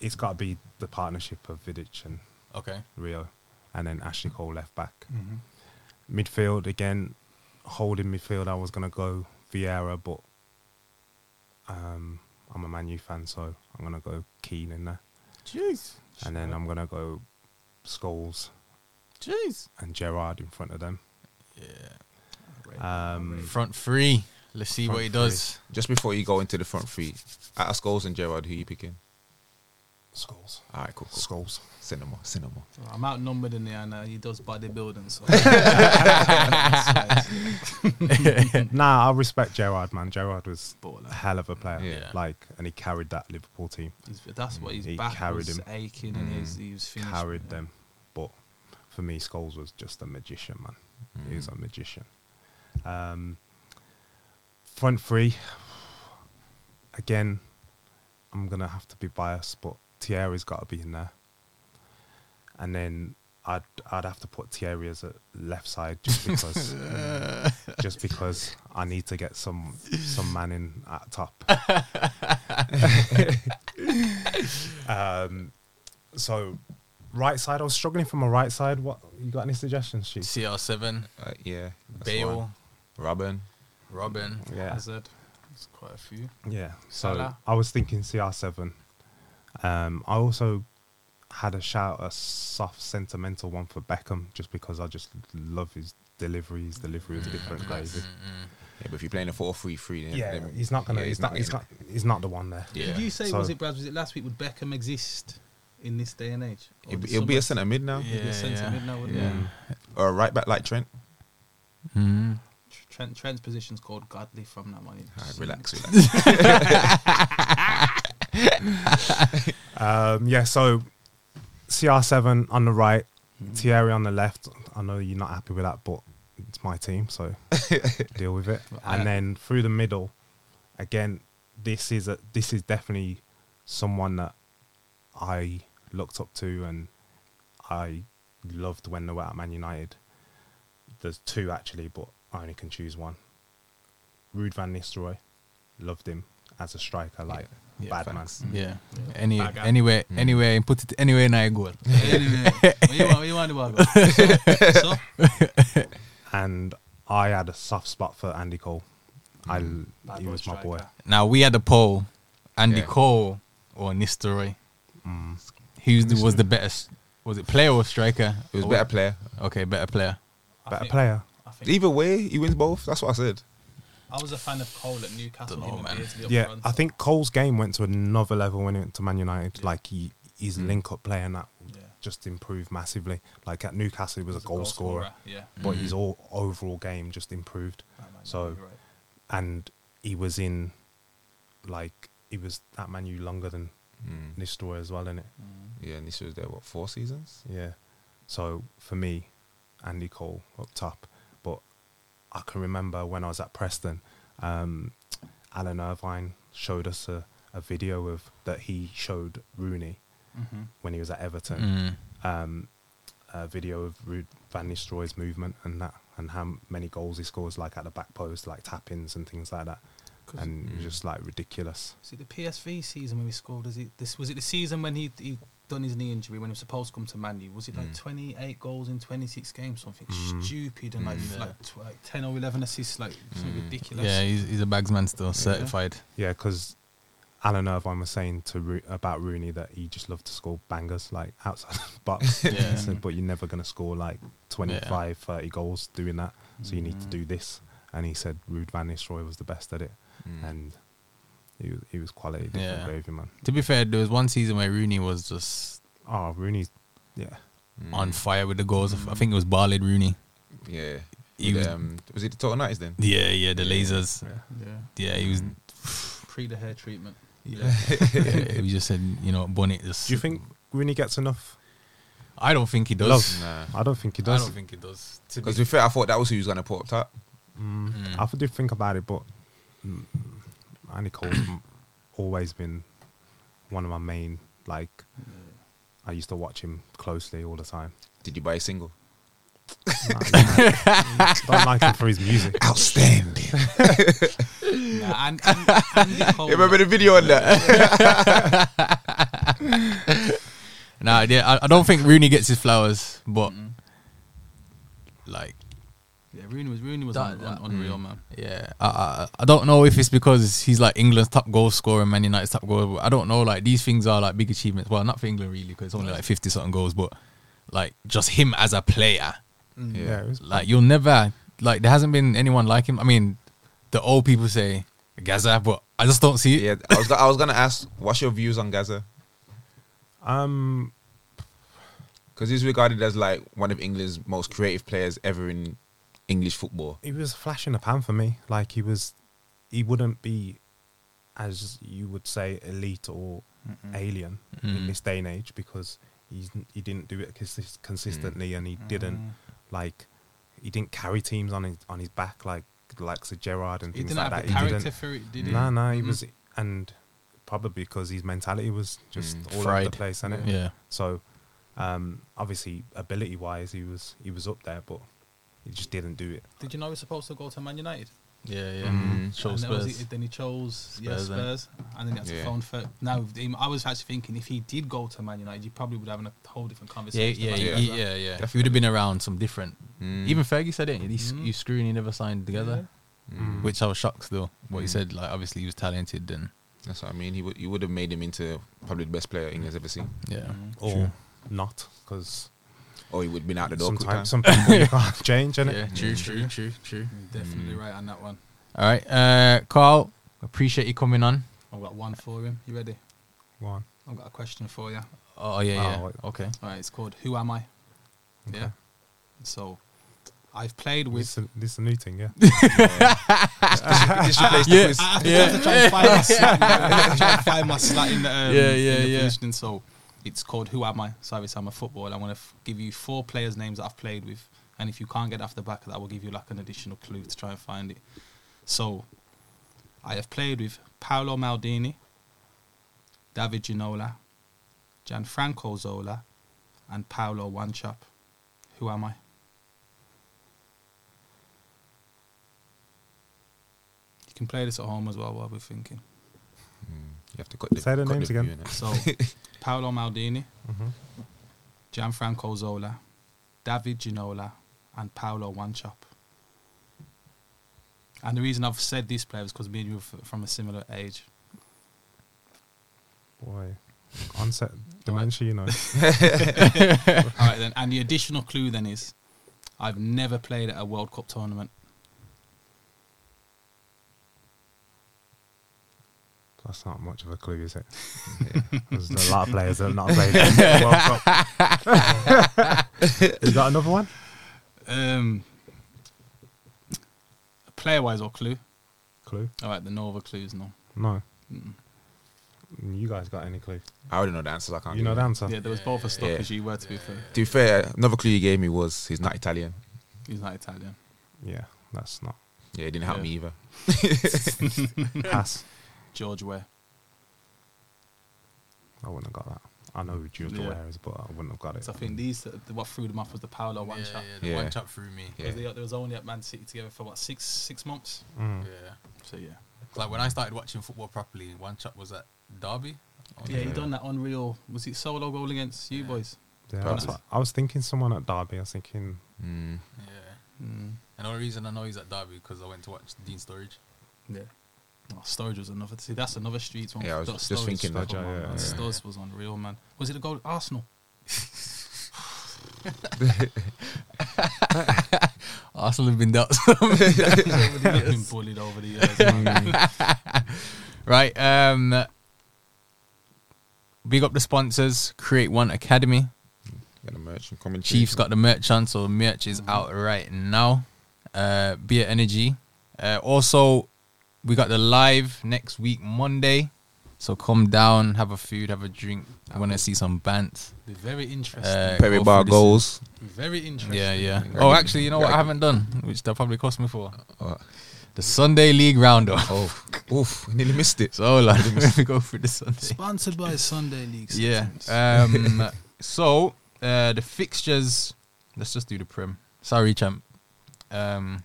S6: it's got to be the partnership of Vidic and
S3: Okay.
S6: Rio, and then Ashley Cole left back.
S2: Mm-hmm.
S6: Midfield again, holding midfield. I was gonna go Vieira, but um, I'm a Man U fan, so I'm gonna go Keane in there,
S3: Jeez.
S6: and then I'm gonna go Scholes
S3: Jeez.
S6: and Gerard in front of them. Yeah. Um,
S3: Front three. Let's see what
S6: Front
S3: he does.
S2: Just before you go into the front three, out of Scholes and Gerard, who you picking?
S6: Scholes.
S2: All right, cool, cool.
S6: Scholes.
S2: Cinema, cinema.
S5: I'm outnumbered in there, and uh, he does bodybuilding.
S3: (laughs)
S5: So
S6: Nah, I respect Gerard, man. Gerard was
S5: Baller.
S6: a hell of a player.
S2: Yeah.
S6: Like, and he carried that Liverpool team.
S5: He's- that's what his
S6: He
S5: back
S6: carried
S5: was
S6: him.
S5: aching, and
S3: Mm.
S5: his, he was finished.
S6: carried them. But for me, Scholes was just a magician, man. He was a magician. Um, front three, again, I'm gonna have to be biased, but Thierry's got to be in there. And then I'd I'd have to put Thierry as a left side just because mm, just because I need to get some some man in at top. um, so right side, I was struggling for my right side. What you got any suggestions, Chief?
S3: CR7,
S2: Uh, yeah. that's
S3: Bale,
S2: one. Robin.
S3: Robin.
S6: Yeah,
S5: Hazard. There's quite a few.
S6: yeah. So
S5: Salah.
S6: I was thinking CR7. Um, I also had a shout, a soft, sentimental one for Beckham, just because I just love his delivery. His delivery is different, crazy.
S2: Yeah, but if you're playing a 4 3 3, then.
S6: Yeah,
S2: then-
S6: he's not gonna.
S2: yeah,
S6: he's not. He's
S2: getting
S6: not. He's not the one there.
S2: Yeah.
S5: Did you say
S6: So-
S5: was it Brad? Was it last week? Would Beckham exist in this day and age? Or
S2: It'll,
S5: did
S2: be- it'll be a
S5: someone-
S2: centre mid now,
S5: it'd be a
S3: Yeah,
S5: centre
S3: yeah.
S5: mid now, wouldn't
S3: Yeah.
S5: it?
S2: or a right back like Trent.
S3: Mm.
S5: Tr- Trent Trent's position's called godly from that one.
S2: All right, relax, relax.
S6: Um, yeah, so CR7 on the right,
S3: Mm-hmm.
S6: Thierry on the left. I know you're not happy with that, but it's my team,
S3: (laughs)
S6: so deal with it.
S5: I-
S6: And then through the middle, again, this is a this is definitely someone that I looked up to and I loved when they were at Man United. There's two actually, but I only can choose one. Rude Van Nistelrooy, loved him as a striker, like
S3: Yeah,
S6: bad man.
S2: facts.
S3: Yeah. Any,
S5: Baga.
S3: anywhere, anywhere, put it anywhere in our goal.
S6: (laughs)
S5: Anyway, what you want? What you want to talk about? So, so?
S6: and I had a soft spot for Andy Cole. I
S5: Bad
S6: he
S5: boy
S6: was my boy.
S5: striker.
S3: Now we had a poll, Andy
S2: Yeah.
S3: Cole or Nistelrooy. Who's the, was the best? Was it player or striker?
S2: He was
S3: (laughs)
S2: a better player.
S3: Okay, better player.
S5: I
S6: Better
S5: think-
S6: player.
S5: I think-
S2: Either way, he wins both. That's what I said.
S5: I was a fan of Cole at Newcastle.
S3: Dunno,
S5: him and
S3: man.
S5: Beardsley up
S6: Yeah,
S5: front,
S6: I
S5: so-
S6: think Cole's game went to another level when he went to Man United. Like he, his link up play and that
S5: Yeah.
S6: just improved massively. Like at Newcastle, he was, a goal, scorer,
S5: Yeah.
S6: but his all overall game just improved.
S5: That might
S6: So-
S5: be right.
S6: And he was in, like he was at Man U longer than
S2: Mm.
S6: Nistelrooy as well, innit?
S2: Yeah, and this was there, what, four seasons?
S6: Yeah. So for me, Andy Cole up top. But I can remember when I was at Preston, um, Alan Irvine showed us a, a video of that he showed Rooney when he was at Everton.
S3: Mm.
S6: Um, a video of Ruud Van Nistelrooy's movement and that, and how many goals he scores, like at the back post, like tap ins and things like that. And it was just like ridiculous.
S5: Was it the PSV season when we scored? Is it this? Was it the season when he he done his knee injury when he was supposed to come to Man U? Was it like
S6: Mm.
S5: twenty eight goals in twenty six games, something stupid, and like
S3: Mm.
S5: like, tw- like ten or eleven assists, like
S6: Mm.
S5: something ridiculous.
S3: Yeah, he's, he's a bags man still, certified.
S6: Yeah, because Alan Irvine was saying to Ro- about Rooney that he just loved to score bangers like outside the
S3: (laughs)
S6: box.
S3: Yeah.
S6: So, but you're never going to score like 25, 30 goals doing that. So you need to do this. And he said Rude Van Nistelrooy was the best at it.
S2: Mm.
S6: And he was, he was quality, different
S3: Mm. Yeah.
S6: gravy, man.
S3: To be fair, there was one season where Rooney was just
S6: Oh, Rooney, yeah.
S2: Mm.
S3: on fire with the goals.
S6: Hmm.
S3: I think it was Barlid Rooney.
S2: Yeah.
S3: He
S2: With,
S3: was-
S2: um, was it the Total Knights then?
S3: Yeah, yeah, the lasers.
S5: yeah.
S3: Yeah, he
S6: (laughs)
S3: was.
S5: Pre the hair treatment.
S3: yeah, he just said, you know, Bonnet. Just,
S6: Do you think Rooney gets enough?
S3: I don't think he does.
S6: Love.
S2: Nah.
S6: I don't think he
S3: I
S6: does.
S3: don't think he does. To
S2: Because
S3: be-
S2: to be fair, I thought that was who he was going to put up top.
S6: Mm. I did think about it, but mm, Andy Cole's m- always been one of my main. Like, I used to watch him closely all the time.
S2: Did you buy a single?
S6: Don't like him for his music.
S2: Outstanding. (laughs)
S5: Nah, and, and,
S6: (laughs)
S5: Andy Cole,
S2: remember the video on that?
S3: Nah, yeah, I, I don't think Rooney gets his flowers, but like,
S5: yeah, Rooney was Rooney was
S3: That-
S5: un-
S3: that- mm.
S5: un- unreal, man.
S3: yeah, I, I I don't know if it's because he's like England's top goal scorer and Man United's top goal. I don't know. Like these things are like big achievements. Well, not for England really, because it's only like fifty something goals, but like just him as a player,
S6: Yeah, it was,
S3: like you'll never like there hasn't been anyone like him. I mean, the old people say Gaza, but I just don't see it.
S2: yeah. I was, go- I was gonna ask, what's your views on Gaza?
S6: um,
S2: Because he's regarded as like one of England's most creative players ever in English football.
S6: he was a flash in the pan for me. Like he was, he wouldn't be, as you would say, elite or alien
S5: Mm.
S6: in this day and age because he's he didn't do it consist- consistently and he
S5: Mm.
S6: didn't like he didn't carry teams on his on his back like the likes of Gerard and
S5: He
S6: things
S5: didn't
S6: like
S5: have
S6: that.
S5: the character for it, did he?
S6: No, no, he was, and probably because his mentality was just
S5: Mm.
S6: all over
S3: Fried.
S6: the place, and it.
S3: Yeah.
S6: So, um, obviously, ability-wise, he was he was up there, but he just didn't do it.
S5: Did you know he was supposed to go to Man United?
S3: Yeah, yeah.
S5: And
S3: Chose
S5: that was
S3: Spurs.
S5: it. then he chose yeah,
S3: Spurs, innit?
S5: Spurs, and then he had to
S2: Yeah.
S5: phone for. Now, with him, I was actually thinking if he did go to Man United, you probably would have a whole different conversation.
S3: Yeah,
S5: about
S3: yeah, yeah,
S5: Gaza.
S3: yeah. yeah, If he would have been around some different. Even Fergie said it. He's,
S5: Mm.
S3: You screw and he never signed together,
S6: Mm.
S3: which I was shocked still. What he said, like obviously he was talented and
S2: That's what I mean. He would you would have made him into probably the best player England's ever seen,
S3: yeah,
S6: or not because
S2: or he would have been out the door. quick time.
S6: sometimes some people
S5: (laughs)
S6: you can't change, and
S3: yeah, true, true, true, true.
S5: You're Definitely
S3: Mm.
S5: right on that one.
S3: All right, uh, Carl, appreciate you coming on.
S5: I've got one for him. You ready?
S6: one.
S5: I've got a question for you.
S3: Oh yeah, yeah,
S6: Oh, wait.
S3: okay.
S5: All right, it's called Who Am I? Yeah. So, I've played with.
S6: This, is- this is a new thing, yeah.
S5: (laughs)
S2: Just replace the
S3: Yeah.
S2: quiz.
S5: I yeah. have to try
S3: (laughs)
S5: and find my slot. I have to try and find my slot in the, um,
S3: Yeah, yeah,
S5: in the
S3: yeah.
S5: positioning. So it's called Who Am I? So obviously I'm a footballer. I want to f- give you four players' names that I've played with. And if you can't get off the back of that, I will give you like an additional clue to try and find it. So I have played with Paolo Maldini, David Ginola, Gianfranco Zola, and Paolo Wanchop. Who am I? You can play this at home as well while we're thinking.
S2: (laughs) You have to cut the,
S6: Say the
S2: cut
S6: names
S2: view
S6: again.
S2: in it.
S5: So, Paolo Maldini, Gianfranco Zola, David Ginola, and Paolo Wanchop. And the reason I've said these players because me and you were f- from a similar age.
S6: Boy, onset dementia, you
S5: (laughs)
S6: know.
S5: All right, then. And the additional clue then is I've never played at a World Cup tournament.
S6: That's not much of a clue, is it? There's a lot of players that have not
S5: (laughs)
S6: played. in the World Cup. you got another one?
S5: Um, player wise or clue?
S6: Clue?
S5: All right, the Nova clues, no.
S6: No.
S5: Mm.
S6: You guys got any clue?
S2: I already know the answers. I can't.
S6: You
S2: give
S6: know the answer.
S5: Yeah, there was both as stuck
S2: yeah.
S5: as you were, to be fair.
S2: To be fair, another clue you gave me was he's not Italian.
S5: He's not Italian.
S6: Yeah, that's
S5: (laughs)
S6: not
S2: Yeah, it didn't help
S5: Yeah.
S2: me either.
S6: pass.
S5: George Ware.
S6: I wouldn't have got that. I know who George
S5: Yeah.
S6: Ware is, but I wouldn't have got it.
S5: So I think these th- what threw them off was the Paolo
S3: Yeah,
S5: Wanchop.
S3: yeah, the
S2: Yeah.
S3: one chop through me.
S2: Yeah.
S5: Because they, they was only at Man City together for what six six months.
S3: Yeah.
S6: Mm.
S5: So yeah,
S3: like when I started watching football properly, one chop was at Derby.
S5: yeah, he done that unreal. Was it solo goal against you boys?
S6: Yeah, that's what, I was thinking someone at Derby. I was thinking,
S2: Mm.
S3: Yeah.
S5: Mm,
S3: And the only reason I know he's at Derby because I went to watch Dean Storage.
S5: yeah. Oh, Sturridge was another. See, that's another street one.
S2: Yeah, I was
S5: That
S2: just
S5: Sturridge
S2: thinking
S5: stuff,
S6: that, yeah,
S5: man.
S6: yeah,
S5: That
S6: yeah.
S5: Sturridge was unreal, man. Was it a goal at Arsenal?
S3: Arsenal have been (laughs) dealt.
S5: They've been bullied over the years. man.
S3: right. Um, big up the sponsors. Create One Academy.
S2: Got the merch and coming.
S3: Chief's got the merch on, so merch
S2: Mm-hmm.
S3: is out right now. Uh, Beer Energy. Uh, also, we got the live next week, Monday. So come down, have a food, have a drink. I want to see some bands.
S5: Be very interesting.
S3: Uh,
S2: Perry
S3: go
S2: Bar
S3: through this-
S2: goals.
S5: Be very interesting.
S3: Yeah, yeah.
S2: Right.
S3: Oh, actually, you know what
S2: Right.
S3: I haven't done, which they'll probably cost me for
S2: Oh,
S3: the Sunday League roundup.
S2: oh. Oof, nearly missed it.
S3: (laughs) So like, (laughs) let me go through the Sunday.
S5: Sponsored by Sunday League.
S3: Yeah. Um, so uh, the fixtures. Let's just do the prim. Sorry, champ. Um,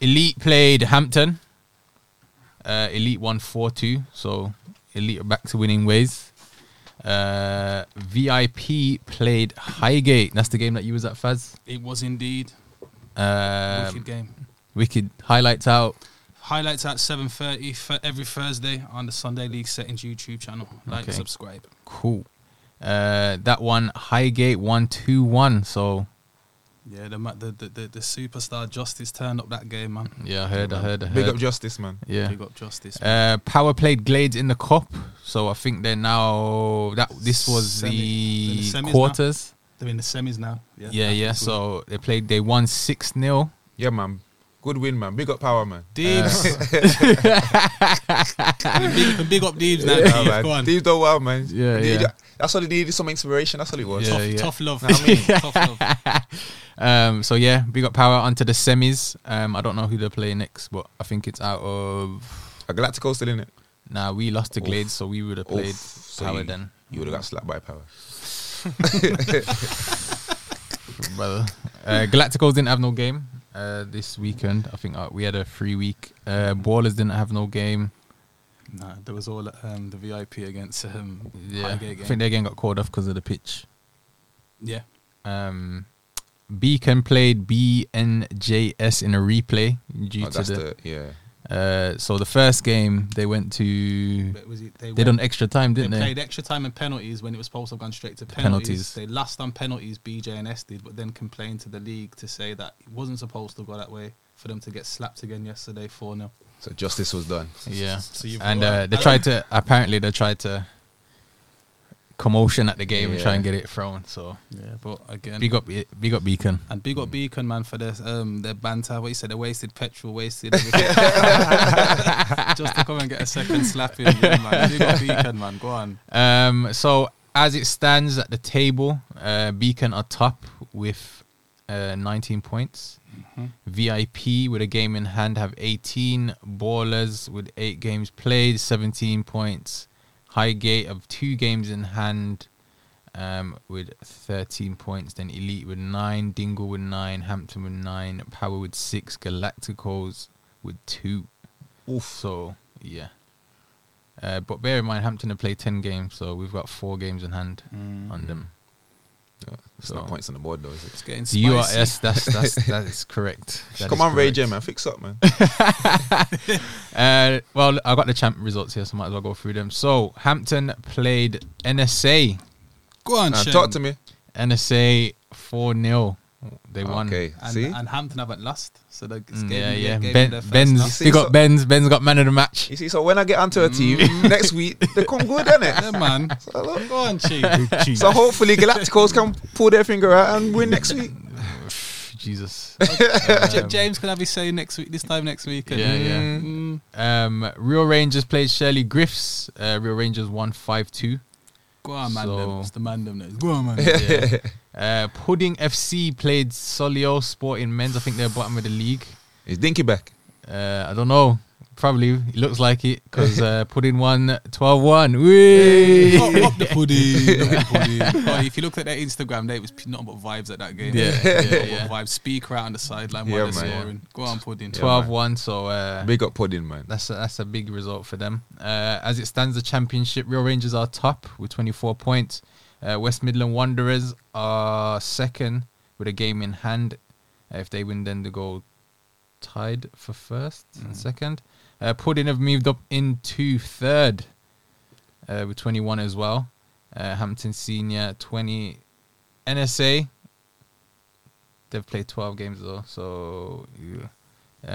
S3: Elite played Hampton. Uh, Elite won four two. So Elite are back to winning ways. Uh, VIP played Highgate. That's the game that you was at, Faz.
S5: It was indeed
S3: Um,
S5: a wicked game.
S3: wicked highlights out.
S5: Highlights at 7.30 for every Thursday on the Sunday League Settings YouTube channel. Like,
S3: Okay.
S5: subscribe.
S3: Cool. Uh, that one Highgate one two one. So
S5: Yeah, the, ma- the, the, the, the superstar Justice turned up that game, man.
S3: yeah, I heard, I heard, I heard.
S2: Big up Justice, man.
S3: yeah.
S5: Big up Justice.
S3: Uh, Power played Glades in the cup, so I think they're now that this was
S5: Semi. In the
S3: the,
S5: semis now?
S3: quarters.
S5: They're in the semis now.
S3: Yeah, yeah. So they played. They won six 0
S2: Yeah, man. Good win, man. Big up Power, man.
S5: Deebs. (laughs) big, big up Deebs now,
S2: Yeah,
S5: Keith.
S2: man.
S5: Go on.
S2: They've done well, man.
S3: Yeah,
S2: They-
S3: yeah.
S2: That's all they needed. Some inspiration. That's all it was.
S3: Yeah,
S5: tough,
S3: yeah.
S5: tough love.
S2: Nah, I mean-
S3: (laughs)
S5: (laughs) tough love.
S3: Um, so yeah, big up Power onto the semis. Um, I don't know who they're playing next, but I think it's out of.
S2: A Galactico still in it.
S3: Nah, we lost to
S2: Oof.
S3: Glades, so we would have played
S2: Oof. So
S3: Power
S2: you,
S3: then.
S2: You would have got slapped by Power.
S3: brother. Uh, Galacticos didn't have no game uh, this weekend. I think uh, we had a free week. Uh, Ballers didn't have no game.
S5: Nah, there was all um, the VIP against um,
S3: Yeah, I
S5: Highgate game.
S3: think their game got called off because of the pitch.
S5: yeah.
S3: Um, Beacon played BNJS in a replay due
S2: Oh,
S3: to
S2: that's
S3: the.
S2: the, yeah.
S3: uh, so the first game they went to.
S5: But was it, they
S3: They
S5: went-
S3: done extra time,
S5: They
S3: didn't they?
S5: played extra time and penalties when it was supposed to have gone straight to
S3: Penalties.
S5: penalties. They lost on penalties, BJ and S did, but then complained to the league to say that it wasn't supposed to go that way for them to get slapped again yesterday 4 0.
S2: So justice was done.
S3: Yeah.
S6: So you've
S3: and
S6: got-
S3: uh, they tried to. Apparently, they tried to. Commotion at the game and try
S2: Yeah.
S3: and get it thrown. So
S5: Yeah, but again.
S3: big up, big up Beacon.
S5: and big
S3: Mm.
S5: up Beacon, man, for their, um, their banter. What you said, they wasted
S3: (laughs)
S5: petrol, wasted everything. (laughs) Just to come and get a second slap in, yeah, man.
S3: (laughs)
S5: Big up Beacon, man. Go on.
S3: Um, so as it stands at the table, uh, Beacon are top with uh, 19 points. VIP with a game in hand have 18. Ballers with eight games played, 17 points. Highgate of two games in hand um, with 13 points. Then Elite with nine, Dingle with nine, Hampton with nine, Power with six, Galacticals with two. So yeah. Uh, but bear in mind, Hampton have played ten games, so we've got four games in hand
S2: Mm.
S3: on them.
S2: It's
S3: So-
S2: not points on the board though, is it?
S5: It's getting
S3: So
S5: spicy.
S3: you are yes, that's that's
S5: (laughs)
S3: that is correct. That
S2: Come
S3: is
S2: on, Ray
S3: correct.
S2: J, man. Fix up,
S3: (laughs)
S2: man.
S3: Uh, well, I got the champ results here, so might as well go through them. So Hampton played NSA,
S5: Go on,
S2: Nah,
S5: Shem.
S2: talk to me.
S3: NSA four 0 They won.
S2: Okay.
S5: And,
S2: See?
S5: and Hampton haven't lost, so they it's
S3: Mm,
S5: gave
S3: yeah,
S5: them-
S3: yeah.
S5: gave them
S3: Ben,
S5: their first loss.
S3: Ben's
S2: loss.
S3: big up
S2: So-
S3: Ben's. Ben's got man of the match.
S2: you see, so when I get onto a team
S3: Mm. (laughs)
S2: next week, they come good,
S5: Yeah,
S2: innit?
S5: man.
S2: So, look.
S5: Go on, Chief.
S2: so hopefully Galacticos can pull their finger out and win next week.
S3: Jesus.
S5: J- James can have his say next week. This time next week.
S3: Yeah, yeah.
S5: Mm,
S3: Um, Real Rangers played Shirley Griffs. Uh, Real Rangers won five two.
S5: Go on, man.
S3: So-
S5: them. It's the man. Them. them. Go on, man.
S3: (laughs) Yeah. uh, Pudding FC played Solio Sporting Men's. I think they're bottom of the league.
S2: Is Dinky back?
S3: Uh, I don't know. Probably it looks like it because uh, Pudding won 12 1. Whee!
S2: (laughs)
S5: Up, up the pudding. up the (laughs) pudding. Oh, if you looked at their Instagram, they was nothing but vibes at that game.
S3: Yeah,
S2: (laughs)
S3: yeah,
S5: Nothing but
S3: yeah.
S5: vibes. Speaker out on the sideline
S2: Yeah,
S5: while they're
S2: man.
S5: scoring. Go on, pudding.
S3: 12 1. So uh,
S2: Big up Pudding, man.
S3: that's, a, that's a big result for them. Uh, as it stands, the championship, Real Rangers are top with 24 points. Uh, West Midland Wanderers are second with a game in hand. Uh, if they win, then they go tied for first and second. Uh, Pudding have moved up into third uh, with 21 as well. Uh, Hampton Senior 20. NSA, they've played 12 games though, so yeah.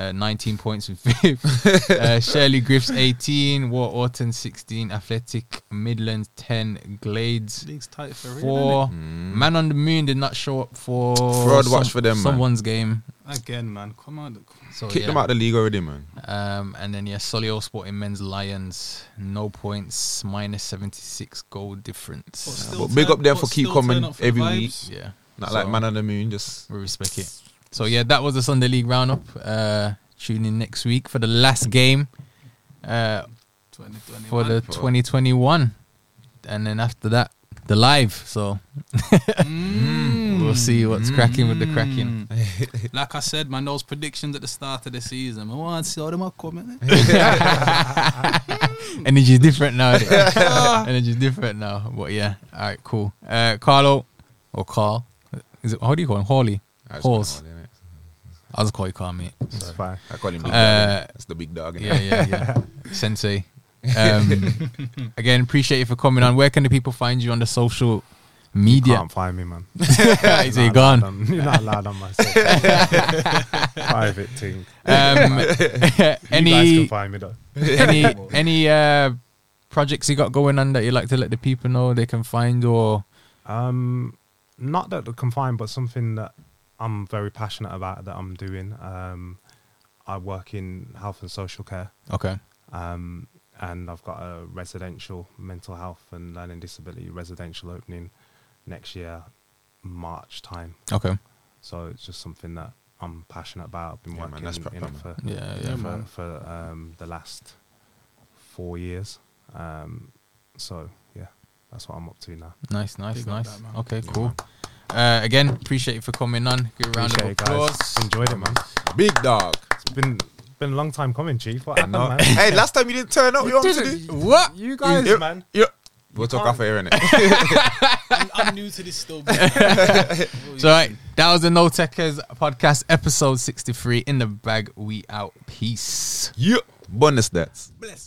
S3: uh, 19 points in (laughs) fifth. uh, Shirley Griffiths 18, War Orton 16, Athletic Midlands 10, Glades
S5: League's tight for real.
S3: four. Man on the Moon did not show up for
S2: Hmm. Fraud watch for them, man.
S3: someone's game.
S5: innit? Again, man. Come on.
S3: So
S2: Kick
S3: yeah.
S2: them out of the league already, man.
S3: Um, and then yeah, Solio Sporting Men's Lions, no points, minus 76 goal difference.
S5: still
S2: but big
S5: turn-
S2: up them
S5: but
S2: for keep
S5: still turn
S2: coming
S5: up for the
S2: every
S5: vibes.
S2: week.
S3: yeah,
S2: Not
S3: So-
S2: like man on the moon, just
S3: we respect it. So yeah, that was the Sunday League roundup. Uh, Tune in next week for the last game uh,
S5: 20,
S3: for the 2021, and then after that, the live. So
S5: Mm.
S3: we'll see what's cracking with the cracking.
S5: like I said, man, those predictions at the start of the season. I want to see all them
S2: (laughs)
S5: are coming.
S3: Energy's different now. isn't (laughs) it? Energy's different now. But yeah, all right, cool. Uh, Carlo or Carl? Is it how do you call him? Hawley.
S2: That's
S3: Horse.
S2: not one, innit?
S3: I was call you Carl, mate.
S6: It's fine.
S2: I call him big dog.
S3: Uh,
S2: That's the big dog. innit?
S3: Yeah, yeah,
S6: (laughs)
S3: yeah. Sensei. Um, again, appreciate you for coming on. Where can the people find you on the social media?
S6: Can't find
S3: (laughs)
S6: me, man.
S3: Is he
S6: Not
S3: gone?
S6: allowed on- You're not
S3: (laughs)
S6: allowed on my social. Private thing.
S3: Um,
S6: You guys can
S3: any
S6: find me though.
S3: any any uh, projects you got going on that you like to let the people know they can find or
S6: Um, not that they're confined, but something that I'm very passionate about that I'm doing. Um, I work in health and social care,
S3: okay.
S6: um, and I've got a residential mental health and learning disability residential opening next year, March time.
S3: Okay.
S6: So it's just something that I'm passionate about. I've been
S2: Yeah, man,
S6: working
S2: that's proper,
S6: in it
S2: man.
S6: for
S3: Yeah, yeah.
S6: for, for um, the last four years. Um, so yeah, that's what I'm up to now.
S3: Nice, nice,
S5: Big up
S3: nice.
S5: that, man.
S3: okay, cool. Uh, again, appreciate you for coming on. Good round
S6: Appreciate
S3: of
S6: it,
S3: applause.
S6: guys. Enjoyed it, man.
S2: Big dog.
S6: It's been been a long time coming, Chief. What happened, man?
S2: (laughs) hey, last time you didn't turn up. You want me to do?
S3: What?
S6: You guys,
S2: You-
S6: man.
S2: you- We'll talk
S6: can't-
S2: off
S6: (laughs)
S2: air, innit?
S5: I'm, I'm new to this still. bro.
S3: So, all right, that was the No Techers podcast, episode 63. In the bag, we out. Peace.
S2: Yeah. Bonus stats.
S5: (laughs) Bless.